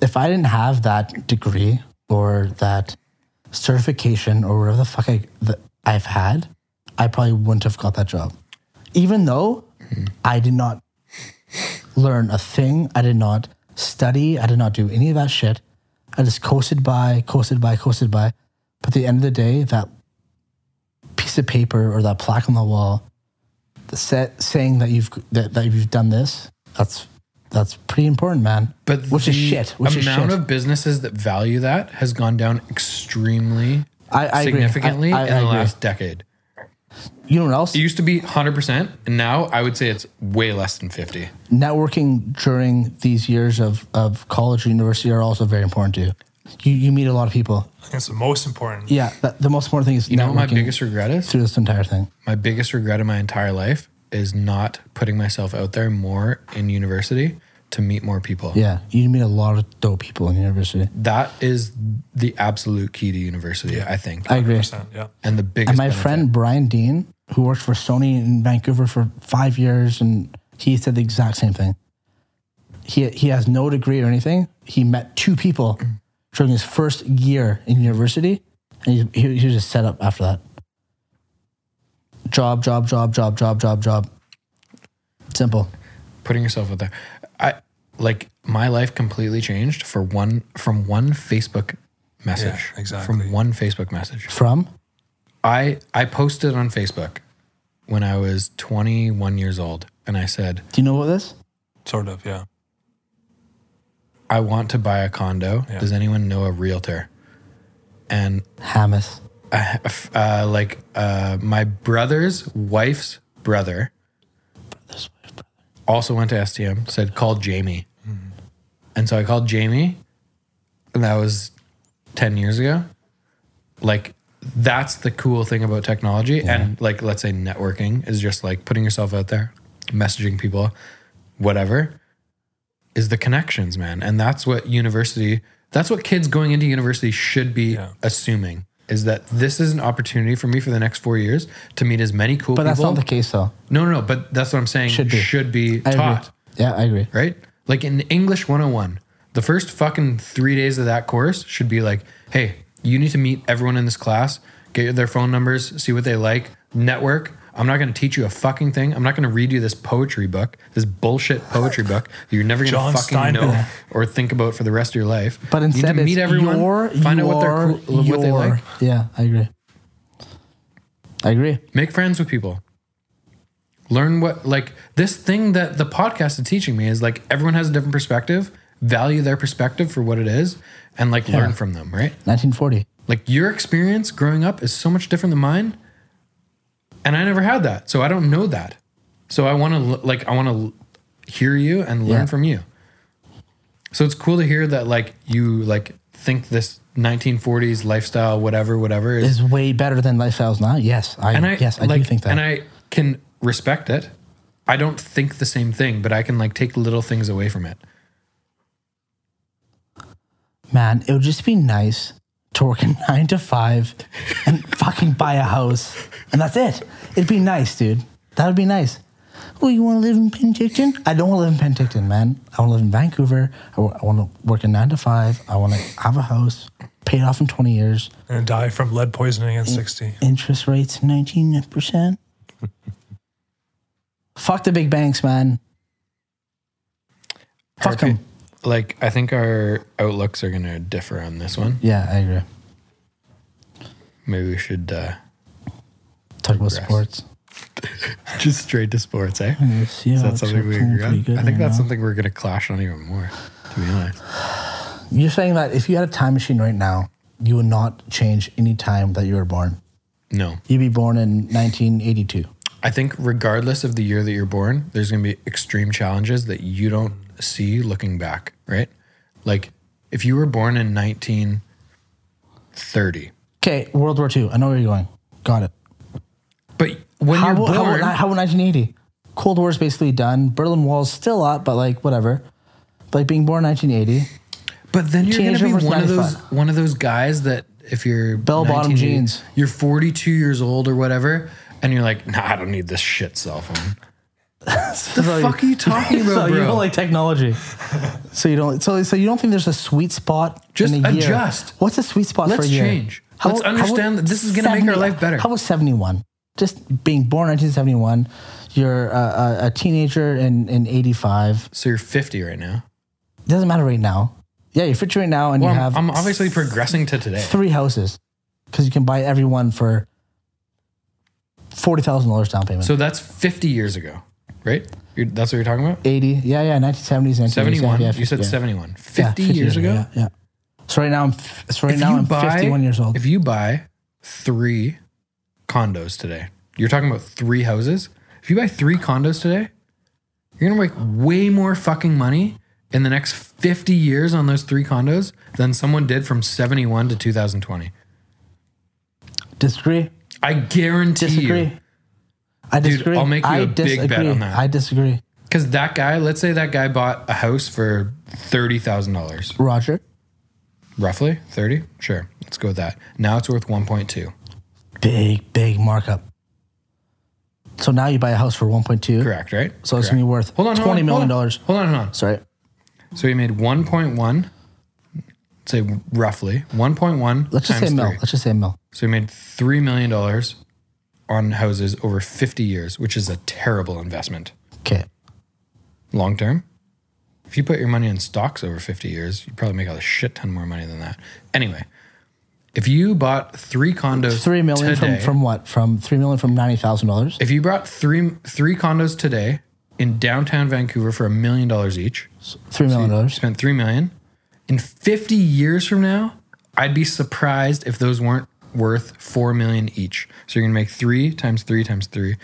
[SPEAKER 2] If I didn't have that degree or that certification or whatever the fuck I, that I've had, I probably wouldn't have got that job. Even though I did not learn a thing, I did not study, I did not do any of that shit. I just coasted by, coasted by, coasted by. But at the end of the day, that piece of paper or that plaque on the wall the set saying that you've that, that you've done this that's that's pretty important man
[SPEAKER 1] But
[SPEAKER 2] which is
[SPEAKER 1] the
[SPEAKER 2] shit which is
[SPEAKER 1] amount
[SPEAKER 2] shit
[SPEAKER 1] of businesses that value that has gone down extremely
[SPEAKER 2] I, I agree. I-
[SPEAKER 1] significantly
[SPEAKER 2] I- I
[SPEAKER 1] in the
[SPEAKER 2] agree.
[SPEAKER 1] last decade.
[SPEAKER 2] you know what else
[SPEAKER 1] It used to be 100%, and now I would say it's way less than 50.
[SPEAKER 2] networking during these years of of college or university are also very important to you you, you meet a lot of people
[SPEAKER 3] I think it's the most important.
[SPEAKER 2] yeah that, the most important thing is
[SPEAKER 1] You know what my
[SPEAKER 2] networking
[SPEAKER 1] biggest regret is?
[SPEAKER 2] through this entire thing
[SPEAKER 1] My biggest regret in my entire life is not putting myself out there more in university to meet more people.
[SPEAKER 2] yeah you meet a lot of dope people in university
[SPEAKER 1] That is the absolute key to university, I think.
[SPEAKER 2] i agree
[SPEAKER 3] 100%, yeah.
[SPEAKER 1] and the biggest
[SPEAKER 2] And my
[SPEAKER 1] benefit.
[SPEAKER 2] friend Brian Dean, who worked for Sony in Vancouver for five years, and he said the exact same thing. He he has no degree or anything. He met two people during his first year in university, and he he, he was just set up after that. Job, job, job, job, job, job, job. Simple.
[SPEAKER 1] putting yourself out there. I like my life completely changed for one from one Facebook message.
[SPEAKER 3] Yeah, exactly.
[SPEAKER 1] From one Facebook message.
[SPEAKER 2] From
[SPEAKER 1] I I posted on Facebook when I was 21 years old and I said,
[SPEAKER 2] do you know about this?
[SPEAKER 3] Sort of, yeah.
[SPEAKER 1] "I want to buy a condo.
[SPEAKER 3] Yeah.
[SPEAKER 1] Does anyone know a realtor?" And
[SPEAKER 2] Hamas.
[SPEAKER 1] I, uh, like uh, my brother's wife's brother also went to STM, said call Jamie. And so I called Jamie, and that was 10 years ago. Like, that's the cool thing about technology. And, like, let's say networking is just like putting yourself out there, messaging people, whatever, is the connections, man. And that's what university, that's what kids going into university should be
[SPEAKER 3] Yeah.
[SPEAKER 1] assuming is that this is an opportunity for me for the next four years to meet as many cool
[SPEAKER 2] But that's
[SPEAKER 1] people.
[SPEAKER 2] not the case though.
[SPEAKER 1] no, no, no, but that's what I'm saying.
[SPEAKER 2] Should be. I agree.
[SPEAKER 1] taught
[SPEAKER 2] Yeah, I agree.
[SPEAKER 1] right? Like in English 101, the first fucking three days of that course should be like, hey, you need to meet everyone in this class, get their phone numbers, see what they like, network. I'm not going to teach you a fucking thing. I'm not going to read you this poetry book, this bullshit poetry book that you're never going
[SPEAKER 3] John
[SPEAKER 1] to fucking
[SPEAKER 3] Steinbeck.
[SPEAKER 1] know or think about for the rest of your life.
[SPEAKER 2] But
[SPEAKER 1] You need to
[SPEAKER 2] instead, it's your,
[SPEAKER 1] find out what they're
[SPEAKER 2] your,
[SPEAKER 1] cool, what they
[SPEAKER 2] your.
[SPEAKER 1] like,
[SPEAKER 2] Yeah, I agree. I agree.
[SPEAKER 1] make friends with people. Learn what like this thing that the podcast is teaching me is like everyone has a different perspective. Value their perspective for what it is, and like learn from them. Right?
[SPEAKER 2] 1940.
[SPEAKER 1] Like your experience growing up is so much different than mine, and I never had that, so I don't know that. So I want to like I want to hear you and learn
[SPEAKER 2] Yeah.
[SPEAKER 1] from you. So it's cool to hear that like you like think this 1940s lifestyle, whatever, whatever, is
[SPEAKER 2] Is way better than lifestyles now. Yes, I,
[SPEAKER 1] and I
[SPEAKER 2] yes I
[SPEAKER 1] like,
[SPEAKER 2] do think that.
[SPEAKER 1] and I can respect it. I don't think the same thing, but I can like take little things away from it.
[SPEAKER 2] Man, it would just be nice to work [laughs] a nine to five and fucking buy a house. And that's it. It'd be nice, dude. That would be nice. Oh, you want to live in Penticton? I don't want to live in Penticton, man. I want to live in Vancouver. I want to work a nine to five. I want to have a house, pay it off in 20 years.
[SPEAKER 3] and die from lead poisoning
[SPEAKER 2] Mm.
[SPEAKER 3] at 60.
[SPEAKER 2] Interest rates [laughs] 19%. Fuck the big banks, man. Fuck
[SPEAKER 1] Okay.
[SPEAKER 2] them.
[SPEAKER 1] Like I think our outlooks are going to differ on this one.
[SPEAKER 2] Yeah, I agree.
[SPEAKER 1] Maybe we should uh, [laughs]
[SPEAKER 2] Talk about
[SPEAKER 1] Progress.
[SPEAKER 2] sports.
[SPEAKER 1] just straight to sports, eh?
[SPEAKER 2] See
[SPEAKER 1] Is
[SPEAKER 2] how
[SPEAKER 1] that
[SPEAKER 2] it's
[SPEAKER 1] something we
[SPEAKER 2] looking
[SPEAKER 1] agree
[SPEAKER 2] pretty
[SPEAKER 1] on?
[SPEAKER 2] good
[SPEAKER 1] I think
[SPEAKER 2] right
[SPEAKER 1] that's
[SPEAKER 2] now.
[SPEAKER 1] something we're going to clash on even more. To be honest,
[SPEAKER 2] You're saying that if you had a time machine right now, you would not change any time that you were born.
[SPEAKER 1] no.
[SPEAKER 2] You'd be born in 1982.
[SPEAKER 1] I think regardless of the year that you're born, there's going to be extreme challenges that you don't see looking back, right? Like if you were born in 1930,
[SPEAKER 2] Okay, World War II. I know where you're going. Got it.
[SPEAKER 1] but when
[SPEAKER 2] How,
[SPEAKER 1] you're
[SPEAKER 2] about-
[SPEAKER 1] born,
[SPEAKER 2] how, about- how about 1980? Cold War's basically done. Berlin Wall's still up, but like whatever. But like being born in 1980,
[SPEAKER 1] But then you're going
[SPEAKER 2] Teenager
[SPEAKER 1] to be
[SPEAKER 2] versus
[SPEAKER 1] one of those
[SPEAKER 2] 95.
[SPEAKER 1] one of those guys that if you're
[SPEAKER 2] Bell-bottom
[SPEAKER 1] 1980,
[SPEAKER 2] jeans.
[SPEAKER 1] you're 42 years old or whatever, and you're like, nah, I don't need this shit cell phone. the
[SPEAKER 2] So
[SPEAKER 1] fuck
[SPEAKER 2] [laughs]
[SPEAKER 1] are you talking [laughs] about,
[SPEAKER 2] so you
[SPEAKER 1] bro?
[SPEAKER 2] don't like technology. [laughs] So you don't. So, so you don't think there's a sweet spot?
[SPEAKER 1] Just
[SPEAKER 2] in a year?
[SPEAKER 1] adjust.
[SPEAKER 2] What's a sweet spot for
[SPEAKER 1] Let's
[SPEAKER 2] a year?
[SPEAKER 1] change. Let's understand that this is gonna make our
[SPEAKER 2] 70
[SPEAKER 1] life better.
[SPEAKER 2] How about seventy-one? Just being born 1971, you're a, a, a teenager in, in 85.
[SPEAKER 1] So you're 50 right now.
[SPEAKER 2] It doesn't matter right now. Yeah, you're 50 right now, and
[SPEAKER 1] Well,
[SPEAKER 2] you
[SPEAKER 1] I'm,
[SPEAKER 2] have
[SPEAKER 1] I'm obviously progressing to today.
[SPEAKER 2] three houses because you can buy every one for forty thousand dollars down payment.
[SPEAKER 1] So that's 50 years ago, right? You're, that's what you're talking about?
[SPEAKER 2] 80, yeah, yeah, 1970s, 1980s,
[SPEAKER 1] 71.
[SPEAKER 2] yeah,
[SPEAKER 1] you said
[SPEAKER 2] 50, yeah.
[SPEAKER 1] 71.
[SPEAKER 2] Yeah,
[SPEAKER 1] 50 years ago?
[SPEAKER 2] Yeah, yeah. So right now I'm f- so right
[SPEAKER 1] If
[SPEAKER 2] now
[SPEAKER 1] you
[SPEAKER 2] I'm
[SPEAKER 1] buy-
[SPEAKER 2] 51 years old.
[SPEAKER 1] If you buy three condos today, you're talking about three houses. If you buy three condos today, you're gonna make way more fucking money in the next 50 years on those three condos than someone did from 71 to 2020.
[SPEAKER 2] disagree?
[SPEAKER 1] I guarantee
[SPEAKER 2] Disagree?
[SPEAKER 1] you.
[SPEAKER 2] I
[SPEAKER 1] Dude,
[SPEAKER 2] disagree.
[SPEAKER 1] I'll make you
[SPEAKER 2] I
[SPEAKER 1] a big bet
[SPEAKER 2] disagree.
[SPEAKER 1] on that.
[SPEAKER 2] I disagree.
[SPEAKER 1] Because that guy, let's say that guy bought a house for $30,000,
[SPEAKER 2] Roger,
[SPEAKER 1] roughly 30. Sure, let's go with that. Now it's worth 1.2.
[SPEAKER 2] big big markup. So now you buy a house for 1.2.
[SPEAKER 1] Correct, right?
[SPEAKER 2] So it's
[SPEAKER 1] Correct.
[SPEAKER 2] gonna be worth
[SPEAKER 1] Hold on, hold
[SPEAKER 2] twenty
[SPEAKER 1] on,
[SPEAKER 2] million
[SPEAKER 1] hold on.
[SPEAKER 2] dollars.
[SPEAKER 1] Hold on, hold on.
[SPEAKER 2] Sorry,
[SPEAKER 1] So he made 1.1, say roughly 1.1
[SPEAKER 2] let's
[SPEAKER 1] times
[SPEAKER 2] just say a mil.
[SPEAKER 1] three.
[SPEAKER 2] Let's just say a mil.
[SPEAKER 1] So he made $3 million on houses over 50 years, which is a terrible investment.
[SPEAKER 2] Okay,
[SPEAKER 1] Long term, if you put your money in stocks over 50 years, you probably make a shit ton more money than that. Anyway, if you bought three condos
[SPEAKER 2] three million
[SPEAKER 1] today,
[SPEAKER 2] from from what? From three million from ninety thousand dollars.
[SPEAKER 1] if you bought three three condos today in downtown Vancouver for a million dollars each,
[SPEAKER 2] Three million dollars.
[SPEAKER 1] spent three million. In fifty years from now, I'd be surprised if those weren't worth four million each. So you're gonna make three times three times three.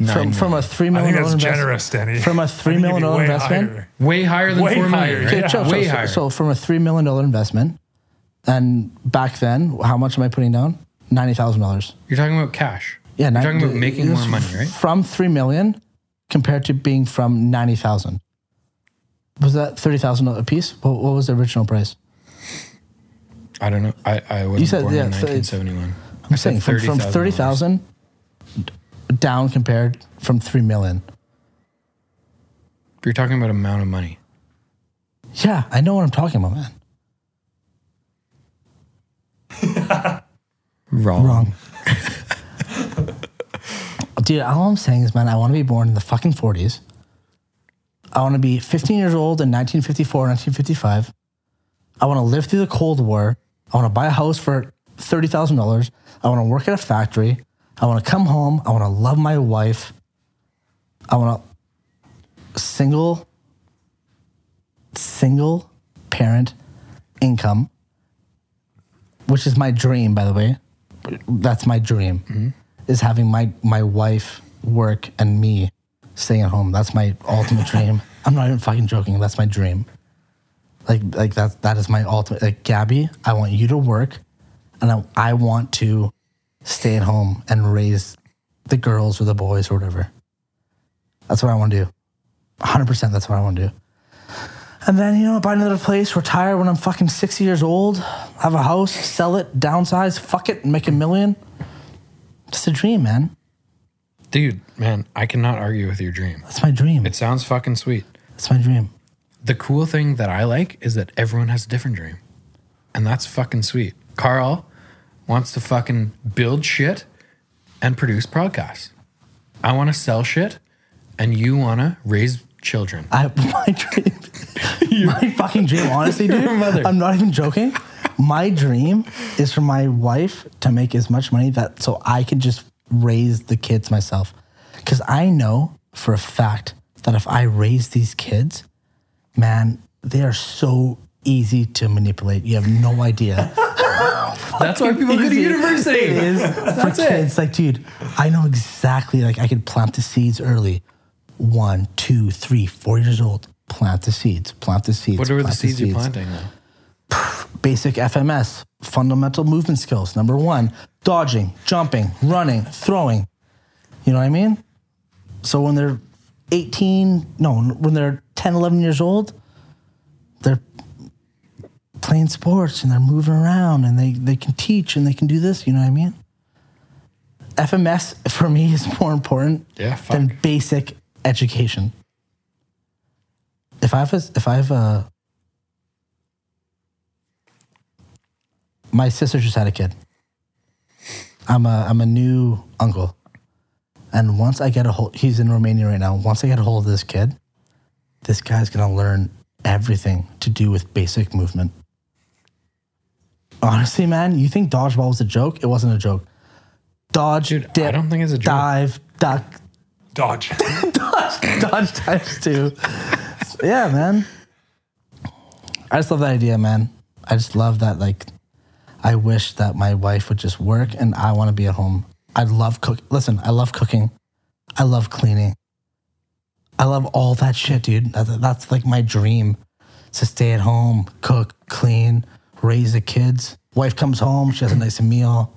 [SPEAKER 1] Nine
[SPEAKER 2] From from a
[SPEAKER 1] million.
[SPEAKER 2] three
[SPEAKER 3] I
[SPEAKER 2] million
[SPEAKER 3] think
[SPEAKER 2] dollar
[SPEAKER 3] that's
[SPEAKER 2] investment.
[SPEAKER 3] generous, Danny.
[SPEAKER 2] From a three
[SPEAKER 3] I think
[SPEAKER 2] million
[SPEAKER 3] it'd be
[SPEAKER 2] dollar
[SPEAKER 3] way
[SPEAKER 2] investment?
[SPEAKER 3] higher.
[SPEAKER 1] way higher than
[SPEAKER 3] Way
[SPEAKER 1] four million,
[SPEAKER 3] higher,
[SPEAKER 1] right?
[SPEAKER 2] Okay,
[SPEAKER 3] Yeah.
[SPEAKER 2] chill, chill.
[SPEAKER 1] Way
[SPEAKER 2] so,
[SPEAKER 1] higher.
[SPEAKER 2] so from a three million dollar investment, and back then, how much am I putting down? Ninety thousand dollars.
[SPEAKER 1] you're talking about cash.
[SPEAKER 2] Yeah,
[SPEAKER 1] you're
[SPEAKER 2] nine-
[SPEAKER 1] talking about making more
[SPEAKER 2] it's
[SPEAKER 1] money, right?
[SPEAKER 2] From three million, compared to being from ninety thousand. Was that thirty thousand dollars a piece? What, what was the original price?
[SPEAKER 1] I don't know. I I wasn't
[SPEAKER 2] said,
[SPEAKER 1] born
[SPEAKER 2] yeah,
[SPEAKER 1] in
[SPEAKER 2] so it's-
[SPEAKER 1] 1971.
[SPEAKER 2] I'm saying from, from thirty thousand down compared from three million.
[SPEAKER 1] You're talking about amount of money.
[SPEAKER 2] Yeah, I know what I'm talking about, man.
[SPEAKER 1] Wrong.
[SPEAKER 2] Wrong. Dude, all I'm saying is, man, I want to be born in the fucking 40s. I want to be 15 years old in 1954, 1955. I want to live through the Cold War. I want to buy a house for $30,000. I want to work at a factory. I want to come home. I want to love my wife. I want a single, single parent income, which is my dream, by the way that's my dream is having my my wife work and me staying at home that's my ultimate dream i'm not even fucking joking that's my dream Like like that that is my ultimate like Gabby, I want you to work and I, I want to stay at home and raise the girls or the boys or whatever. That's what I want to do. 100% that's what I want to do. And then, you know, buy another place, retire when I'm fucking 60 years old, have a house, sell it, downsize, fuck it, and make a million. It's a dream, man.
[SPEAKER 1] Dude, man, I cannot argue with your dream.
[SPEAKER 2] That's my dream.
[SPEAKER 1] It sounds fucking sweet.
[SPEAKER 2] That's my dream.
[SPEAKER 1] The cool thing that I like is that everyone has a different dream. And that's fucking sweet. Carl wants to fucking build shit and produce podcasts. I want to sell shit and you want to raise children.
[SPEAKER 2] I [laughs] my dream, my fucking dream. Honestly, dude,
[SPEAKER 1] mother.
[SPEAKER 2] I'm not even joking. My dream is for my wife to make as much money that so I can just raise the kids myself, because I know for a fact that if I raise these kids, man, they are so easy to manipulate. You have no idea.
[SPEAKER 1] [laughs] That's why people go to
[SPEAKER 2] Easy.
[SPEAKER 1] university. [laughs]
[SPEAKER 2] It is for kids. Like, dude, I know exactly. Like, I can plant the seeds early. One, two, three, four years old. Plant the seeds. Plant the seeds.
[SPEAKER 1] What are the
[SPEAKER 2] plant
[SPEAKER 1] seeds you're planting though?
[SPEAKER 2] Basic FMS, fundamental movement skills. Number one, dodging, jumping, running, throwing. You know what I mean? So when they're 18, no, when they're 10, 11 years old, they're playing sports and they're moving around and they, they can teach and they can do this. You know what I mean? FMS for me is more important
[SPEAKER 1] Yeah,
[SPEAKER 2] than basic education. If I have a, if uh, I have a, my sister just had a kid. I'm a I'm a new uncle, and once I get a hold, he's in Romania right now. Once I get a hold of this kid, this guy's gonna learn everything to do with basic movement. Honestly, man, you think dodgeball was a joke? It wasn't a joke. Dodge,
[SPEAKER 1] Dude, I
[SPEAKER 2] dip,
[SPEAKER 1] don't think it's a joke.
[SPEAKER 2] dive, duck,
[SPEAKER 3] Dodge. [laughs]
[SPEAKER 2] Dodge, Dodge times two. yeah, man. I just love that idea, man. I just love that. Like, I wish that my wife would just work and I want to be at home. I love cook. Listen, I love cooking. I love cleaning. I love all that shit, dude. That's, that's like my dream to stay at home, cook, clean, raise the kids. Wife comes home, she has a nice meal.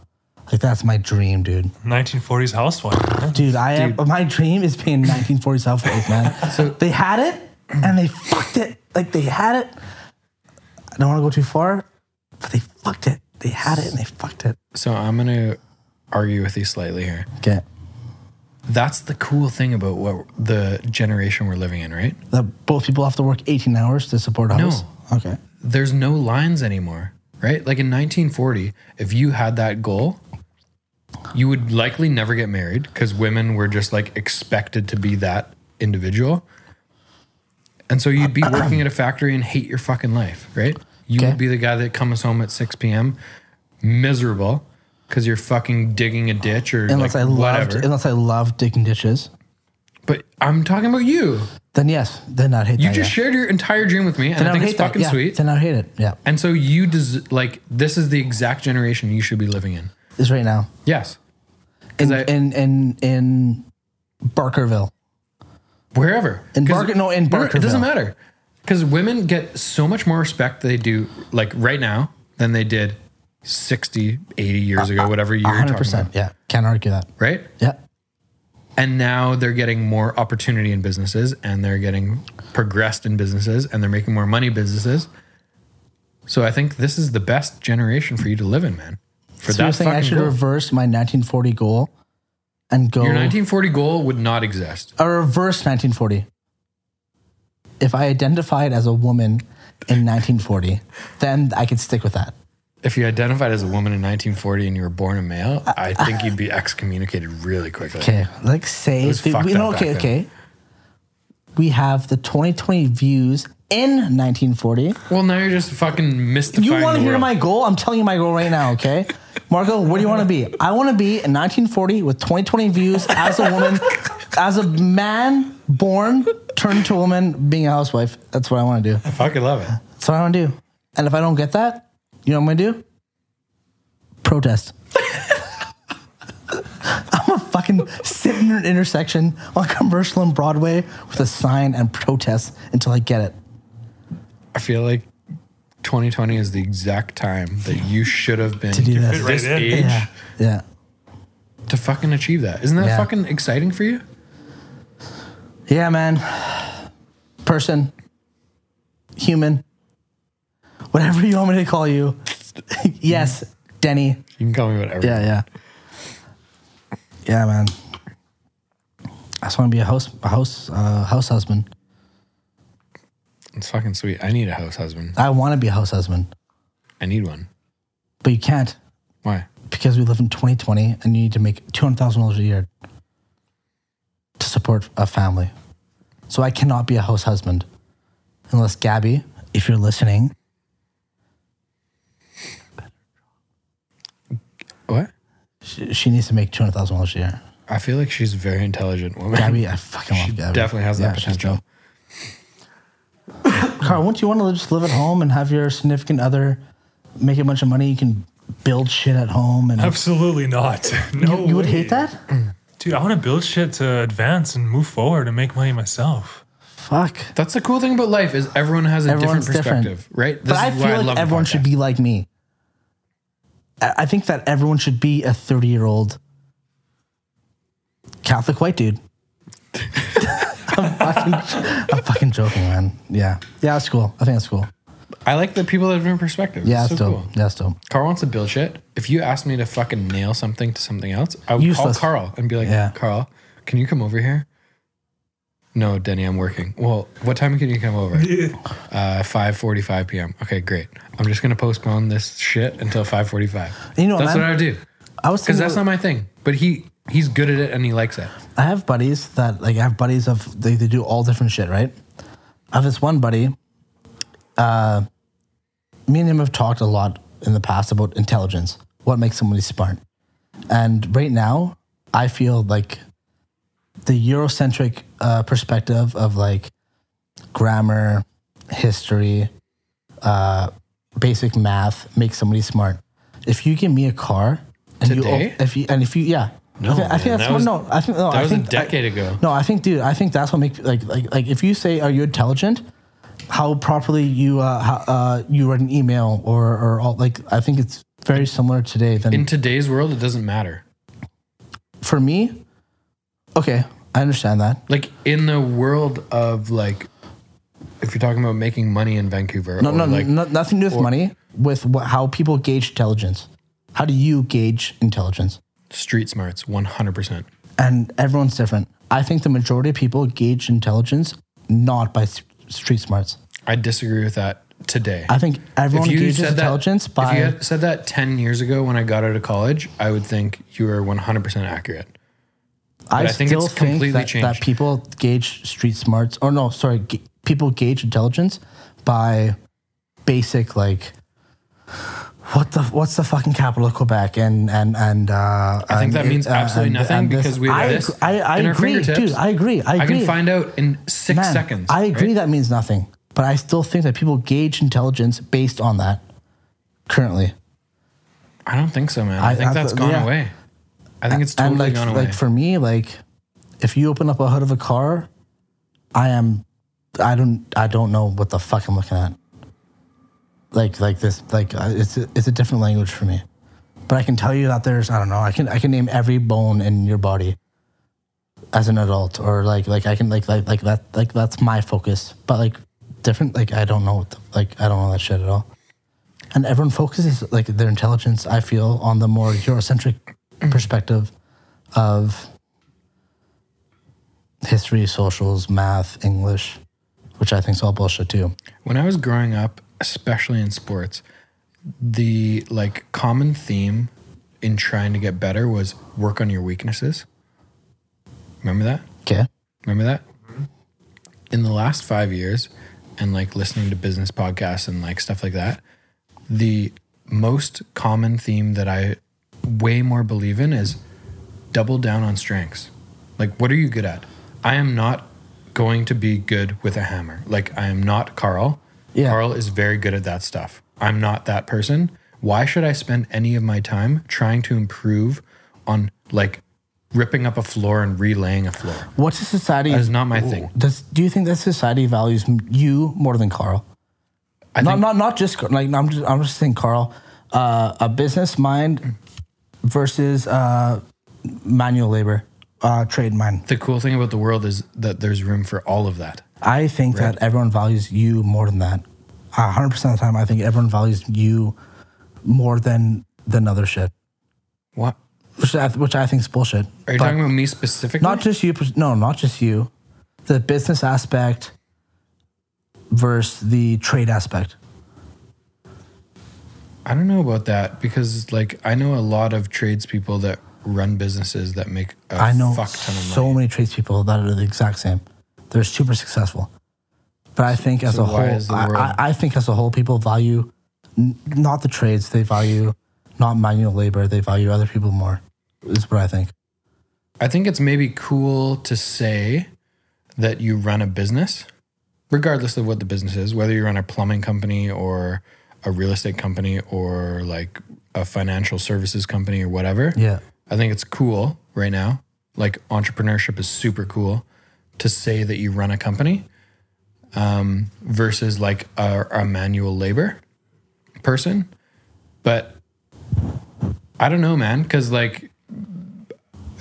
[SPEAKER 2] Like, that's my dream, dude.
[SPEAKER 3] 1940s housewife. man.
[SPEAKER 2] Dude, I am. My dream is being 1940s
[SPEAKER 1] [laughs]
[SPEAKER 2] Southwave, man. so they had it and they fucked it. Like they had it. I don't want to go too far, but they fucked it. They had it and they fucked it.
[SPEAKER 1] So I'm going to argue with you slightly here.
[SPEAKER 2] Okay.
[SPEAKER 1] That's the cool thing about what the generation we're living in, right?
[SPEAKER 2] The, both people have to work 18 hours to support a house. Okay.
[SPEAKER 1] There's no lines anymore, right? Like in 1940, if you had that goal, you would likely never get married because women were just like expected to be that individual. And so you'd
[SPEAKER 2] [clears throat]
[SPEAKER 1] be working at a factory and hate your fucking life, right? You
[SPEAKER 2] Okay.
[SPEAKER 1] would be the guy that comes home at 6 p.m. miserable because you're fucking digging a ditch or
[SPEAKER 2] Unless
[SPEAKER 1] like
[SPEAKER 2] I loved,
[SPEAKER 1] whatever.
[SPEAKER 2] unless I loved digging ditches,
[SPEAKER 1] but I'm talking about you.
[SPEAKER 2] then yes, then I'd hate
[SPEAKER 1] You
[SPEAKER 2] that.
[SPEAKER 1] just
[SPEAKER 2] Oh, yeah.
[SPEAKER 1] shared your entire dream with me, and
[SPEAKER 2] Then
[SPEAKER 1] I
[SPEAKER 2] would
[SPEAKER 1] think
[SPEAKER 2] hate
[SPEAKER 1] it's
[SPEAKER 2] that,
[SPEAKER 1] fucking
[SPEAKER 2] yeah.
[SPEAKER 1] sweet.
[SPEAKER 2] Then I'd hate it. Yeah.
[SPEAKER 1] And so you des- like this is the exact generation you should be living in.
[SPEAKER 2] It's right now.
[SPEAKER 1] Yes.
[SPEAKER 2] In,
[SPEAKER 1] I-
[SPEAKER 2] in, in, in Barkerville.
[SPEAKER 1] Wherever.
[SPEAKER 2] In
[SPEAKER 1] 'Cause-
[SPEAKER 2] Barker- no, in
[SPEAKER 1] It doesn't
[SPEAKER 2] Barkerville.
[SPEAKER 1] matter. Because women get so much more respect they do like right now than they did 60, 80 years ago, whatever year you're talking
[SPEAKER 2] 100%.
[SPEAKER 1] about.
[SPEAKER 2] Yeah. Can't argue that.
[SPEAKER 1] Right?
[SPEAKER 2] Yeah.
[SPEAKER 1] And now they're getting more opportunity in businesses and they're getting progressed in businesses and they're making more money in businesses. So I think this is the best generation for you to live in, man. For
[SPEAKER 2] So you're
[SPEAKER 1] that
[SPEAKER 2] saying I
[SPEAKER 1] fucking
[SPEAKER 2] should
[SPEAKER 1] goal.
[SPEAKER 2] reverse my 1940 goal and go
[SPEAKER 1] Your 1940 goal would not exist.
[SPEAKER 2] a reverse 1940. If I identified as a woman in 1940, then I could stick with that.
[SPEAKER 1] If you identified as a woman in 1940 and you were born a male, I think you'd be excommunicated really quickly.
[SPEAKER 2] Uh, Okay, like say
[SPEAKER 1] was
[SPEAKER 2] we,
[SPEAKER 1] fucked
[SPEAKER 2] we-
[SPEAKER 1] up
[SPEAKER 2] no,
[SPEAKER 1] back
[SPEAKER 2] okay,
[SPEAKER 1] then.
[SPEAKER 2] okay. We have the 2020 views in 1940.
[SPEAKER 1] Well, now you're just fucking mystifying.
[SPEAKER 2] You want
[SPEAKER 1] the
[SPEAKER 2] to hear
[SPEAKER 1] world.
[SPEAKER 2] my goal? I'm telling you my goal right now, okay? Marco, where do you want to be? I want to be in 1940 with 2020 views as a woman, [laughs] as a man born, turned to a woman, being a housewife. That's what I want to do.
[SPEAKER 1] I fucking love it.
[SPEAKER 2] That's what I want to do. And if I don't get that, you know what I'm going to do? Protest. [laughs] I'm a fucking sit in an intersection on commercial and Broadway with a sign and protest until I get it.
[SPEAKER 1] I feel like 2020 is the exact time that you should have been
[SPEAKER 2] To do that.
[SPEAKER 3] Fit right
[SPEAKER 1] this
[SPEAKER 3] in.
[SPEAKER 1] age
[SPEAKER 2] Yeah. Yeah.
[SPEAKER 1] to fucking achieve that. Isn't that
[SPEAKER 2] Yeah.
[SPEAKER 1] fucking exciting for you?
[SPEAKER 2] Yeah, man. Person. Human. Whatever you want me to call you. [laughs] yes, Denny.
[SPEAKER 1] You can call me whatever.
[SPEAKER 2] Yeah, yeah. Yeah, man. I just want to be a house, a house, uh, house husband.
[SPEAKER 1] It's fucking sweet. I need a house husband.
[SPEAKER 2] I want to be a house husband,
[SPEAKER 1] I need one.
[SPEAKER 2] but you can't
[SPEAKER 1] Why?
[SPEAKER 2] because we live in 2020 and you need to make $200,000 a year to support a family. So I cannot be a house husband unless Gabby, if you're listening,
[SPEAKER 1] What?
[SPEAKER 2] she, she needs to make $200,000 a year.
[SPEAKER 1] I feel like she's a very intelligent woman.
[SPEAKER 2] Gabby, I fucking
[SPEAKER 1] [laughs]
[SPEAKER 2] love
[SPEAKER 1] She
[SPEAKER 2] Gabby.
[SPEAKER 1] definitely has that
[SPEAKER 2] she's
[SPEAKER 1] potential.
[SPEAKER 2] dope. Carl, wouldn't you want to just live at home and have your significant other make a bunch of money? You can build shit at home and
[SPEAKER 3] Absolutely not. [laughs] No.
[SPEAKER 2] you, you would
[SPEAKER 3] way.
[SPEAKER 2] hate that?
[SPEAKER 3] Dude, I want to build shit to advance and move forward and make money myself.
[SPEAKER 2] Fuck.
[SPEAKER 1] That's the cool thing about life is everyone has a
[SPEAKER 2] Everyone's
[SPEAKER 1] different
[SPEAKER 2] different.
[SPEAKER 1] perspective, right? This
[SPEAKER 2] but I
[SPEAKER 1] is
[SPEAKER 2] feel like
[SPEAKER 1] the
[SPEAKER 2] everyone should
[SPEAKER 1] podcast.
[SPEAKER 2] be like me. I I think that everyone should be a 30 year old Catholic
[SPEAKER 1] [laughs]
[SPEAKER 2] white dude. I'm, fucking, I'm fucking joking, man. Yeah. Yeah, that's cool. I think that's cool.
[SPEAKER 1] I like that people have different perspectives.
[SPEAKER 2] Yeah,
[SPEAKER 1] It's
[SPEAKER 2] that's
[SPEAKER 1] so
[SPEAKER 2] dope.
[SPEAKER 1] cool.
[SPEAKER 2] Yeah, that's dope.
[SPEAKER 1] Carl wants to build shit. If you asked me to fucking nail something to something else, I would
[SPEAKER 2] Useless.
[SPEAKER 1] call Carl and be like,
[SPEAKER 2] Yeah.
[SPEAKER 1] Carl, can you come over here? No, Denny, I'm working. Well, what time can you come over? Uh, 5.45 p.m. Okay, great. I'm just going to postpone this shit until 5.45.
[SPEAKER 2] You know what,
[SPEAKER 1] that's
[SPEAKER 2] man?
[SPEAKER 1] what I would do.
[SPEAKER 2] I was
[SPEAKER 1] Because
[SPEAKER 2] thinking
[SPEAKER 1] that's
[SPEAKER 2] about-
[SPEAKER 1] not my thing. But he he's good at it and he likes it.
[SPEAKER 2] I have buddies that like I have buddies of they, they do all different shit, right? I have this one buddy. Uh, me and him have talked a lot in the past about intelligence, what makes somebody smart, and right now I feel like the Eurocentric uh, perspective of like grammar, history, uh, basic math makes somebody smart. If you give me a car and
[SPEAKER 1] Today?
[SPEAKER 2] you if you and if you yeah. No, I think, I think
[SPEAKER 1] man,
[SPEAKER 2] that's
[SPEAKER 1] that was-
[SPEAKER 2] no. I think no.
[SPEAKER 1] That
[SPEAKER 2] I
[SPEAKER 1] was
[SPEAKER 2] think
[SPEAKER 1] a decade ago.
[SPEAKER 2] no, I think, dude, I think that's what makes like like like if you say are you intelligent, how properly you uh, how, uh you write an email or or all like I think it's very similar today. Then
[SPEAKER 1] In today's world, it doesn't matter.
[SPEAKER 2] for me, okay, I understand that.
[SPEAKER 1] Like in the world of like, if you're talking about making money in Vancouver,
[SPEAKER 2] No,
[SPEAKER 1] or
[SPEAKER 2] no,
[SPEAKER 1] like,
[SPEAKER 2] no, nothing to do with money. With what, how people gauge intelligence, how do you gauge intelligence?
[SPEAKER 1] street smarts, 100%.
[SPEAKER 2] And everyone's different. I think the majority of people gauge intelligence not by s- street smarts.
[SPEAKER 1] I disagree with that today.
[SPEAKER 2] I think everyone gauges intelligence
[SPEAKER 1] that,
[SPEAKER 2] by
[SPEAKER 1] if you had said that 10 years ago when I got out of college, I would think you were 100% accurate.
[SPEAKER 2] I,
[SPEAKER 1] But I think
[SPEAKER 2] still
[SPEAKER 1] it's
[SPEAKER 2] think
[SPEAKER 1] completely
[SPEAKER 2] that, that
[SPEAKER 1] changed.
[SPEAKER 2] people gauge street smarts, or no, sorry, g- people gauge intelligence by basic like what the what's the fucking capital of Quebec and and and uh,
[SPEAKER 1] I think that means absolutely nothing because we have
[SPEAKER 2] I,
[SPEAKER 1] this
[SPEAKER 2] I, I
[SPEAKER 1] in our
[SPEAKER 2] agree, dude.
[SPEAKER 1] fingertips.
[SPEAKER 2] I agree. I
[SPEAKER 1] I
[SPEAKER 2] agree.
[SPEAKER 1] can find out in six
[SPEAKER 2] Man,
[SPEAKER 1] seconds.
[SPEAKER 2] I agree that means nothing, but I still think that people gauge intelligence based on that. Currently,
[SPEAKER 1] I don't think so, man. I,
[SPEAKER 2] I-
[SPEAKER 1] think
[SPEAKER 2] I-
[SPEAKER 1] that's gone
[SPEAKER 2] yeah.
[SPEAKER 1] away. I think it's totally
[SPEAKER 2] and like
[SPEAKER 1] gone away.
[SPEAKER 2] like for me, like if you open up a hood of a car, I am I don't I don't know what the fuck I'm looking at. Like like this like uh, it's a, it's a different language for me. But I can tell you that there's I don't know I can I can name every bone in your body as an adult or like like I can like like like that like that's my focus. But like different like I don't know what the, like I don't know that shit at all. And everyone focuses like their intelligence I feel on the more Eurocentric
[SPEAKER 1] Mm-hmm.
[SPEAKER 2] perspective of history, socials, math, English, which I think is all bullshit too.
[SPEAKER 1] When I was growing up, especially in sports, the like common theme in trying to get better was work on your weaknesses. Remember that?
[SPEAKER 2] Okay.
[SPEAKER 1] Remember that? In the last 5 years and like listening to business podcasts and like stuff like that, the most common theme that I way more believe in is double down on strengths. Like, what are you good at? I am not going to be good with a hammer. Like, I am not Carl.
[SPEAKER 2] Yeah.
[SPEAKER 1] Carl is very good at that stuff. I'm not that person. Why should I spend any of my time trying to improve on like ripping up a floor and relaying a floor?
[SPEAKER 2] What does society?
[SPEAKER 1] That is not my thing.
[SPEAKER 2] Does do you think that society values m- you more than Carl?
[SPEAKER 1] I
[SPEAKER 2] not,
[SPEAKER 1] think-
[SPEAKER 2] not not just like I'm just I'm just saying, Carl, uh, a business mind versus uh, manual labor, uh, trade mind.
[SPEAKER 1] The cool thing about the world is that there's room for all of that.
[SPEAKER 2] I think that everyone values you more than that. A hundred percent of the time, I think everyone values you more than than other shit,
[SPEAKER 1] What?
[SPEAKER 2] which I, which I think is bullshit.
[SPEAKER 1] Are you
[SPEAKER 2] But
[SPEAKER 1] talking about me specifically?
[SPEAKER 2] not just you? pers- No, not just you. The business aspect versus the trade aspect.
[SPEAKER 1] I don't know about that because like I know a lot of tradespeople that run businesses that make a
[SPEAKER 2] I know
[SPEAKER 1] fuck ton of
[SPEAKER 2] so
[SPEAKER 1] money.
[SPEAKER 2] many tradespeople that are the exact same. They're super successful, but I think as
[SPEAKER 1] so
[SPEAKER 2] a
[SPEAKER 1] why
[SPEAKER 2] whole,
[SPEAKER 1] is the
[SPEAKER 2] I,
[SPEAKER 1] world-
[SPEAKER 2] I, I think as a whole, people value n- not the trades. They value not manual labor. They value other people more. Is what I think.
[SPEAKER 1] I think it's maybe cool to say that you run a business, regardless of what the business is, whether you run a plumbing company or a real estate company or like a financial services company or whatever.
[SPEAKER 2] Yeah,
[SPEAKER 1] I think it's cool right now. Like entrepreneurship is super cool to say that you run a company um, versus like a, a manual labor person. But I don't know, man, because like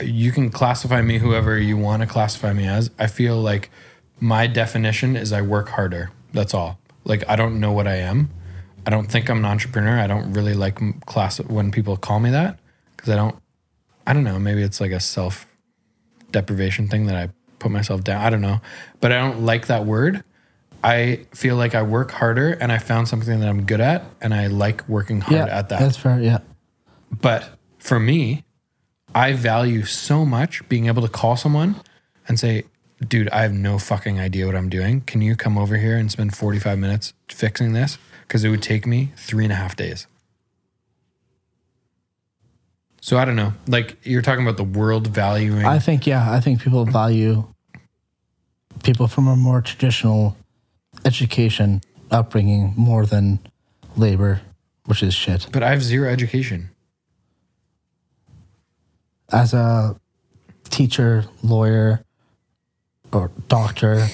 [SPEAKER 1] you can classify me whoever you want to classify me as. I feel like my definition is I work harder. That's all. Like I don't know what I am. I don't think I'm an entrepreneur. I don't really like m- class when people call me that because I don't I don't know. Maybe it's like a self deprivation thing that I put myself down. I don't know. But I don't like that word. I feel like I work harder and I found something that I'm good at and I like working hard
[SPEAKER 2] yeah,
[SPEAKER 1] at that.
[SPEAKER 2] that's fair. Yeah,
[SPEAKER 1] But for me, I value so much being able to call someone and say, dude, I have no fucking idea what I'm doing. Can you come over here and spend 45 minutes fixing this? Because it would take me three and a half days. So I don't know. Like you're talking about the world valuing.
[SPEAKER 2] I think yeah, I think people value people from a more traditional education upbringing more than labor, which is shit.
[SPEAKER 1] but I have zero education.
[SPEAKER 2] as a teacher, lawyer, or doctor,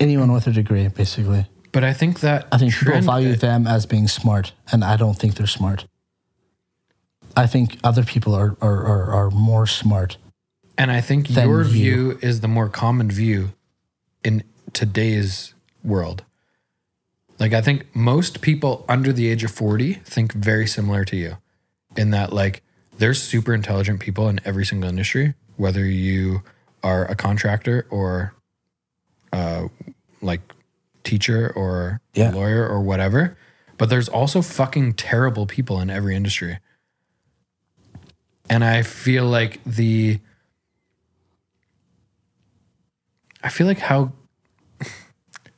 [SPEAKER 2] anyone with a degree, basically.
[SPEAKER 1] But I think that
[SPEAKER 2] I think
[SPEAKER 1] trend-
[SPEAKER 2] people value them as being smart, and I don't think they're smart. I think other people are are, are, are more smart.
[SPEAKER 1] And I think
[SPEAKER 2] than
[SPEAKER 1] your
[SPEAKER 2] you.
[SPEAKER 1] view is the more common view in today's world. Like, I think most people under the age of 40 think very similar to you in that, like, there's super intelligent people in every single industry, whether you are a contractor or uh, like teacher or
[SPEAKER 2] Yeah.
[SPEAKER 1] lawyer or whatever. But there's also fucking terrible people in every industry. And I feel like the, I feel like how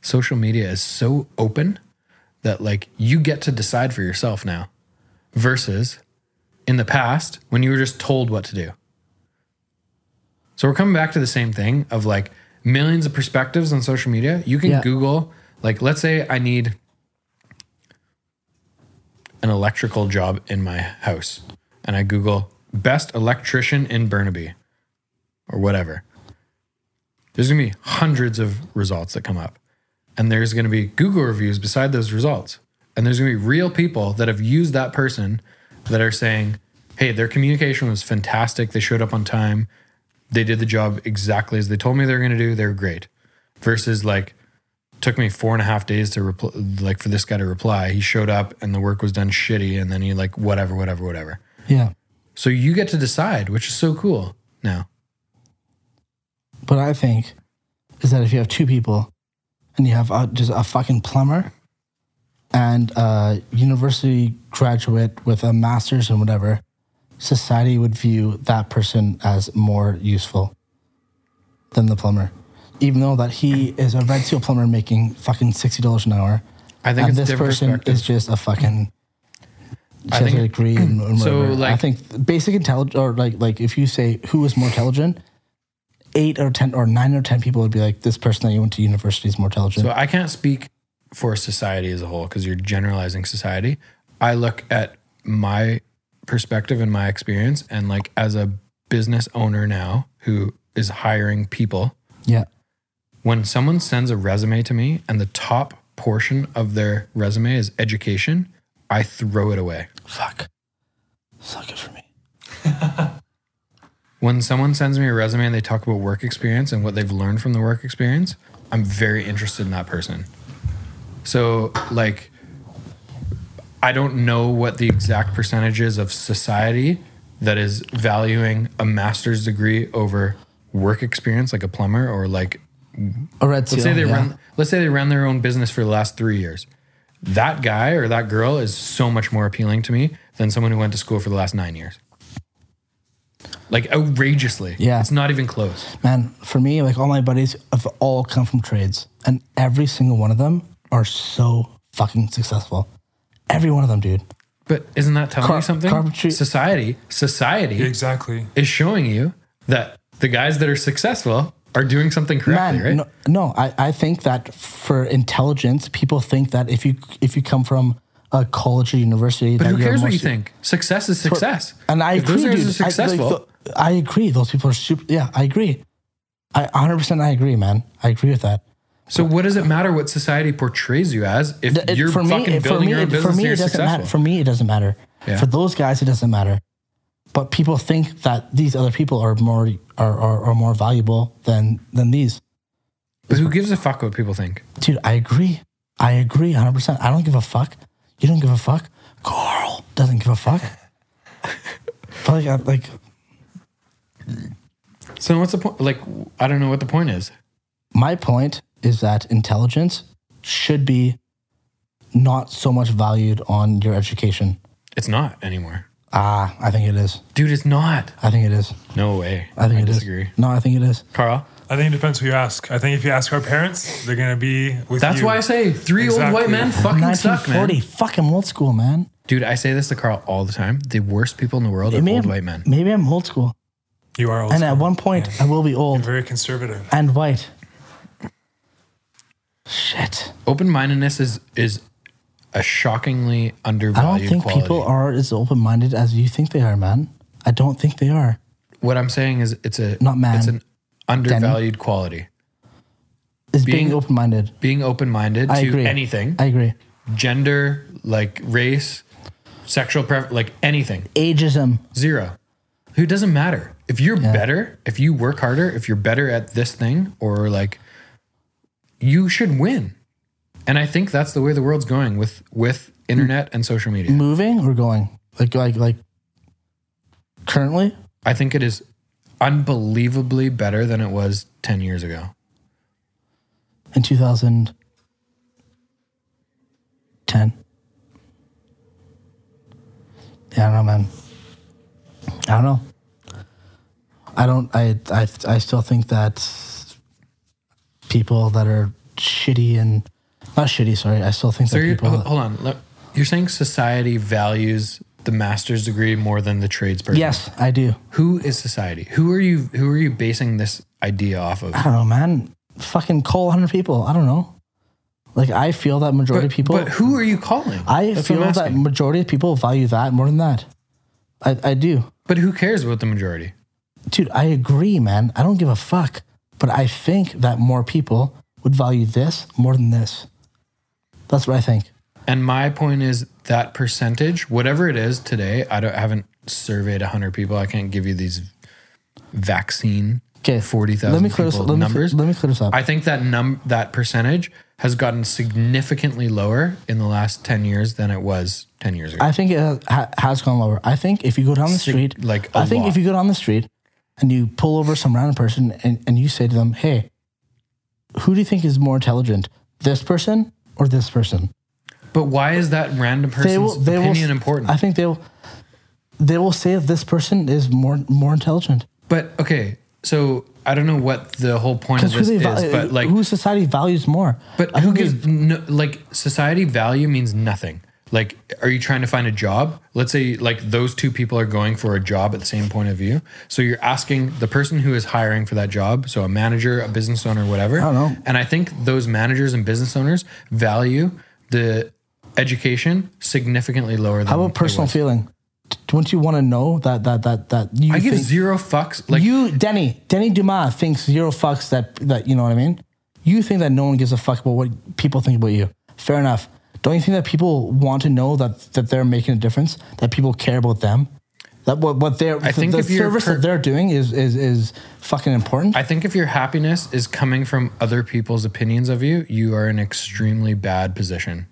[SPEAKER 1] social media is so open that like you get to decide for yourself now versus in the past when you were just told what to do. So we're coming back to the same thing of like millions of perspectives on social media. You can
[SPEAKER 2] Yeah.
[SPEAKER 1] Google, like, let's say I need an electrical job in my house and I Google best electrician in Burnaby or whatever. There's gonna be hundreds of results that come up. And there's gonna be Google reviews beside those results. And there's gonna be real people that have used that person that are saying, hey, their communication was fantastic. They showed up on time. They did the job exactly as they told me they were gonna do. They were great. Versus like, took me four and a half days to reply, like for this guy to reply. He showed up and the work was done shitty. And then he like, whatever, whatever, whatever.
[SPEAKER 2] Yeah.
[SPEAKER 1] So you get to decide, which is so cool now.
[SPEAKER 2] But I think is that if you have two people and you have uh, just a fucking plumber and a university graduate with a master's and whatever, society would view that person as more useful than the plumber. Even though that he is a red seal plumber making fucking sixty dollars an hour,
[SPEAKER 1] I think it's
[SPEAKER 2] and this
[SPEAKER 1] different
[SPEAKER 2] person
[SPEAKER 1] perspective.
[SPEAKER 2] is just a fucking.
[SPEAKER 1] I
[SPEAKER 2] She has
[SPEAKER 1] think-
[SPEAKER 2] a
[SPEAKER 1] [clears throat]
[SPEAKER 2] degree and and
[SPEAKER 1] So,
[SPEAKER 2] whatever. I
[SPEAKER 1] like-
[SPEAKER 2] think basic intelligence, or like like if you say who is more intelligent, eight or ten or nine or ten people would be like, this person that you went to university is more intelligent.
[SPEAKER 1] So I can't speak for society as a whole because you're generalizing society. I look at my perspective and my experience, and like as a business owner now who is hiring people,
[SPEAKER 2] yeah,
[SPEAKER 1] when someone sends a resume to me and the top portion of their resume is education, I throw it away.
[SPEAKER 2] Fuck. It's not good for me.
[SPEAKER 1] When someone sends me a resume and they talk about work experience and what they've learned from the work experience, I'm very interested in that person. So, like, I don't know what the exact percentage is of society that is valuing a master's degree over work experience, like a plumber or like
[SPEAKER 2] A red seal.
[SPEAKER 1] let's say they
[SPEAKER 2] yeah.
[SPEAKER 1] run let's say they ran their own business for the last three years that guy or that girl is so much more appealing to me than someone who went to school for the last nine years like outrageously
[SPEAKER 2] Yeah.
[SPEAKER 1] it's not even close
[SPEAKER 2] Man, for me, like all my buddies have all come from trades, and every single one of them are so fucking successful. Every one of them, dude.
[SPEAKER 1] but isn't that telling
[SPEAKER 2] Car-
[SPEAKER 1] you something
[SPEAKER 2] carpentry-
[SPEAKER 1] society society
[SPEAKER 3] Exactly.
[SPEAKER 1] is showing you that the guys that are successful are doing something correctly
[SPEAKER 2] Man,
[SPEAKER 1] right
[SPEAKER 2] no, no I, I think that for intelligence, people think that if you if you come from a college or university,
[SPEAKER 1] but
[SPEAKER 2] that
[SPEAKER 1] who
[SPEAKER 2] you're
[SPEAKER 1] cares what you
[SPEAKER 2] most-
[SPEAKER 1] think success is success
[SPEAKER 2] And I
[SPEAKER 1] if
[SPEAKER 2] agree,
[SPEAKER 1] those guys
[SPEAKER 2] dude.
[SPEAKER 1] are successful
[SPEAKER 2] I, like, th- I agree. Those people are super. Yeah, I agree. I 100% I agree, man. I agree with that.
[SPEAKER 1] so what does it matter what society portrays you as if
[SPEAKER 2] Th- it-
[SPEAKER 1] you're fucking
[SPEAKER 2] it-
[SPEAKER 1] building your own
[SPEAKER 2] it-
[SPEAKER 1] business and
[SPEAKER 2] it
[SPEAKER 1] you're
[SPEAKER 2] doesn't
[SPEAKER 1] successful
[SPEAKER 2] matter. For me, it doesn't matter.
[SPEAKER 1] Yeah.
[SPEAKER 2] For those guys, it doesn't matter. But people think that these other people are more are, are, are more valuable than than these.
[SPEAKER 1] But who gives a fuck what people think?
[SPEAKER 2] Dude, I agree. I agree 100%. I don't give a fuck. You don't give a fuck. Carl doesn't give a
[SPEAKER 1] [laughs]
[SPEAKER 2] fuck. but like, I, like,
[SPEAKER 1] So what's the point? Like, I don't know what the point is.
[SPEAKER 2] my point is that intelligence should be not so much valued on your education.
[SPEAKER 1] It's not anymore,
[SPEAKER 2] Ah, I think it is.
[SPEAKER 1] dude. It's not.
[SPEAKER 2] I think it is.
[SPEAKER 1] No way.
[SPEAKER 2] I think it is.
[SPEAKER 1] disagree.
[SPEAKER 2] No, I think it is.
[SPEAKER 1] Carl,
[SPEAKER 3] I think it depends who you ask. I think if you ask our parents, they're gonna be with
[SPEAKER 1] that's
[SPEAKER 3] you.
[SPEAKER 1] why I say three old white
[SPEAKER 3] Exactly.
[SPEAKER 1] men fucking suck,
[SPEAKER 2] 1940,
[SPEAKER 1] man.
[SPEAKER 2] fucking old school, man.
[SPEAKER 1] Dude, I say this to Carl all the time. The worst people in the world are
[SPEAKER 2] Maybe
[SPEAKER 1] old
[SPEAKER 2] I'm-
[SPEAKER 1] white men.
[SPEAKER 2] Maybe I'm old school,
[SPEAKER 3] you are old
[SPEAKER 2] and
[SPEAKER 3] school.
[SPEAKER 2] at one point I will be old
[SPEAKER 3] very conservative.
[SPEAKER 2] and white. Shit,
[SPEAKER 1] Open mindedness is is a shockingly
[SPEAKER 2] I don't
[SPEAKER 1] undervalued
[SPEAKER 2] think
[SPEAKER 1] quality.
[SPEAKER 2] people are as open minded as you think they are, man. I don't think they are.
[SPEAKER 1] what I'm saying is, it's a
[SPEAKER 2] Not man.
[SPEAKER 1] It's an undervalued quality.
[SPEAKER 2] Is being,
[SPEAKER 1] Being-
[SPEAKER 2] open minded.
[SPEAKER 1] Being open minded to
[SPEAKER 2] I agree.
[SPEAKER 1] anything,
[SPEAKER 2] I agree.
[SPEAKER 1] gender, like race, sexual preference, like anything.
[SPEAKER 2] Ageism.
[SPEAKER 1] Zero. Who doesn't matter. If you're better, if you work harder, if you're better at this thing or like you should win. And I think that's the way the world's going with with internet and social media.
[SPEAKER 2] Moving or going? Like like like. Currently,
[SPEAKER 1] I think it is unbelievably better than it was 10 years ago.
[SPEAKER 2] in 2010. Yeah, I don't know, man. I don't know. I don't. I. I. I still think that people that are shitty and not shitty. Sorry, I still think
[SPEAKER 1] So
[SPEAKER 2] that
[SPEAKER 1] you're,
[SPEAKER 2] people.
[SPEAKER 1] ho- hold on. Let- You're saying society values the master's degree more than the tradesperson.
[SPEAKER 2] yes, I do.
[SPEAKER 1] Who is society? Who are you who are you basing this idea off of?
[SPEAKER 2] I don't know, man. Fucking call hundred people. I don't know. Like I feel that majority of people.
[SPEAKER 1] But who are you calling?
[SPEAKER 2] I
[SPEAKER 1] That's what I'm
[SPEAKER 2] feel that
[SPEAKER 1] asking.
[SPEAKER 2] majority of people value that more than that. I, I do.
[SPEAKER 1] But who cares about the majority?
[SPEAKER 2] Dude, I agree, man. I don't give a fuck. But I think that more people would value this more than this. That's what I think.
[SPEAKER 1] And my point is that percentage, whatever it is today, I don't I haven't surveyed 100 people. I can't give you these vaccine
[SPEAKER 2] Okay.
[SPEAKER 1] 40,000
[SPEAKER 2] Let me clear this
[SPEAKER 1] people
[SPEAKER 2] let me,
[SPEAKER 1] numbers.
[SPEAKER 2] Let me clear this up.
[SPEAKER 1] I think that num that percentage has gotten significantly lower in the last 10 years than it was 10 years ago.
[SPEAKER 2] I think it ha- ha- has gone lower. I think if you go down the
[SPEAKER 1] Sig-
[SPEAKER 2] street,
[SPEAKER 1] like, a
[SPEAKER 2] I think
[SPEAKER 1] lot.
[SPEAKER 2] if you go down the street and you pull over some random person and, and you say to them, hey, who do you think is more intelligent, this person or this person?
[SPEAKER 1] but why is that random person's opinion
[SPEAKER 2] s-
[SPEAKER 1] important?
[SPEAKER 2] I think they will. They will say this person is more more intelligent.
[SPEAKER 1] but okay, so I don't know what the whole point of
[SPEAKER 2] Because who,
[SPEAKER 1] this
[SPEAKER 2] they
[SPEAKER 1] is,
[SPEAKER 2] val-
[SPEAKER 1] but like
[SPEAKER 2] uh, who society values more?
[SPEAKER 1] But
[SPEAKER 2] I
[SPEAKER 1] who
[SPEAKER 2] think
[SPEAKER 1] gives no, like society value means nothing. Like, are you trying to find a job? Let's say like those two people are going for a job at the same point of view. So you're asking the person who is hiring for that job, so a manager, a business owner, whatever. I
[SPEAKER 2] don't know.
[SPEAKER 1] And I think those managers and business owners value the education significantly lower than
[SPEAKER 2] How about
[SPEAKER 1] it
[SPEAKER 2] personal
[SPEAKER 1] was.
[SPEAKER 2] feeling? D- Don't you want to know that that that that you
[SPEAKER 1] I give
[SPEAKER 2] think,
[SPEAKER 1] zero fucks. Like
[SPEAKER 2] you Denny Denny Dumas thinks zero fucks that that you know what I mean. You think that no one gives a fuck about what people think about you. fair enough. Don't you think that people want to know that that they're making a difference? That people care about them? That what what they're
[SPEAKER 1] I think
[SPEAKER 2] the,
[SPEAKER 1] if you're
[SPEAKER 2] service
[SPEAKER 1] per-
[SPEAKER 2] that they're doing is is is fucking important.
[SPEAKER 1] I think if your happiness is coming from other people's opinions of you, you are in an extremely bad position.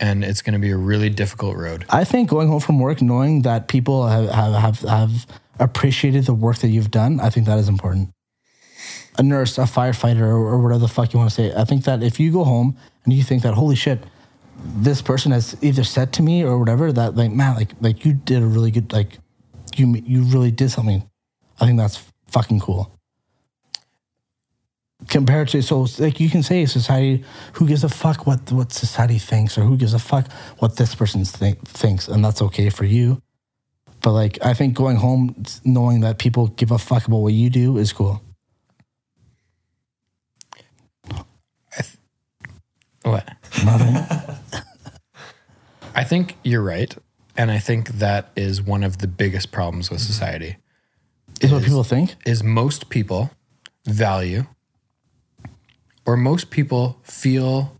[SPEAKER 1] And it's going to be a really difficult road.
[SPEAKER 2] I think going home from work, knowing that people have, have, have, have appreciated the work that you've done, I think that is important. A nurse, a firefighter, or, or whatever the fuck you want to say. I think that if you go home and you think that, holy shit, this person has either said to me or whatever that, like, man, like, like you did a really good, like, you, you really did something. I think that's fucking cool. Compared to so like you can say society who gives a fuck what what society thinks or who gives a fuck what this person think, thinks and that's okay for you but like i think going home s- knowing that people give a fuck about what you do is cool
[SPEAKER 1] What? I think you're right. And I think that is one of the biggest problems with society
[SPEAKER 2] is what people think
[SPEAKER 1] is most people value or most people feel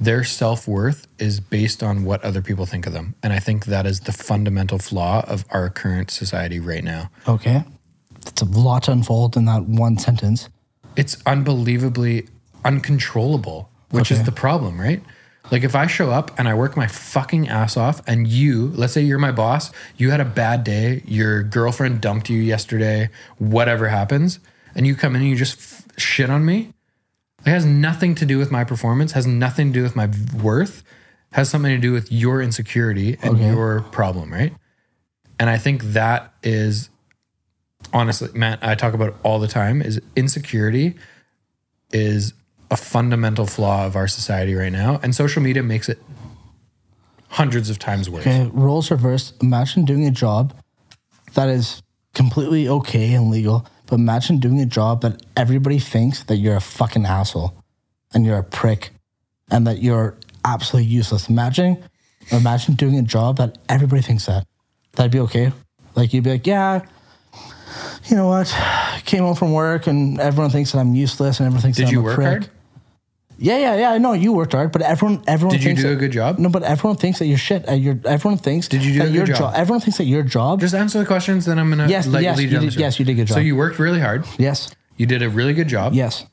[SPEAKER 1] their self-worth is based on what other people think of them. And I think that is the fundamental flaw of our current society right now.
[SPEAKER 2] okay it's a lot to unfold in that one sentence
[SPEAKER 1] it's unbelievably uncontrollable, which is
[SPEAKER 2] Okay.
[SPEAKER 1] the problem, right? Like if I show up and I work my fucking ass off and you, let's say you're my boss, you had a bad day, your girlfriend dumped you yesterday, whatever happens, and you come in and you just f- shit on me, it has nothing to do with my performance, has nothing to do with my worth, has something to do with your insecurity and your problem, right? And I think that is honestly, Matt, I talk about it all the time is insecurity is a fundamental flaw of our society right now. And social media makes it hundreds of times worse.
[SPEAKER 2] okay uh, roles reversed imagine doing a job that is completely okay and legal but imagine doing a job that everybody thinks that you're a fucking asshole and you're a prick and that you're absolutely useless. Imagine, imagine doing a job that everybody thinks that. That'd be okay. Like you'd be like, yeah, you know what? Came home from work and everyone thinks that I'm useless and everyone thinks
[SPEAKER 1] Did
[SPEAKER 2] that
[SPEAKER 1] you
[SPEAKER 2] I'm a
[SPEAKER 1] work
[SPEAKER 2] prick.
[SPEAKER 1] hard?
[SPEAKER 2] Yeah, yeah, yeah. I know you worked hard, but everyone, everyone.
[SPEAKER 1] Did you
[SPEAKER 2] thinks
[SPEAKER 1] do
[SPEAKER 2] that-
[SPEAKER 1] a good job?
[SPEAKER 2] No, but everyone thinks that you're shit. At your, everyone thinks. Did
[SPEAKER 1] you do
[SPEAKER 2] that
[SPEAKER 1] a good
[SPEAKER 2] your
[SPEAKER 1] job?
[SPEAKER 2] Everyone thinks that your job.
[SPEAKER 1] Just answer the questions, then I'm gonna
[SPEAKER 2] Yes,
[SPEAKER 1] let
[SPEAKER 2] yes,
[SPEAKER 1] you lead
[SPEAKER 2] you
[SPEAKER 1] down
[SPEAKER 2] did-
[SPEAKER 1] the show.
[SPEAKER 2] yes, you did a good
[SPEAKER 1] So
[SPEAKER 2] job.
[SPEAKER 1] you worked really hard.
[SPEAKER 2] yes,
[SPEAKER 1] You did a really good job.
[SPEAKER 2] yes.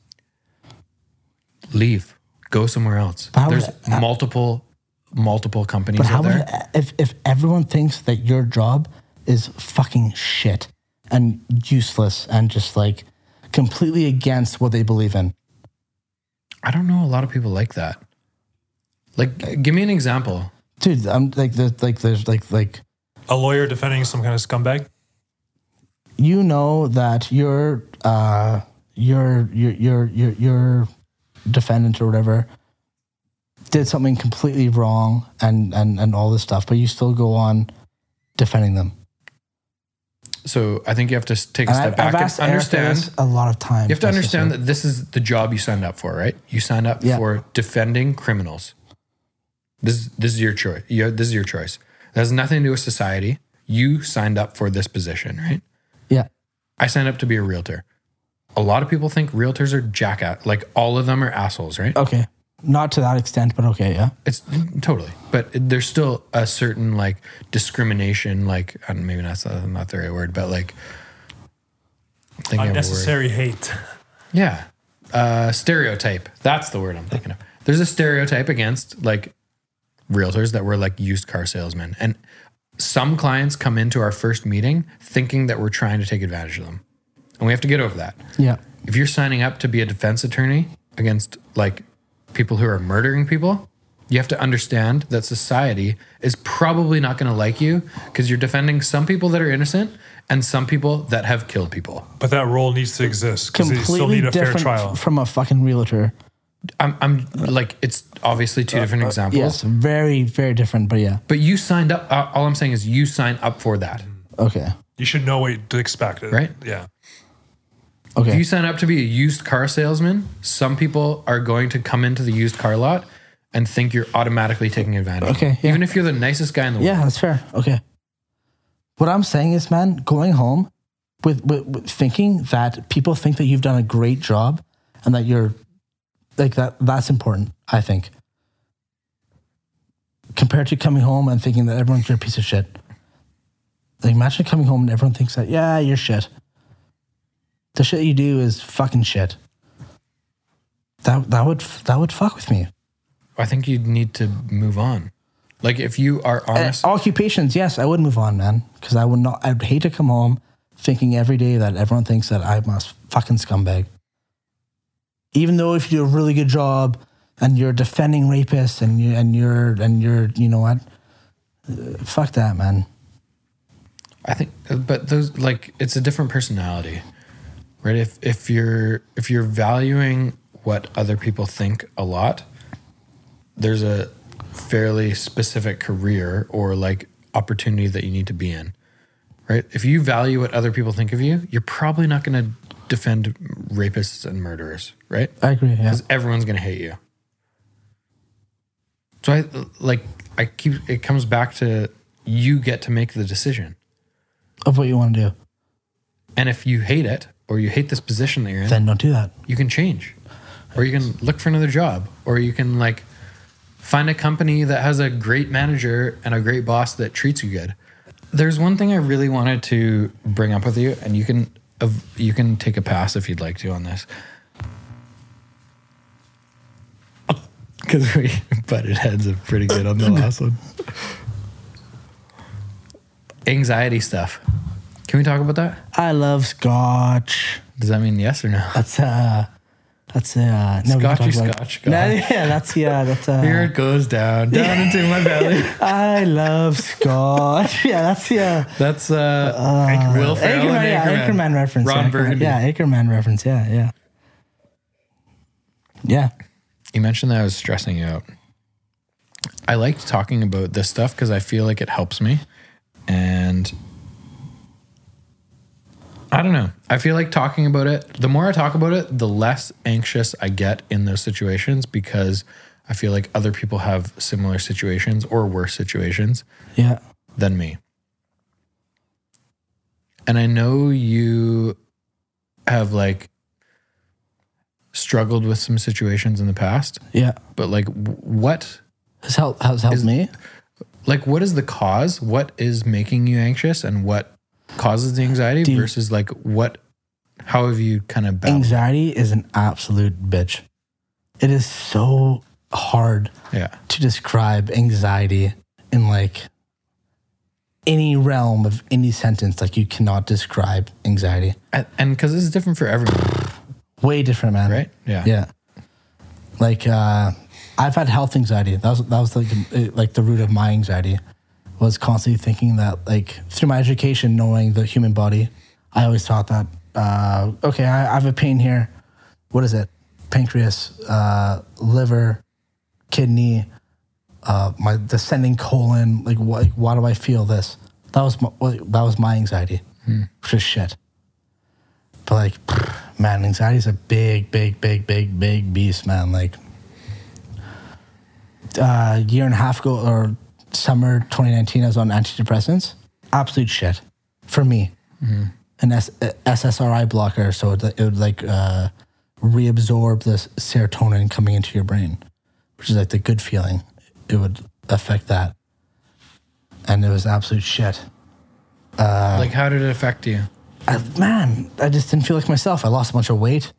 [SPEAKER 1] Leave. Go somewhere else.
[SPEAKER 2] how
[SPEAKER 1] There's
[SPEAKER 2] would I-
[SPEAKER 1] multiple, multiple companies
[SPEAKER 2] But
[SPEAKER 1] out
[SPEAKER 2] how
[SPEAKER 1] there.
[SPEAKER 2] would if if everyone thinks that your job is fucking shit and useless and just like completely against what they believe in?
[SPEAKER 1] I don't know a lot of people like that. Like, g- give me an example.
[SPEAKER 2] Dude, I'm like there's like there's like like
[SPEAKER 3] A lawyer defending some kind of scumbag.
[SPEAKER 2] you know that your uh your your your your your defendant or whatever did something completely wrong and and and all this stuff, but you still go on defending them.
[SPEAKER 1] So I think you have to s- take a
[SPEAKER 2] And
[SPEAKER 1] step
[SPEAKER 2] I've-
[SPEAKER 1] back
[SPEAKER 2] I've
[SPEAKER 1] and
[SPEAKER 2] asked Erica
[SPEAKER 1] understand.
[SPEAKER 2] this a lot of times.
[SPEAKER 1] You have to understand that this is the job you signed up for, right? You signed up
[SPEAKER 2] Yeah.
[SPEAKER 1] for defending criminals. This this is your choice. You- This is your choice. That has nothing to do with society. You signed up for this position, right?
[SPEAKER 2] Yeah.
[SPEAKER 1] I signed up to be a realtor. A lot of people think realtors are jackass. Like all of them are assholes, right?
[SPEAKER 2] Okay. Not to that extent, but okay, yeah.
[SPEAKER 1] It's totally, but there's still a certain like discrimination, like I don't- maybe that's not, not the right word, but like I'm thinking of a word.
[SPEAKER 3] Unnecessary hate.
[SPEAKER 1] Yeah. Uh, stereotype. That's the word I'm thinking of. There's a stereotype against like realtors that we're like used car salesmen. And some clients come into our first meeting thinking that we're trying to take advantage of them. And we have to get over that.
[SPEAKER 2] Yeah.
[SPEAKER 1] If you're signing up to be a defense attorney against like people who are murdering people, you have to understand that society is probably not going to like you because you're defending some people that are innocent and some people that have killed people.
[SPEAKER 3] But that role needs to exist because they
[SPEAKER 2] Completely
[SPEAKER 3] still need a fair
[SPEAKER 2] different
[SPEAKER 3] trial.
[SPEAKER 2] f- from a fucking realtor.
[SPEAKER 1] I'm, I'm like, it's obviously two different examples.
[SPEAKER 2] Uh, Yes, very, very different, but yeah.
[SPEAKER 1] But you signed up. uh, All I'm saying is you sign up for that.
[SPEAKER 2] Okay.
[SPEAKER 3] You should know what to expect.
[SPEAKER 1] Right.
[SPEAKER 3] Yeah.
[SPEAKER 1] If
[SPEAKER 2] Okay.
[SPEAKER 1] you sign up to be a used car salesman, some people are going to come into the used car lot and think you're automatically taking advantage. of
[SPEAKER 2] Okay,
[SPEAKER 1] them.
[SPEAKER 2] yeah.
[SPEAKER 1] Even if you're the nicest guy in the world.
[SPEAKER 2] yeah, that's fair. Okay. What I'm saying is, man, going home with, with, with thinking that people think that you've done a great job and that you're like that that's important i think compared to coming home and thinking that everyone's your piece of shit like imagine coming home and everyone thinks that yeah you're shit the shit you do is fucking shit that that would that would fuck with me
[SPEAKER 1] I think you need to move on. Like if you are
[SPEAKER 2] Uh,
[SPEAKER 1] honest,
[SPEAKER 2] occupations yes i would move on man because i would not i'd hate to come home thinking every day that everyone thinks that i'm a fucking scumbag even though if you do a really good job and you're defending rapists and you and you're and you're you know what Uh, fuck that man
[SPEAKER 1] I think, but those like it's a different personality, right? If if you're if you're valuing what other people think a lot, there's a fairly specific career or like opportunity that you need to be in, right? If you value what other people think of you, you're probably not going to defend rapists and murderers, right?
[SPEAKER 2] i agree yeah
[SPEAKER 1] because everyone's gonna hate you. So I like I keep it comes back to you get to make the decision,
[SPEAKER 2] of what you want to do
[SPEAKER 1] and if you hate it or you hate this position that you're in,
[SPEAKER 2] then don't do that
[SPEAKER 1] you can change, or you can look for another job, or you can like find a company that has a great manager and a great boss that treats you good. There's one thing I really wanted to bring up with you, and you can of- you can take a pass if you'd like to on this. [laughs] Because we [laughs] butted heads up pretty good
[SPEAKER 2] [laughs]
[SPEAKER 1] on the last one. Anxiety stuff. Can we talk about that?
[SPEAKER 2] i love scotch
[SPEAKER 1] Does that mean yes or no?
[SPEAKER 2] that's uh that's uh no, we can
[SPEAKER 1] Scotchy
[SPEAKER 2] talk about- [laughs]
[SPEAKER 1] scotch,
[SPEAKER 2] No,
[SPEAKER 1] guys.
[SPEAKER 2] yeah that's yeah that's uh
[SPEAKER 1] Here it goes down, down into my belly.
[SPEAKER 2] I love Scotch. [laughs] Yeah, [laughs] that's yeah.
[SPEAKER 1] That's uh, Will Ferrell
[SPEAKER 2] Anchorman, yeah,
[SPEAKER 1] and Anchorman.
[SPEAKER 2] Anchorman reference.
[SPEAKER 1] Ron
[SPEAKER 2] yeah, Anchorman-
[SPEAKER 1] Burgundy.
[SPEAKER 2] Yeah, Anchorman reference. Yeah, yeah. Yeah.
[SPEAKER 1] You mentioned that I was stressing you out. I liked talking about this stuff because I feel like it helps me, and I don't know. I feel like talking about it. The more I talk about it, the less anxious I get in those situations because I feel like other people have similar situations or worse situations.
[SPEAKER 2] Yeah.
[SPEAKER 1] than me. And I know you have like struggled with some situations in the past,
[SPEAKER 2] Yeah.
[SPEAKER 1] but like w- what
[SPEAKER 2] Has helped has helped me.
[SPEAKER 1] like what is the cause? What is making you anxious and what causes the anxiety
[SPEAKER 2] Dude.
[SPEAKER 1] versus like what how have you kind of battled?
[SPEAKER 2] Anxiety is an absolute bitch. It is so hard
[SPEAKER 1] yeah.
[SPEAKER 2] to describe anxiety in like any realm of any sentence. Like you cannot describe anxiety.
[SPEAKER 1] And- And cuz this is different for everyone,
[SPEAKER 2] Way different, man.
[SPEAKER 1] right? Yeah.
[SPEAKER 2] Yeah. Like uh, I've had health anxiety. That was that was like the, like the root of my anxiety was constantly thinking that like through my education, knowing the human body, I always thought that uh, okay, I, I have a pain here. What is it? Pancreas, uh, liver, kidney, uh, my descending colon. Like why, why do I feel this? That was my, what- that was my anxiety, which is shit. But like, pfft, man, anxiety is a big, big, big, big, big beast, man. Like, uh, year and a half ago or summer 2019, I was on antidepressants. Absolute shit for me. An S- a SSRI blocker, so it, it would like uh, reabsorb the s- serotonin coming into your brain, which is like the good feeling. It would affect that, and it was absolute shit.
[SPEAKER 1] Like how did it affect you?
[SPEAKER 2] I, man, I just didn't feel like myself. I lost a bunch of weight.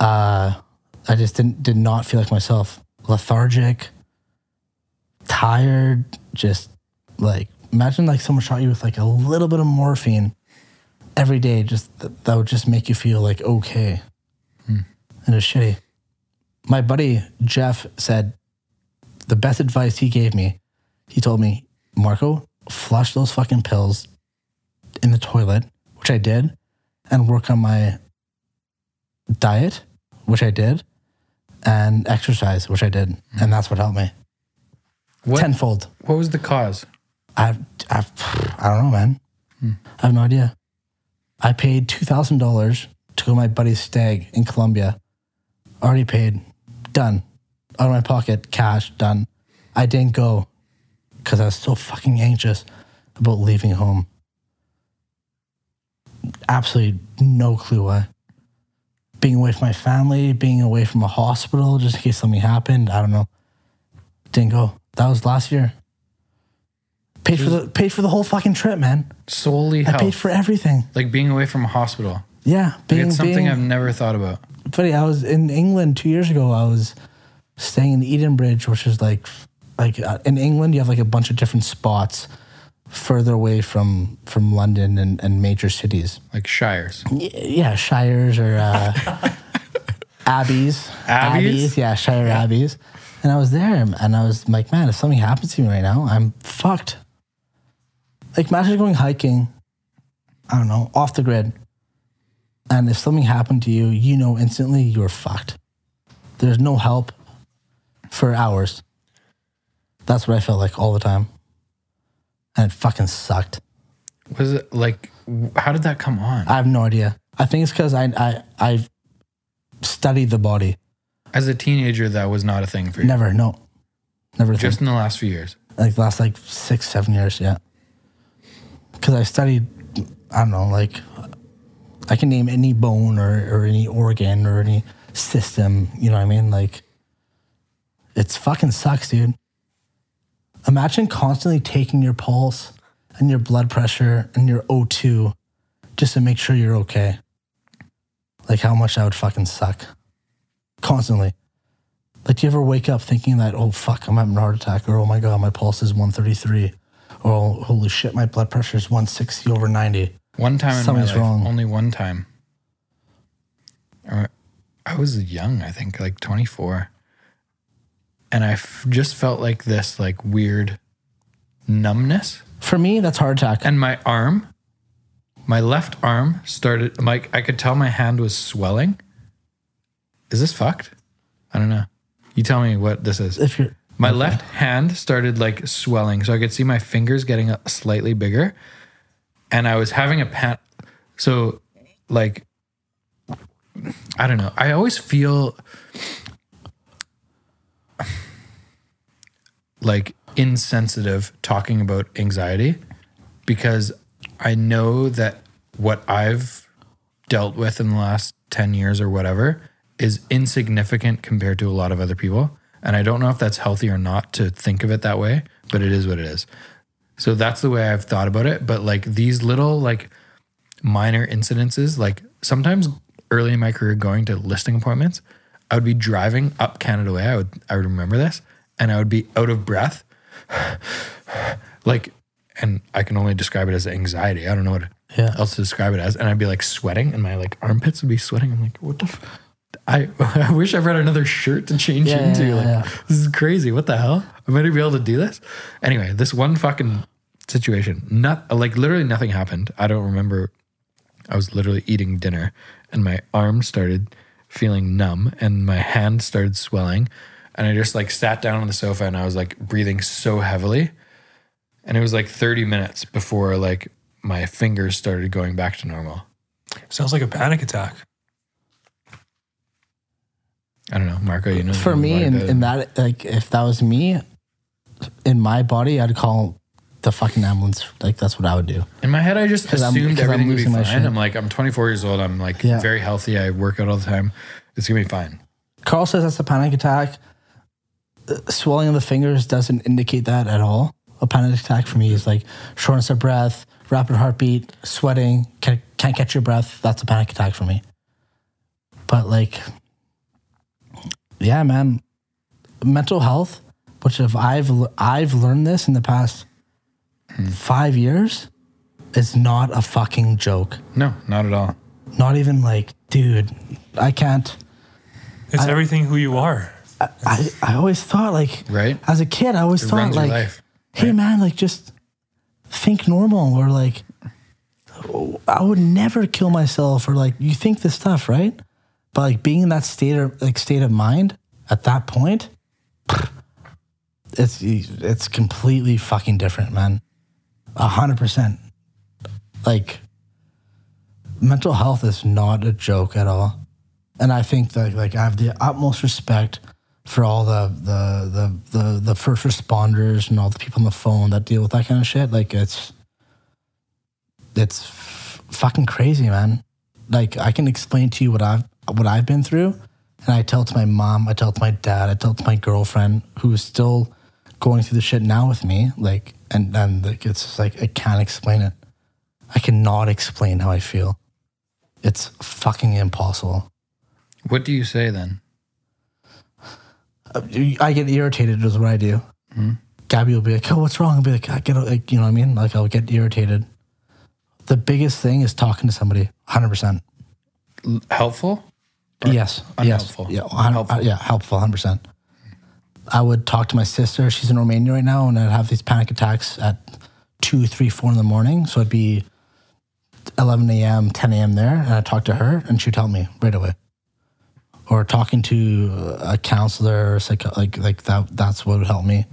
[SPEAKER 2] Uh, I just didn't did not feel like myself. Lethargic, tired, just like imagine like someone shot you with like a little bit of morphine every day. Just th- that would just make you feel like okay. And it was shitty. My buddy Jeff said the best advice he gave me. He told me, Marco, flush those fucking pills in the toilet, which I did, and work on my diet, which I did, and exercise, which I did, and that's what helped me
[SPEAKER 1] What
[SPEAKER 2] tenfold.
[SPEAKER 1] what was the cause?
[SPEAKER 2] I I I don't know, man. I have no idea. I paid two thousand dollars to go to my buddy's stag in Colombia. Already paid, done, out of my pocket, cash, done. I didn't go because I was so fucking anxious about leaving home. Absolutely no clue why. being away from my family, being away from a hospital just in case something happened. I don't know. Didn't go. That was last year. Paid for the paid for the whole fucking trip, man.
[SPEAKER 1] Solely
[SPEAKER 2] I paid
[SPEAKER 1] health.
[SPEAKER 2] for everything.
[SPEAKER 1] like being away from a hospital.
[SPEAKER 2] Yeah, being,
[SPEAKER 1] It's something
[SPEAKER 2] being-
[SPEAKER 1] I've never thought about.
[SPEAKER 2] funny. I was in England two years ago. I was staying in Edenbridge, which is like like uh, in England, you have like a bunch of different spots further away from from London and, and major cities.
[SPEAKER 1] Like shires.
[SPEAKER 2] Y- Yeah, shires or [laughs] uh, abbeys.
[SPEAKER 1] Abbeys?
[SPEAKER 2] Yeah, shire abbeys. And I was there, and and I was like, man, if something happens to me right now, I'm fucked. Like, imagine going hiking. I don't know, off the grid. And if something happened to you, you know instantly you're fucked. There's no help for hours. That's what I felt like all the time. And it fucking sucked.
[SPEAKER 1] Was it like? w- How did that come on?
[SPEAKER 2] I have no idea. I think it's because I, I I've studied the body.
[SPEAKER 1] As a teenager, that was not a thing for you.
[SPEAKER 2] Never, no, never. Just
[SPEAKER 1] Just in the last few years.
[SPEAKER 2] like the last like six, seven years, yeah. Because I've studied, I don't know, like I can name any bone or or any organ or any system. You know what I mean? Like it's fucking sucks, dude. Imagine constantly taking your pulse and your blood pressure and your O2 just to make sure you're okay. Like how much that would fucking suck. Constantly. Like, do you ever wake up thinking that, oh, fuck, I'm having a heart attack, or oh my God, my pulse is 133, or oh, holy shit, my blood pressure is 160 over 90?
[SPEAKER 1] One time in
[SPEAKER 2] Something's
[SPEAKER 1] my life,
[SPEAKER 2] wrong.
[SPEAKER 1] only one time. Or- I was young, I think, like 24. And I f- just felt like this like weird numbness.
[SPEAKER 2] For me, that's heart attack.
[SPEAKER 1] And my arm, my left arm started like I could tell my hand was swelling. Is this fucked? I don't know. You tell me what this is.
[SPEAKER 2] if you're,
[SPEAKER 1] My left hand started like swelling, so I could see my fingers getting uh, slightly bigger, and I was having a pan. So, like, I don't know. I always feel like insensitive talking about anxiety because I know that what I've dealt with in the last 10 years or whatever is insignificant compared to a lot of other people. And I don't know if that's healthy or not to think of it that way, but it is what it is. So that's the way I've thought about it. But like these little, like minor incidences, like sometimes early in my career going to listing appointments, I would be driving up Canada Way. I would, I would remember this and I would be out of breath. like, and I can only describe it as anxiety. I don't know what
[SPEAKER 2] yeah.
[SPEAKER 1] else to describe it as. And I'd be like sweating, and my like armpits would be sweating. I'm like, what the? F- I [laughs] I wish I had another shirt to change
[SPEAKER 2] Yeah,
[SPEAKER 1] into.
[SPEAKER 2] yeah,
[SPEAKER 1] like,
[SPEAKER 2] yeah.
[SPEAKER 1] this is crazy. What the hell? I'm gonna be able to do this. Anyway, this one fucking situation. Not like literally nothing happened. I don't remember. I was literally eating dinner, and my arm started feeling numb, and my hand started swelling, and I just like sat down on the sofa, and I was like breathing so heavily and it was like 30 minutes before like my fingers started going back to normal
[SPEAKER 3] Sounds like a panic attack.
[SPEAKER 1] i don't know marco you know
[SPEAKER 2] For me, in, in that, like, if that was me in my body, I'd call the fucking ambulance. Like, that's what I would do.
[SPEAKER 1] in my head i just
[SPEAKER 2] 'Cause I'm-
[SPEAKER 1] assumed
[SPEAKER 2] 'cause I'm
[SPEAKER 1] everything would be
[SPEAKER 2] losing my
[SPEAKER 1] fine
[SPEAKER 2] shit.
[SPEAKER 1] i'm like i'm 24 years old i'm like
[SPEAKER 2] Yeah.
[SPEAKER 1] very healthy i work out all the time it's gonna be fine
[SPEAKER 2] Carl says that's a panic attack. Uh, Swelling of the fingers doesn't indicate that at all. A panic attack for me is like shortness of breath, rapid heartbeat, sweating, can't, can't catch your breath. That's a panic attack for me. But like, yeah, man, mental health, which if I've l- I've learned this in the past five years, is not a fucking joke.
[SPEAKER 1] no not at all
[SPEAKER 2] Not even like, dude, I can't.
[SPEAKER 3] It's everything who you are.
[SPEAKER 2] I, I always thought like
[SPEAKER 1] Right.
[SPEAKER 2] as a kid I always
[SPEAKER 1] it
[SPEAKER 2] thought
[SPEAKER 1] runs
[SPEAKER 2] like
[SPEAKER 1] your life
[SPEAKER 2] hey man like just think normal or like oh, I would never kill myself or like you think this stuff right but like being in that state of like state of mind at that point it's it's completely fucking different man a hundred percent like mental health is not a joke at all and I think that like I have the utmost respect for all the the the the, the first responders and all the people on the phone that deal with that kind of shit. Like it's it's f- fucking crazy, man. Like I can explain to you what I've what I've been through, and I tell it to my mom, I tell it to my dad, I tell it to my girlfriend who is still going through the shit now with me. Like, and then like, it's just like I can't explain it. I cannot explain how I feel. It's fucking impossible.
[SPEAKER 1] What do you say then?
[SPEAKER 2] Uh, I get irritated with what I do. Gabby will be like, "Oh, what's wrong?" I'll be like, "I get like, you know what I mean." Like, I'll get irritated. The biggest thing is talking to somebody, hundred percent.
[SPEAKER 1] L- helpful?
[SPEAKER 2] Yes.
[SPEAKER 1] unhelpful.
[SPEAKER 2] Yes. Yeah. hun-
[SPEAKER 1] Helpful.
[SPEAKER 2] yeah. Helpful. Hundred percent. I would talk to my sister. She's in Romania right now, and I'd have these panic attacks at two, three, four in the morning. So it'd be eleven a.m., ten a.m. there, and I'd talk to her, and she'd help me right away. Or talking to a counselor, or psych- like like that. That's what would help me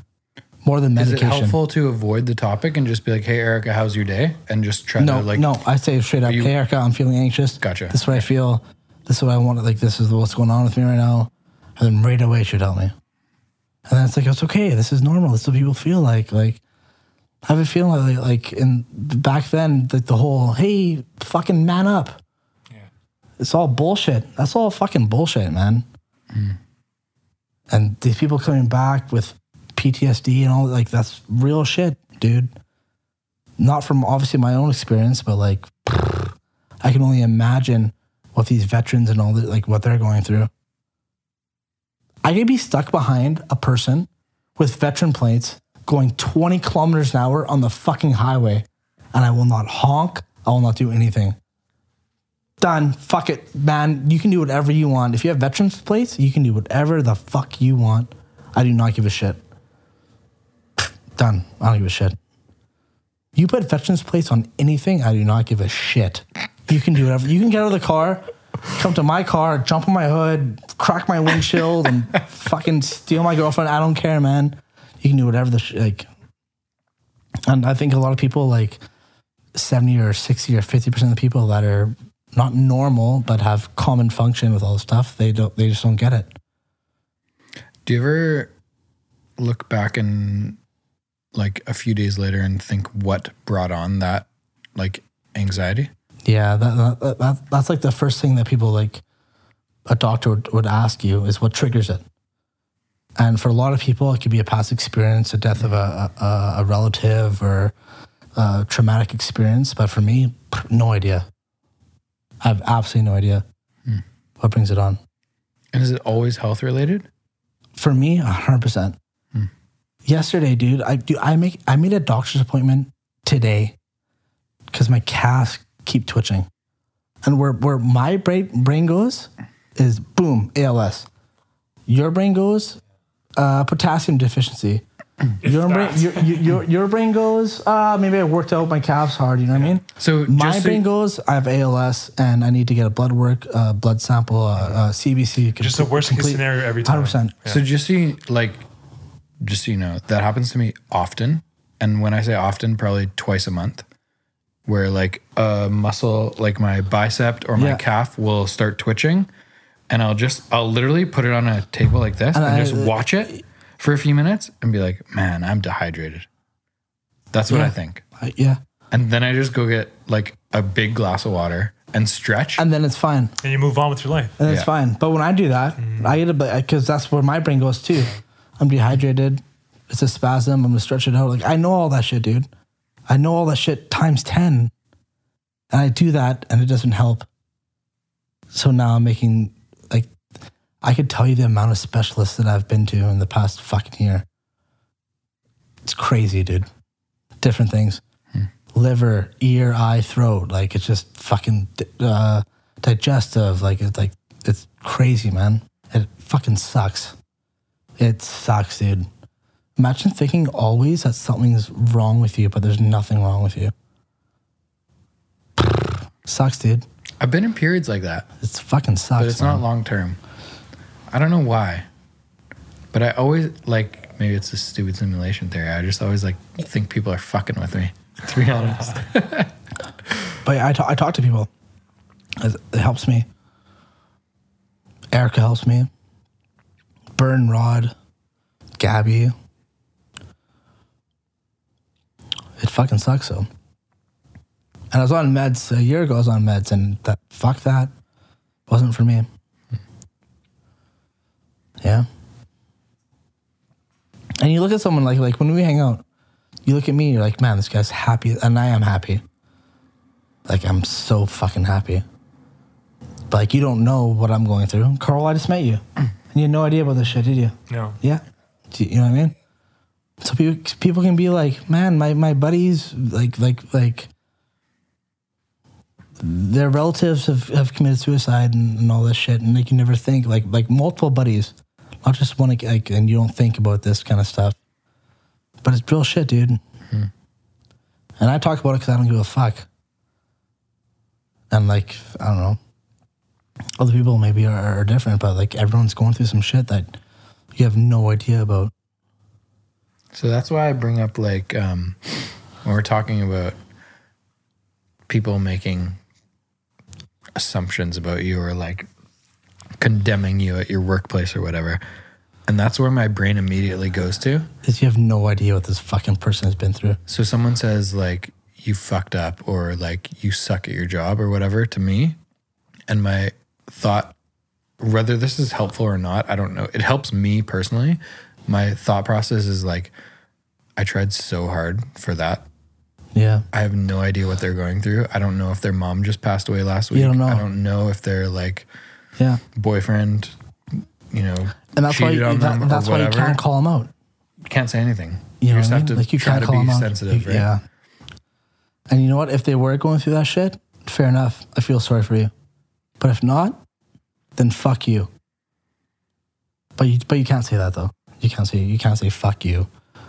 [SPEAKER 2] more than
[SPEAKER 1] Is
[SPEAKER 2] medication.
[SPEAKER 1] it helpful to avoid the topic and just be like, "Hey, Erica, how's your day?" and just try
[SPEAKER 2] No,
[SPEAKER 1] to like,
[SPEAKER 2] no, I say straight up,
[SPEAKER 1] you-
[SPEAKER 2] hey, Erica, I'm feeling anxious.
[SPEAKER 1] Gotcha.
[SPEAKER 2] This is what I feel. This is what I want. Like, this is what's going on with me right now. And then right away, she'd help me. And then it's like, it's okay. This is normal. This is what people feel like. Like, I have a feeling like, like in back then, like the whole, hey, fucking man up. Yeah. It's all bullshit. That's all fucking bullshit, man.
[SPEAKER 1] Mm.
[SPEAKER 2] And these people coming back with PTSD and all, like, that's real shit, dude not from obviously my own experience, but like I can only imagine what these veterans and all that, like what they're going through. I could be stuck behind a person with veteran plates going 20 kilometers an hour on the fucking highway, and I will not honk. I will not do anything. Done. Fuck it, man. You can do whatever you want. If you have veterans plates, you can do whatever the fuck you want. I do not give a shit. Done. I don't give a shit. You put veterans plates on anything, I do not give a shit. You can do whatever. You can get out of the car, come to my car, jump on my hood, crack my windshield, and fucking steal my girlfriend. I don't care, man. You can do whatever the sh- like. And I think a lot of people like seventy or sixty or fifty percent of the people that are not normal but have common function with all this stuff, they don't. They just don't get it.
[SPEAKER 1] do you ever look back and like a few days later and think what brought on that like anxiety?
[SPEAKER 2] Yeah, that, that, that, that that's like the first thing that people like a doctor would, would ask you is what triggers it. And for a lot of people, it could be a past experience, a death of a a, a relative, or a traumatic experience. But for me, pff, no idea. I have absolutely no idea what brings it on.
[SPEAKER 1] And is it always health related?
[SPEAKER 2] For me, hundred percent.
[SPEAKER 3] Hmm.
[SPEAKER 2] Yesterday, dude, I do. I make I made a doctor's appointment today because my calves keep twitching, and where where my brain brain goes is boom ALS. Your brain goes uh, potassium
[SPEAKER 3] [clears throat]
[SPEAKER 2] deficiency. Your brain, your, your, your, your brain goes. Uh, maybe I worked out my calves hard. You know what I mean?
[SPEAKER 1] So
[SPEAKER 2] My
[SPEAKER 1] just so
[SPEAKER 2] brain
[SPEAKER 1] you-
[SPEAKER 2] goes. I have ALS, and I need to get a blood work, uh, blood sample, uh, uh, CBC.
[SPEAKER 3] Just the worst case scenario every time.
[SPEAKER 2] Hundred percent.
[SPEAKER 1] So just so you, like, just so you know, that happens to me often, and when I say often, probably twice a month, where like a muscle, like my bicep or my
[SPEAKER 2] Yeah.
[SPEAKER 1] calf, will start twitching, and I'll just, I'll literally put it on a table like this and,
[SPEAKER 2] I-
[SPEAKER 1] just watch it for a few minutes and be like, man, I'm dehydrated. That's what I
[SPEAKER 2] Yeah.
[SPEAKER 1] think,
[SPEAKER 2] Uh, yeah.
[SPEAKER 1] and then I just go get like a big glass of water and stretch.
[SPEAKER 2] and then it's fine.
[SPEAKER 3] And you move on with your life.
[SPEAKER 2] And it's
[SPEAKER 1] Yeah.
[SPEAKER 2] fine. But when I do that, I get a because that's where my brain goes too. I'm dehydrated. It's a spasm. I'm gonna stretch it out. Like I know all that shit, dude. I know all that shit times ten, and I do that, and it doesn't help. So now I'm making like I could tell you the amount of specialists that I've been to in the past fucking year. It's crazy, dude. Different things. liver, ear, eye, throat. Like it's just fucking uh, digestive. Like it's like it's crazy, man. It fucking sucks. It sucks, dude. Imagine thinking always that something's wrong with you, but there's nothing wrong with you. sucks, dude.
[SPEAKER 1] I've been in periods like that.
[SPEAKER 2] It's fucking sucks.
[SPEAKER 1] but it's
[SPEAKER 2] man.
[SPEAKER 1] not long term. I don't know why, but I always like maybe it's a stupid simulation theory. I just always like think people are fucking with me. [laughs] To be honest,
[SPEAKER 2] But I ta- I talk to people. It it helps me. Erica helps me. Burn Rod, Gabby. It fucking sucks though. And I was on meds a year ago. I was on meds, and that fuck that wasn't for me. And you look at someone like like when we hang out, you look at me, you're like, man, this guy's happy, and I am happy. Like I'm so fucking happy. But like you don't know what I'm going through. Carl, I just met you, and you had no idea about this shit, did you?
[SPEAKER 3] No.
[SPEAKER 2] Yeah. Do you, you know what I mean? So people, people can be like, man, my, my buddies, like, like, like, their relatives have, have committed suicide and, and all this shit. And they can never think, like, like multiple buddies, not just one, like, and you don't think about this kind of stuff. But it's real shit, dude. And I talk about it because I don't give a fuck. And, like, I don't know. Other people maybe are, are different, but, like, everyone's going through some shit that you have no idea about.
[SPEAKER 1] So that's why I bring up like um, when we're talking about people making assumptions about you or like condemning you at your workplace or whatever. And that's where my brain immediately goes to.
[SPEAKER 2] is you have no idea what this fucking person has been through.
[SPEAKER 1] So someone says like you fucked up or like you suck at your job or whatever to me, and my thought whether this is helpful or not, I don't know. It helps me personally. My thought process is like I tried so hard for that.
[SPEAKER 2] Yeah.
[SPEAKER 1] I have no idea what they're going through. I don't know if their mom just passed away last week.
[SPEAKER 2] You don't know.
[SPEAKER 1] I don't know if their like
[SPEAKER 2] Yeah.
[SPEAKER 1] boyfriend, you know,
[SPEAKER 2] And that's
[SPEAKER 1] cheated
[SPEAKER 2] why
[SPEAKER 1] on
[SPEAKER 2] that,
[SPEAKER 1] them or
[SPEAKER 2] that's why you
[SPEAKER 1] whatever.
[SPEAKER 2] can't call them out.
[SPEAKER 1] Can't say anything.
[SPEAKER 2] You,
[SPEAKER 1] You,
[SPEAKER 2] know
[SPEAKER 1] just
[SPEAKER 2] what I
[SPEAKER 1] have
[SPEAKER 2] mean?
[SPEAKER 1] to
[SPEAKER 2] like you
[SPEAKER 1] try
[SPEAKER 2] can't
[SPEAKER 1] to
[SPEAKER 2] call
[SPEAKER 1] be
[SPEAKER 2] them out.
[SPEAKER 1] sensitive,
[SPEAKER 2] You-
[SPEAKER 1] right?
[SPEAKER 2] Yeah. And you know what? If they were going through that shit, fair enough. I feel sorry for you. But if not, then fuck you. But you but you can't say that though. You can't say you can't say fuck you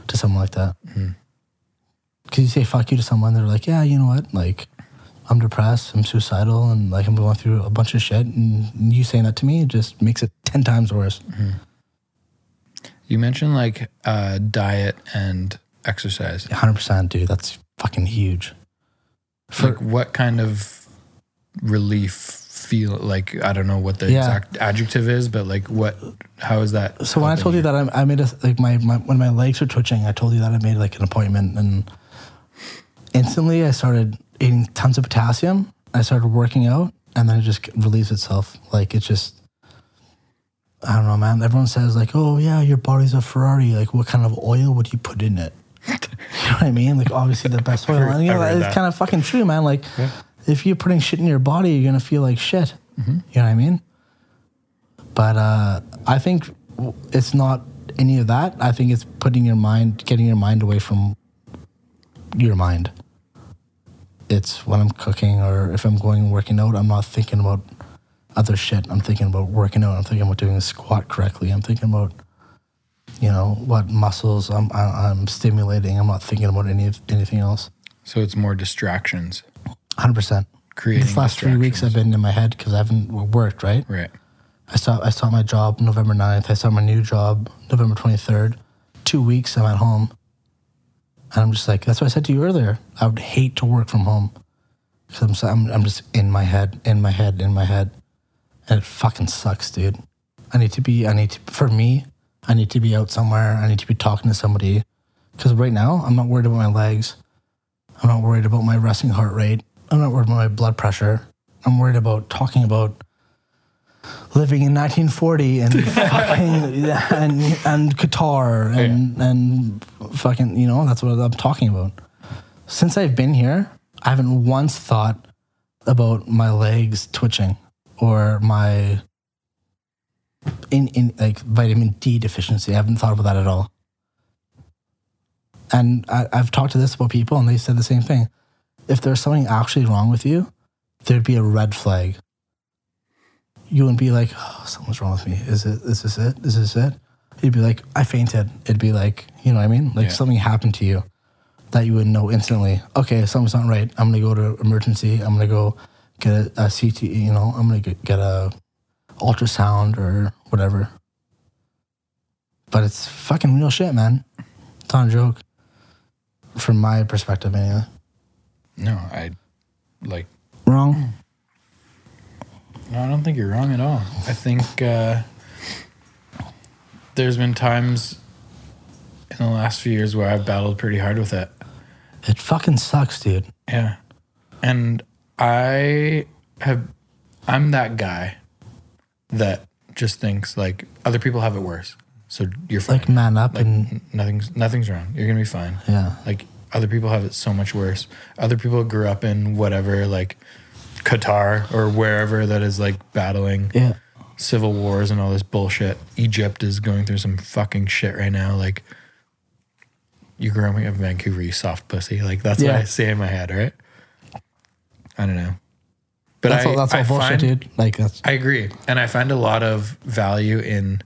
[SPEAKER 2] to someone like that.
[SPEAKER 1] Hmm.
[SPEAKER 2] Because you say fuck you to someone, they're like, yeah, you know what? Like, I'm depressed, I'm suicidal, and like I'm going through a bunch of shit. And you saying that to me just makes it ten times worse.
[SPEAKER 1] Hmm. You mentioned like uh, diet and exercise.
[SPEAKER 2] Hundred percent, dude. That's fucking huge. For-
[SPEAKER 1] like what kind of relief feel like I don't know what the
[SPEAKER 2] Yeah.
[SPEAKER 1] exact adjective is, but like what how is that?
[SPEAKER 2] So when I told you that I, I made a like my, my when my legs were twitching, I told you that I made like an appointment, and instantly I started eating tons of potassium. I started working out, and then it just relieves itself. Like it just, I don't know, man. Everyone says like, "Oh yeah, your body's a Ferrari. Like, what kind of oil would you put in it?" [laughs] you know what I mean? Like, obviously the best oil. And, you know,
[SPEAKER 3] I read
[SPEAKER 2] it's
[SPEAKER 3] that.
[SPEAKER 2] kind of fucking true, man. Like, if you're putting shit in your body, you're gonna feel like shit. You know what I mean? But uh, I think w- it's not any of that. I think it's putting your mind, getting your mind away from your mind. It's when I'm cooking or if I'm going and working out, I'm not thinking about other shit. I'm thinking about working out. I'm thinking about doing a squat correctly. I'm thinking about, you know, what muscles I'm, I- I'm stimulating. I'm not thinking about any of anything else.
[SPEAKER 1] so it's more distractions.
[SPEAKER 2] 100%.
[SPEAKER 1] Creating
[SPEAKER 2] These last three weeks I've been in my head because I haven't worked, right?
[SPEAKER 1] Right.
[SPEAKER 2] I saw I saw my job November 9th. I saw my new job November 23rd. Two weeks I'm at home. And I'm just like, that's what I said to you earlier. I would hate to work from home. Because I'm, so- I'm, I'm just in my head, in my head, in my head. And it fucking sucks, dude. I need to be, I need to, for me, I need to be out somewhere. I need to be talking to somebody. Because right now, I'm not worried about my legs. I'm not worried about my resting heart rate. I'm not worried about my blood pressure. I'm worried about talking about living in 1940 and fucking and and Qatar and and fucking you know that's what I'm talking about. Since I've been here, I haven't once thought about my legs twitching or my in in like vitamin D deficiency. I haven't thought about that at all. And I, I've talked to this about people, and they said the same thing. If there's something actually wrong with you, there'd be a red flag you wouldn't be like, oh, something's wrong with me. Is it? Is this it? Is this it? You'd be like, I fainted. It'd be like, you know what I mean? Like
[SPEAKER 1] Yeah.
[SPEAKER 2] something happened to you that you would know instantly. Okay, something's not right. I'm gonna go to emergency. I'm gonna go get a, a CT. You know, I'm gonna get, get a ultrasound or whatever. But it's fucking real shit, man. It's not a joke. From my perspective, anyway.
[SPEAKER 1] No, I like
[SPEAKER 2] Wrong.
[SPEAKER 1] No, I don't think you're wrong at all. I think uh, there's been times in the last few years where I've battled pretty hard with it.
[SPEAKER 2] It fucking sucks, dude.
[SPEAKER 1] Yeah. And I have, I'm that guy that just thinks like other people have it worse. So you're fine.
[SPEAKER 2] Like man up and
[SPEAKER 1] nothing's nothing's wrong. You're gonna be fine.
[SPEAKER 2] yeah.
[SPEAKER 1] Like other people have it so much worse. Other people grew up in whatever, like Qatar or wherever that is like battling
[SPEAKER 2] Yeah.
[SPEAKER 1] civil wars and all this bullshit. Egypt is going through some fucking shit right now. Like you grew up in Vancouver, you soft pussy. Like that's what
[SPEAKER 2] Yeah.
[SPEAKER 1] I say in my head, right? I don't know. But
[SPEAKER 2] That's
[SPEAKER 1] I,
[SPEAKER 2] all that's all
[SPEAKER 1] I
[SPEAKER 2] bullshit,
[SPEAKER 1] find,
[SPEAKER 2] dude. Like that's
[SPEAKER 1] I agree. And I find a lot of value in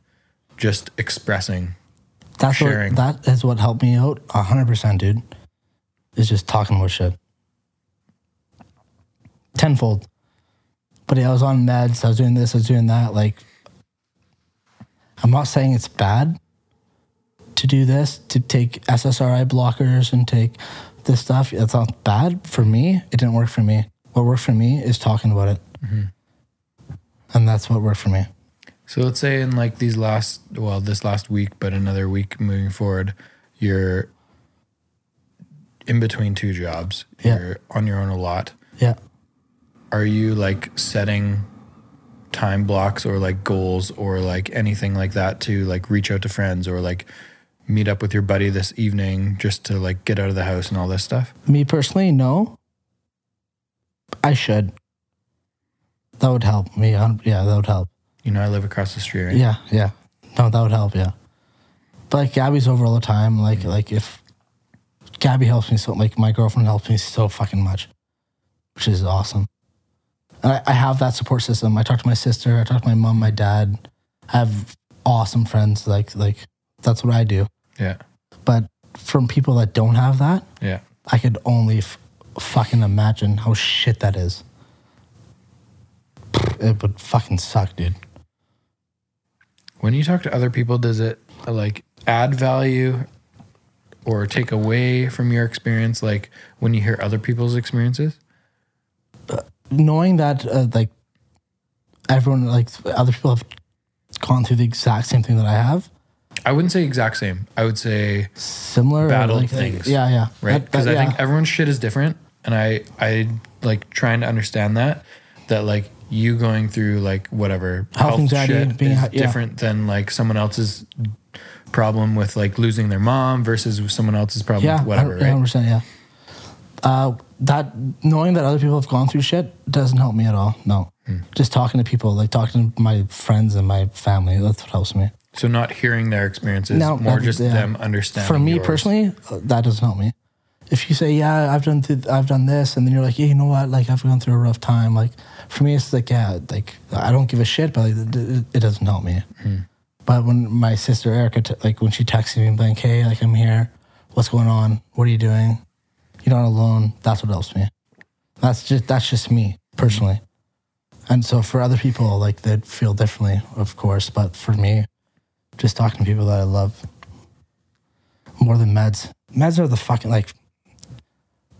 [SPEAKER 1] just expressing.
[SPEAKER 2] that's
[SPEAKER 1] sharing.
[SPEAKER 2] what that is what helped me out a hundred percent, dude. Is just talking about shit. Tenfold. But yeah, I was on meds, I was doing this, I was doing that, like I'm not saying it's bad to do this, to take SSRI blockers and take this stuff. That's not bad for me. It didn't work for me. What worked for me is talking about it.
[SPEAKER 1] Mm-hmm.
[SPEAKER 2] And that's what worked for me.
[SPEAKER 1] So let's say in like these last, well, this last week, but another week moving forward, you're in between two jobs.
[SPEAKER 2] Yeah.
[SPEAKER 1] You're on your own a lot.
[SPEAKER 2] Yeah.
[SPEAKER 1] Are you like setting time blocks or like goals or like anything like that to like reach out to friends or like meet up with your buddy this evening just to like get out of the house and all this stuff?
[SPEAKER 2] Me personally, no. I should. That would help me. I don't- Yeah, that would help.
[SPEAKER 1] You know, I live across the street. Right?
[SPEAKER 2] Yeah, yeah. No, that would help. Yeah. But like Gabby's over all the time. Like,
[SPEAKER 1] Mm-hmm.
[SPEAKER 2] like if Gabby helps me so, like my girlfriend helps me so fucking much, which is awesome. And I, I have that support system. I talk to my sister. I talk to my mom, my dad. I have awesome friends. Like, like that's what I do.
[SPEAKER 1] Yeah.
[SPEAKER 2] But from people that don't have that,
[SPEAKER 1] Yeah.
[SPEAKER 2] I could only f- fucking imagine how shit that is. It would fucking suck, dude.
[SPEAKER 1] When you talk to other people, does it uh, like add value or take away from your experience? Like when you hear other people's experiences?
[SPEAKER 2] Knowing that, uh, like, everyone, like, other people have gone through the exact same thing that I have,
[SPEAKER 1] I wouldn't say exact same. I would say
[SPEAKER 2] similar or,
[SPEAKER 1] Battle
[SPEAKER 2] like,
[SPEAKER 1] things,
[SPEAKER 2] Yeah, yeah.
[SPEAKER 1] right
[SPEAKER 2] That-
[SPEAKER 1] because
[SPEAKER 2] that-
[SPEAKER 1] I think
[SPEAKER 2] yeah.
[SPEAKER 1] everyone's shit is different, and I I like trying to understand that that like you going through like whatever
[SPEAKER 2] Health anxiety,
[SPEAKER 1] shit
[SPEAKER 2] being
[SPEAKER 1] is
[SPEAKER 2] hi- yeah.
[SPEAKER 1] different than like someone else's problem with like losing their mom versus someone else's problem
[SPEAKER 2] yeah,
[SPEAKER 1] with whatever,
[SPEAKER 2] Yeah,
[SPEAKER 1] right?
[SPEAKER 2] 100%, yeah. Uh, that knowing that other people have gone through shit doesn't help me at all. No,
[SPEAKER 1] Hmm.
[SPEAKER 2] just talking to people, like talking to my friends and my family, that's what helps me.
[SPEAKER 1] So not hearing their experiences,
[SPEAKER 2] No,
[SPEAKER 1] more
[SPEAKER 2] that-
[SPEAKER 1] just
[SPEAKER 2] yeah.
[SPEAKER 1] them understanding.
[SPEAKER 2] for me
[SPEAKER 1] yours.
[SPEAKER 2] personally, uh, that doesn't help me. If you say, "Yeah, I've done th- I've done this," and then you're like, "Yeah, you know what? Like, I've gone through a rough time." Like, for me, it's like, yeah, like I don't give a shit, but like, it- it, it doesn't help me. But when my sister Erica, t- like, when she texts me, like, "Hey, like, I'm here. What's going on? What are you doing? You're not alone." That's what helps me. That's just that's just me personally. And so for other people, like, they feel differently, of course. But for me, just talking to people that I love more than meds. Meds are the fucking like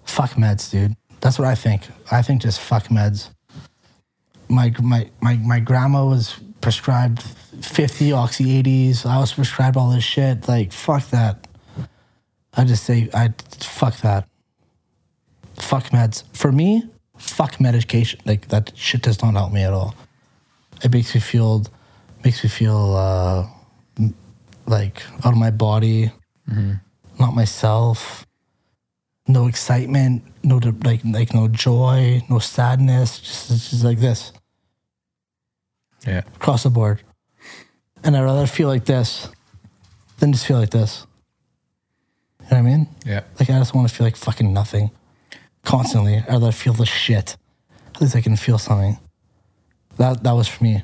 [SPEAKER 2] fuck meds, dude. That's what I think. I think just fuck meds. My my my my grandma was prescribed 50 oxy 80s. I was prescribed all this shit. Like fuck that. I just say I fuck that. Fuck meds. For me, fuck medication. Like that shit does not help me at all. It makes me feel makes me feel uh m- like out of my body not myself. No excitement, no de- like like no joy, no sadness. Just it's just like this
[SPEAKER 1] yeah.
[SPEAKER 2] across the board. And I'd rather feel like this than just feel like this. You know what I mean?
[SPEAKER 1] Yeah.
[SPEAKER 2] Like I just want to feel like fucking nothing constantly. I'd rather feel the shit. At least I can feel something. That that was for me.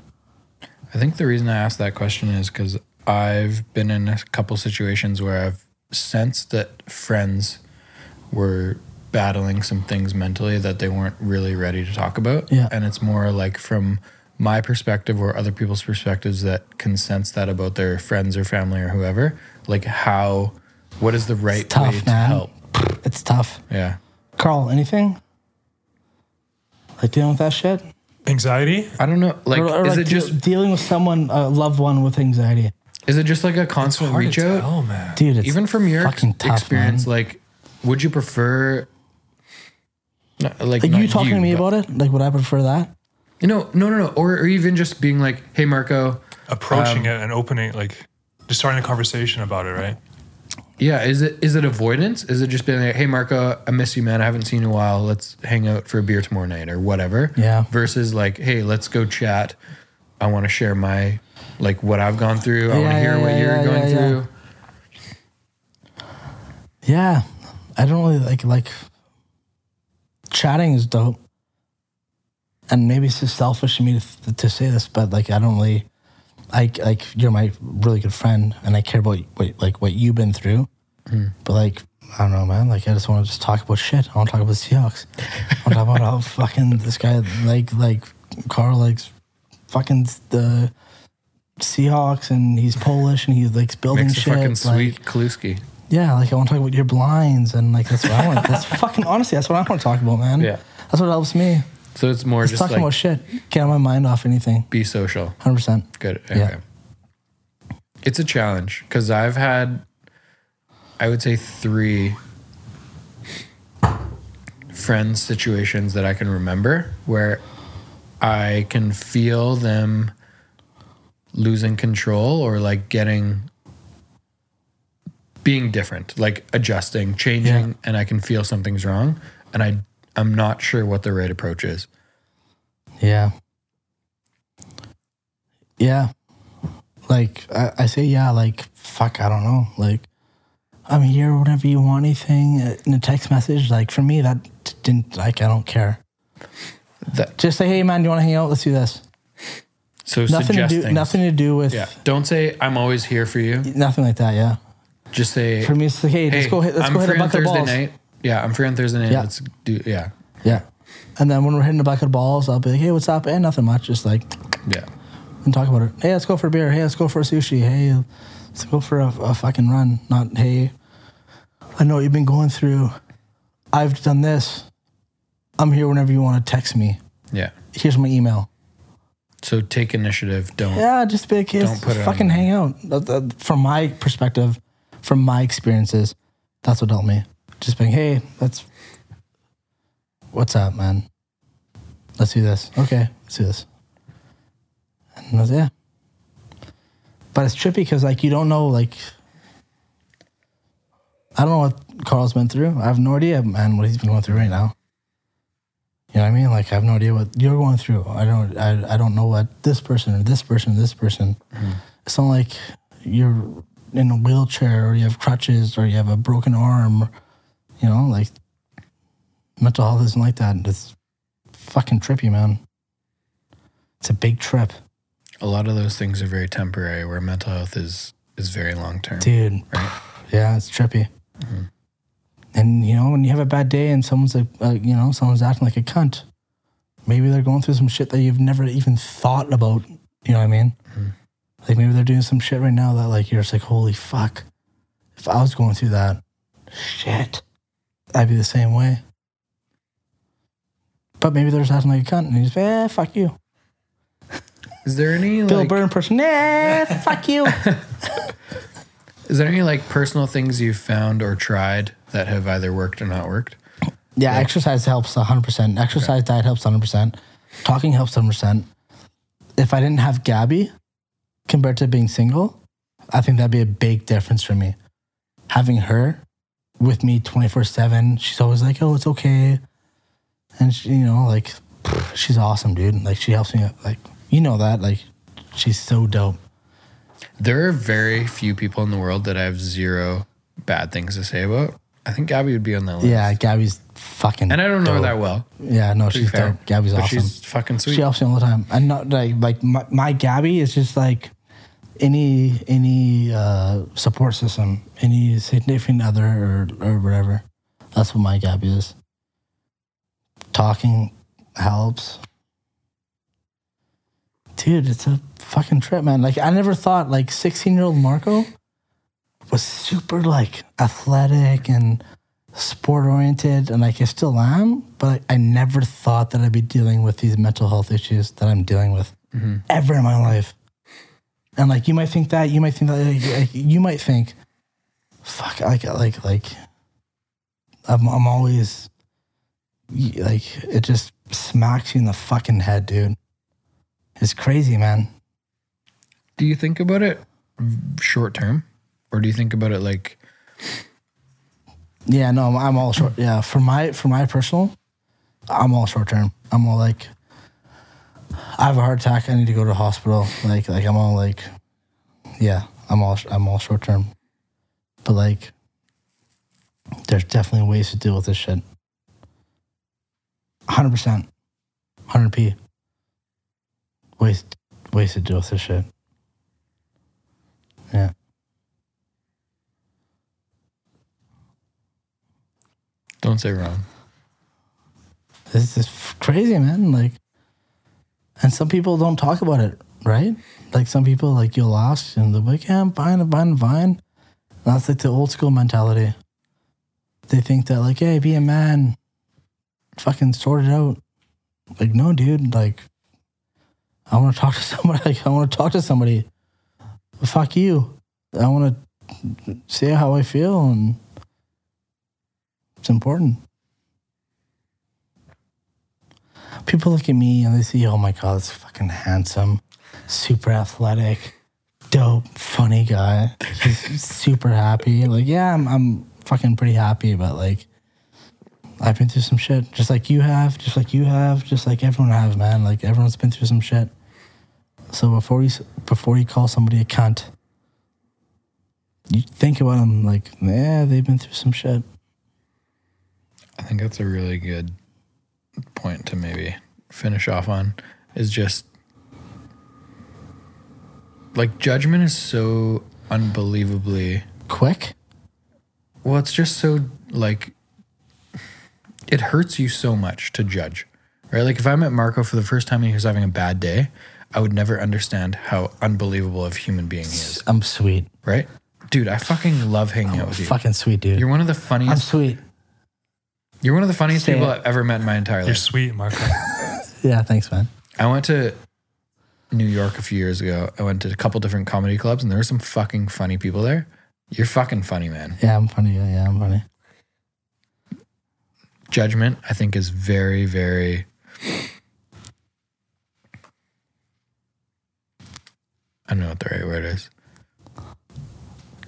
[SPEAKER 1] I think the reason I asked that question is because I've been in a couple situations where I've sensed that friends were battling some things mentally that they weren't really ready to talk about.
[SPEAKER 2] Yeah.
[SPEAKER 1] And it's more like from my perspective or other people's perspectives that can sense that about their friends or family or whoever. Like how what is the right
[SPEAKER 2] It's tough,
[SPEAKER 1] way to
[SPEAKER 2] man.
[SPEAKER 1] help?
[SPEAKER 2] It's tough.
[SPEAKER 1] Yeah.
[SPEAKER 2] Carl, anything? Like dealing with that shit?
[SPEAKER 3] Anxiety?
[SPEAKER 1] I don't know. Like
[SPEAKER 2] Or- or
[SPEAKER 1] is
[SPEAKER 2] like
[SPEAKER 1] it
[SPEAKER 2] de-
[SPEAKER 1] just
[SPEAKER 2] dealing with someone, a loved one with anxiety?
[SPEAKER 1] is it just like a constant
[SPEAKER 3] Hard
[SPEAKER 1] reach
[SPEAKER 3] to
[SPEAKER 1] out?
[SPEAKER 3] tell, man.
[SPEAKER 2] dude. It's
[SPEAKER 1] even from your ex-
[SPEAKER 2] fucking tough,
[SPEAKER 1] experience,
[SPEAKER 2] man.
[SPEAKER 1] like, would you prefer? No, like
[SPEAKER 2] like,
[SPEAKER 1] not
[SPEAKER 2] you talking to me
[SPEAKER 1] but-
[SPEAKER 2] about it, like would I prefer that?
[SPEAKER 1] You know, no, no, no, or, or even just being like, "Hey, Marco,
[SPEAKER 2] um,
[SPEAKER 3] Approaching it and opening, like, Just starting a conversation about it, right?
[SPEAKER 1] Yeah, is it is it avoidance? Is it just being like, "Hey, Marco, I miss you, man. I haven't seen you in a while. Let's hang out for a beer tomorrow night or whatever."
[SPEAKER 2] Yeah.
[SPEAKER 1] Versus like, "Hey, let's go chat. I want to share my like what I've gone through. I want to
[SPEAKER 2] Yeah,
[SPEAKER 1] hear
[SPEAKER 2] yeah,
[SPEAKER 1] what
[SPEAKER 2] yeah,
[SPEAKER 1] you're
[SPEAKER 2] yeah,
[SPEAKER 1] going
[SPEAKER 2] yeah.
[SPEAKER 1] through."
[SPEAKER 2] Yeah, I don't really like like chatting is dope, and maybe it's just selfish of me to, th- to say this, but like I don't really like like you're my really good friend, and I care about what like what you've been through,
[SPEAKER 1] Hmm.
[SPEAKER 2] but like. I don't know, man. Like, I just want to just talk about shit. I want to talk about Seahawks. I want to talk
[SPEAKER 1] [laughs]
[SPEAKER 2] about how fucking this guy, like, like Carl likes fucking the Seahawks, and he's Polish, and he likes building
[SPEAKER 1] Makes a
[SPEAKER 2] shit.
[SPEAKER 1] fucking
[SPEAKER 2] like-
[SPEAKER 1] sweet Kaluski.
[SPEAKER 2] yeah, like I want to talk about your blinds and like that's what I want.
[SPEAKER 1] [laughs]
[SPEAKER 2] That's fucking honestly, that's what I want to talk about, man.
[SPEAKER 1] Yeah.
[SPEAKER 2] that's what helps me.
[SPEAKER 1] So it's more
[SPEAKER 2] Just
[SPEAKER 1] just
[SPEAKER 2] talking
[SPEAKER 1] like
[SPEAKER 2] about shit, get my mind off anything.
[SPEAKER 1] be social.
[SPEAKER 2] Hundred percent.
[SPEAKER 1] Good. Okay.
[SPEAKER 2] Yeah.
[SPEAKER 1] It's a challenge because I've had, I would say, three friend situations that I can remember where I can feel them losing control or like getting being different, like adjusting, changing, and I can feel something's wrong, and I I'm not sure what the right approach is.
[SPEAKER 2] Yeah, yeah. Like I, I say, yeah. Like fuck, I don't know. Like I'm here whenever you want anything uh, in a text message. Like for me, that d- didn't like I don't care.
[SPEAKER 1] That,
[SPEAKER 2] Just say, hey man, do you want to hang out? Let's do this.
[SPEAKER 1] so
[SPEAKER 2] Nothing
[SPEAKER 1] suggest
[SPEAKER 2] to do.
[SPEAKER 1] things.
[SPEAKER 2] Nothing to do with.
[SPEAKER 1] Yeah. Don't say I'm always here for you.
[SPEAKER 2] Nothing like that. Yeah.
[SPEAKER 1] Just say
[SPEAKER 2] For me, it's like, hey, let's
[SPEAKER 1] hey,
[SPEAKER 2] go. Hit, let's
[SPEAKER 1] I'm
[SPEAKER 2] go hit a
[SPEAKER 1] free on
[SPEAKER 2] bucket of
[SPEAKER 1] Thursday
[SPEAKER 2] balls.
[SPEAKER 1] night. Yeah, I'm free on Thursday night.
[SPEAKER 2] Yeah.
[SPEAKER 1] Let's do yeah.
[SPEAKER 2] Yeah. And then when we're hitting the bucket of balls, I'll be like, hey, what's up? And nothing much. Just like,
[SPEAKER 1] Yeah.
[SPEAKER 2] and talk about it. Hey, let's go for a beer. Hey, let's go for a sushi. Hey, let's go for a, a fucking run. Not, hey, I know what you've been going through. I've done this. I'm here whenever you want to text me.
[SPEAKER 1] Yeah.
[SPEAKER 2] Here's my email.
[SPEAKER 1] So take initiative. Don't
[SPEAKER 2] Yeah, just be like, hey,
[SPEAKER 1] Don't
[SPEAKER 2] let's
[SPEAKER 1] put it on
[SPEAKER 2] fucking
[SPEAKER 1] them.
[SPEAKER 2] hang out. That- that- From my perspective, from my experiences, that's what helped me. Just being, hey, that's what's up, man. Let's do this. Okay, let's do this. And that's, yeah. But it's trippy because like you don't know like I don't know what Carl's been through. I have no idea, man, what he's been going through right now. You know what I mean? Like I have no idea what you're going through. I don't. I, I don't know what this person or this person, or this person. It's not like you're in a wheelchair or you have crutches or you have a broken arm. Or, you know, like mental health isn't like that. It's fucking trippy, man. It's a big trip,
[SPEAKER 1] a lot of those things are very temporary where mental health is is very long term.
[SPEAKER 2] dude.
[SPEAKER 1] Right.
[SPEAKER 2] Yeah, it's trippy. And you know, when you have a bad day and someone's like, uh, you know, someone's acting like a cunt, maybe they're going through some shit that you've never even thought about. You know what I mean? Like maybe they're doing some shit right now that like you're just like, holy fuck, if I was going through that, shit, I'd be the same way. But maybe they're just acting like a cunt, and you just, eh, fuck you,
[SPEAKER 1] Is there any
[SPEAKER 2] Bill
[SPEAKER 1] like
[SPEAKER 2] Burr impersonation, eh, fuck you.
[SPEAKER 1] is there any like personal things you've found or tried that have either worked or not worked?
[SPEAKER 2] Yeah, exercise helps 100%. Exercise diet helps 100%. Talking helps 100%. If I didn't have Gabby compared to being single, I think that'd be a big difference for me. Having her with me 24 7, she's always like, oh, it's okay. And, she, you know, like, pfft, she's awesome, dude. Like, she helps me. Like, you know that. Like, she's so dope.
[SPEAKER 1] There are very few people in the world that I have zero bad things to say about. I think Gabby would be on that list.
[SPEAKER 2] Yeah, Gabby's fucking.
[SPEAKER 1] And I don't know her
[SPEAKER 2] dope.
[SPEAKER 1] that well. to
[SPEAKER 2] Yeah, no,
[SPEAKER 1] be
[SPEAKER 2] she's
[SPEAKER 1] fair,
[SPEAKER 2] dope. Gabby's
[SPEAKER 1] but
[SPEAKER 2] awesome.
[SPEAKER 1] She's fucking sweet.
[SPEAKER 2] She helps me all the time. And not like like my, my Gabby is just like any any uh, support system, any significant other or, or whatever. That's what my Gabby is. Talking helps. Dude, it's a fucking trip, man. Like I never thought like sixteen year old Marco was super like athletic and sport oriented and like I still am, but I never thought that I'd be dealing with these mental health issues that I'm dealing with ever in my life. And like you might think that, you might think that, like, like, you might think, fuck, like, like, like, I'm, I'm always y- like, it just smacks you in the fucking head, dude. It's crazy, man.
[SPEAKER 1] Do you think about it short term, or do you think about it like
[SPEAKER 2] Yeah, no, I'm, I'm all short. Yeah, for my for my personal, I'm all short term. I'm all like, I have a heart attack. I need to go to the hospital. Like like I'm all like, yeah, I'm all I'm all short term. But like, there's definitely ways to deal with this shit. Hundred percent, hundred p. Ways ways to deal with this shit. Yeah.
[SPEAKER 1] don't say wrong?
[SPEAKER 2] this is f- crazy, man. Like, and some people don't talk about it, right? Like some people, like you'll ask and they're like, "Yeah, I'm buying, I'm buying, I'm buying." And that's like the old school mentality. They think that like, "Hey, be a man, fucking sort it out." Like, no, dude. Like, I want to talk to [laughs] somebody. Like, I want to talk to somebody. Fuck you. I want to say how I feel, and it's important. people look at me and they see, oh my God, it's fucking handsome, super athletic, dope, funny guy. He's super happy. Like, yeah, I'm, I'm fucking pretty happy, but like, I've been through some shit, just like you have, just like you have, just like everyone have, man. Like everyone's been through some shit. So before you s- before you call somebody a cunt, you think about them like, yeah, they've been through some shit.
[SPEAKER 1] I think that's a really good point to maybe finish off on is just like judgment is so unbelievably
[SPEAKER 2] Quick,
[SPEAKER 1] well it's just so like it hurts you so much to judge right like if i met marco for the first time and he was having a bad day i would never understand how unbelievable of a human being he is
[SPEAKER 2] I'm sweet,
[SPEAKER 1] right dude i fucking love hanging out with you
[SPEAKER 2] fucking sweet, dude.
[SPEAKER 1] you're one of the funniest
[SPEAKER 2] I'm sweet.
[SPEAKER 1] you're one of the funniest
[SPEAKER 2] Say
[SPEAKER 1] people
[SPEAKER 2] it.
[SPEAKER 1] i've ever met in my entire life
[SPEAKER 3] You're sweet, Marco.
[SPEAKER 2] [laughs] Yeah, thanks, man.
[SPEAKER 1] I went to New York a few years ago. I went to a couple different comedy clubs, and there were some fucking funny people there. You're fucking funny, man.
[SPEAKER 2] Yeah, I'm funny. Yeah, yeah, I'm funny.
[SPEAKER 1] Judgment, I think, is very, very. I don't know what the right word is.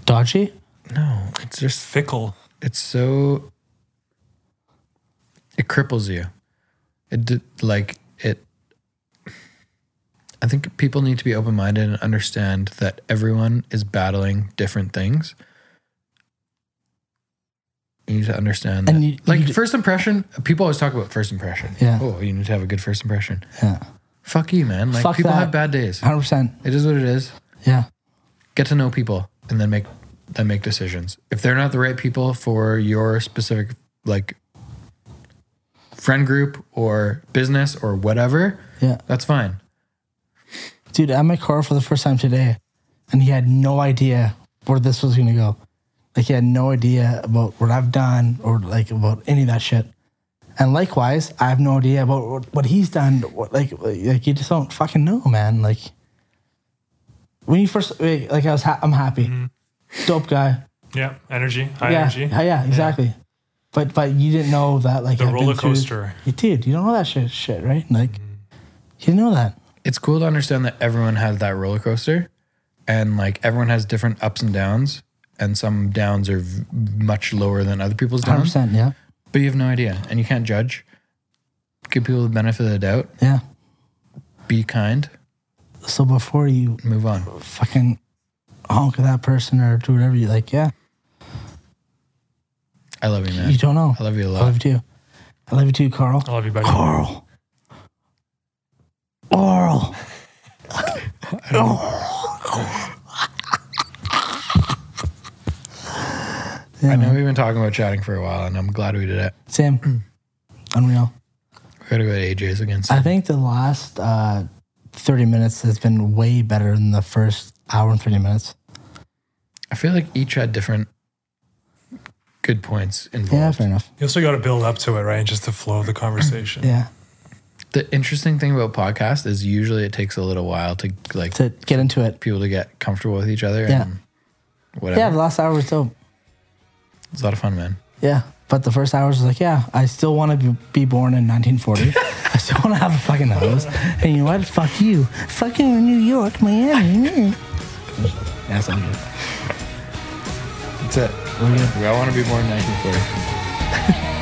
[SPEAKER 2] Dodgy?
[SPEAKER 1] No, it's just
[SPEAKER 3] Fickle.
[SPEAKER 1] it's so. It cripples you. It d- like it. I think people need to be open minded and understand that everyone is battling different things. You need to understand that.
[SPEAKER 2] And you-
[SPEAKER 1] like
[SPEAKER 2] you d-
[SPEAKER 1] first impression, people always talk about first impression.
[SPEAKER 2] Yeah.
[SPEAKER 1] Oh, you need to have a good first impression.
[SPEAKER 2] Yeah.
[SPEAKER 1] Fuck you, man. Like
[SPEAKER 2] Fuck
[SPEAKER 1] people
[SPEAKER 2] that.
[SPEAKER 1] have bad days.
[SPEAKER 2] 100%.
[SPEAKER 1] It is what it is
[SPEAKER 2] Yeah.
[SPEAKER 1] get to know people and then make then make decisions. If they're not the right people for your specific like friend group or business or whatever,
[SPEAKER 2] Yeah.
[SPEAKER 1] that's fine.
[SPEAKER 2] Dude, I met Carl for the first time today, and he had no idea where this was going to go. Like, he had no idea about what I've done or, like, about any of that shit. And likewise, I have no idea about what, what he's done. What, like, like, you just don't fucking know, man. Like, when you first, like, like I was, ha- I'm happy. Dope guy.
[SPEAKER 3] Yeah, energy, high
[SPEAKER 2] yeah,
[SPEAKER 3] energy.
[SPEAKER 2] Yeah, yeah, exactly. But but you didn't know that like
[SPEAKER 3] The
[SPEAKER 2] I've been
[SPEAKER 3] roller
[SPEAKER 2] through-
[SPEAKER 3] coaster. Mm-hmm.
[SPEAKER 2] you did. You don't know that shit, shit right? Like you didn't know that.
[SPEAKER 1] It's cool to understand that everyone has that roller coaster and like everyone has different ups and downs and some downs are v- much lower than other people's
[SPEAKER 2] Hundred
[SPEAKER 1] downs,
[SPEAKER 2] percent. Yeah,
[SPEAKER 1] but you have no idea and you can't judge. Give people the benefit of the doubt,
[SPEAKER 2] yeah.
[SPEAKER 1] be kind,
[SPEAKER 2] So before you
[SPEAKER 1] move on.
[SPEAKER 2] fucking honk at that person or do whatever, you like, yeah,
[SPEAKER 1] I love you, man.
[SPEAKER 2] you don't know.
[SPEAKER 1] I love you a
[SPEAKER 2] I
[SPEAKER 1] lot.
[SPEAKER 2] love you too. I love you too, Carl.
[SPEAKER 3] I love you, buddy.
[SPEAKER 2] Carl.
[SPEAKER 3] [laughs]
[SPEAKER 2] Oral.
[SPEAKER 1] I know we've been talking about chatting for a while and I'm glad we did it.
[SPEAKER 3] Mm.
[SPEAKER 2] Sam. Unreal.
[SPEAKER 1] We gotta go to AJ's against.
[SPEAKER 2] I think the last uh, 30 minutes has been way better than the first hour and 30 minutes.
[SPEAKER 1] I feel like each had different good points
[SPEAKER 2] Yeah,
[SPEAKER 1] involved.
[SPEAKER 2] fair enough.
[SPEAKER 3] You also got to build up to it, right? Just the flow of the conversation.
[SPEAKER 2] [clears throat] Yeah.
[SPEAKER 1] The interesting thing about podcast is usually it takes a little while to like
[SPEAKER 2] To get into it.
[SPEAKER 1] people to get comfortable with each other
[SPEAKER 2] Yeah.
[SPEAKER 1] and whatever.
[SPEAKER 2] Yeah, the last hour was dope.
[SPEAKER 1] It's a lot of fun, man.
[SPEAKER 2] Yeah. But the first hour was like, yeah, I still want to be, be born in [laughs] 1940. I still want to have a fucking [laughs] house. And you know what? Fuck you. Fucking New York, Miami. Yeah, sounds good.
[SPEAKER 1] That's it. We all want to be more than 1940.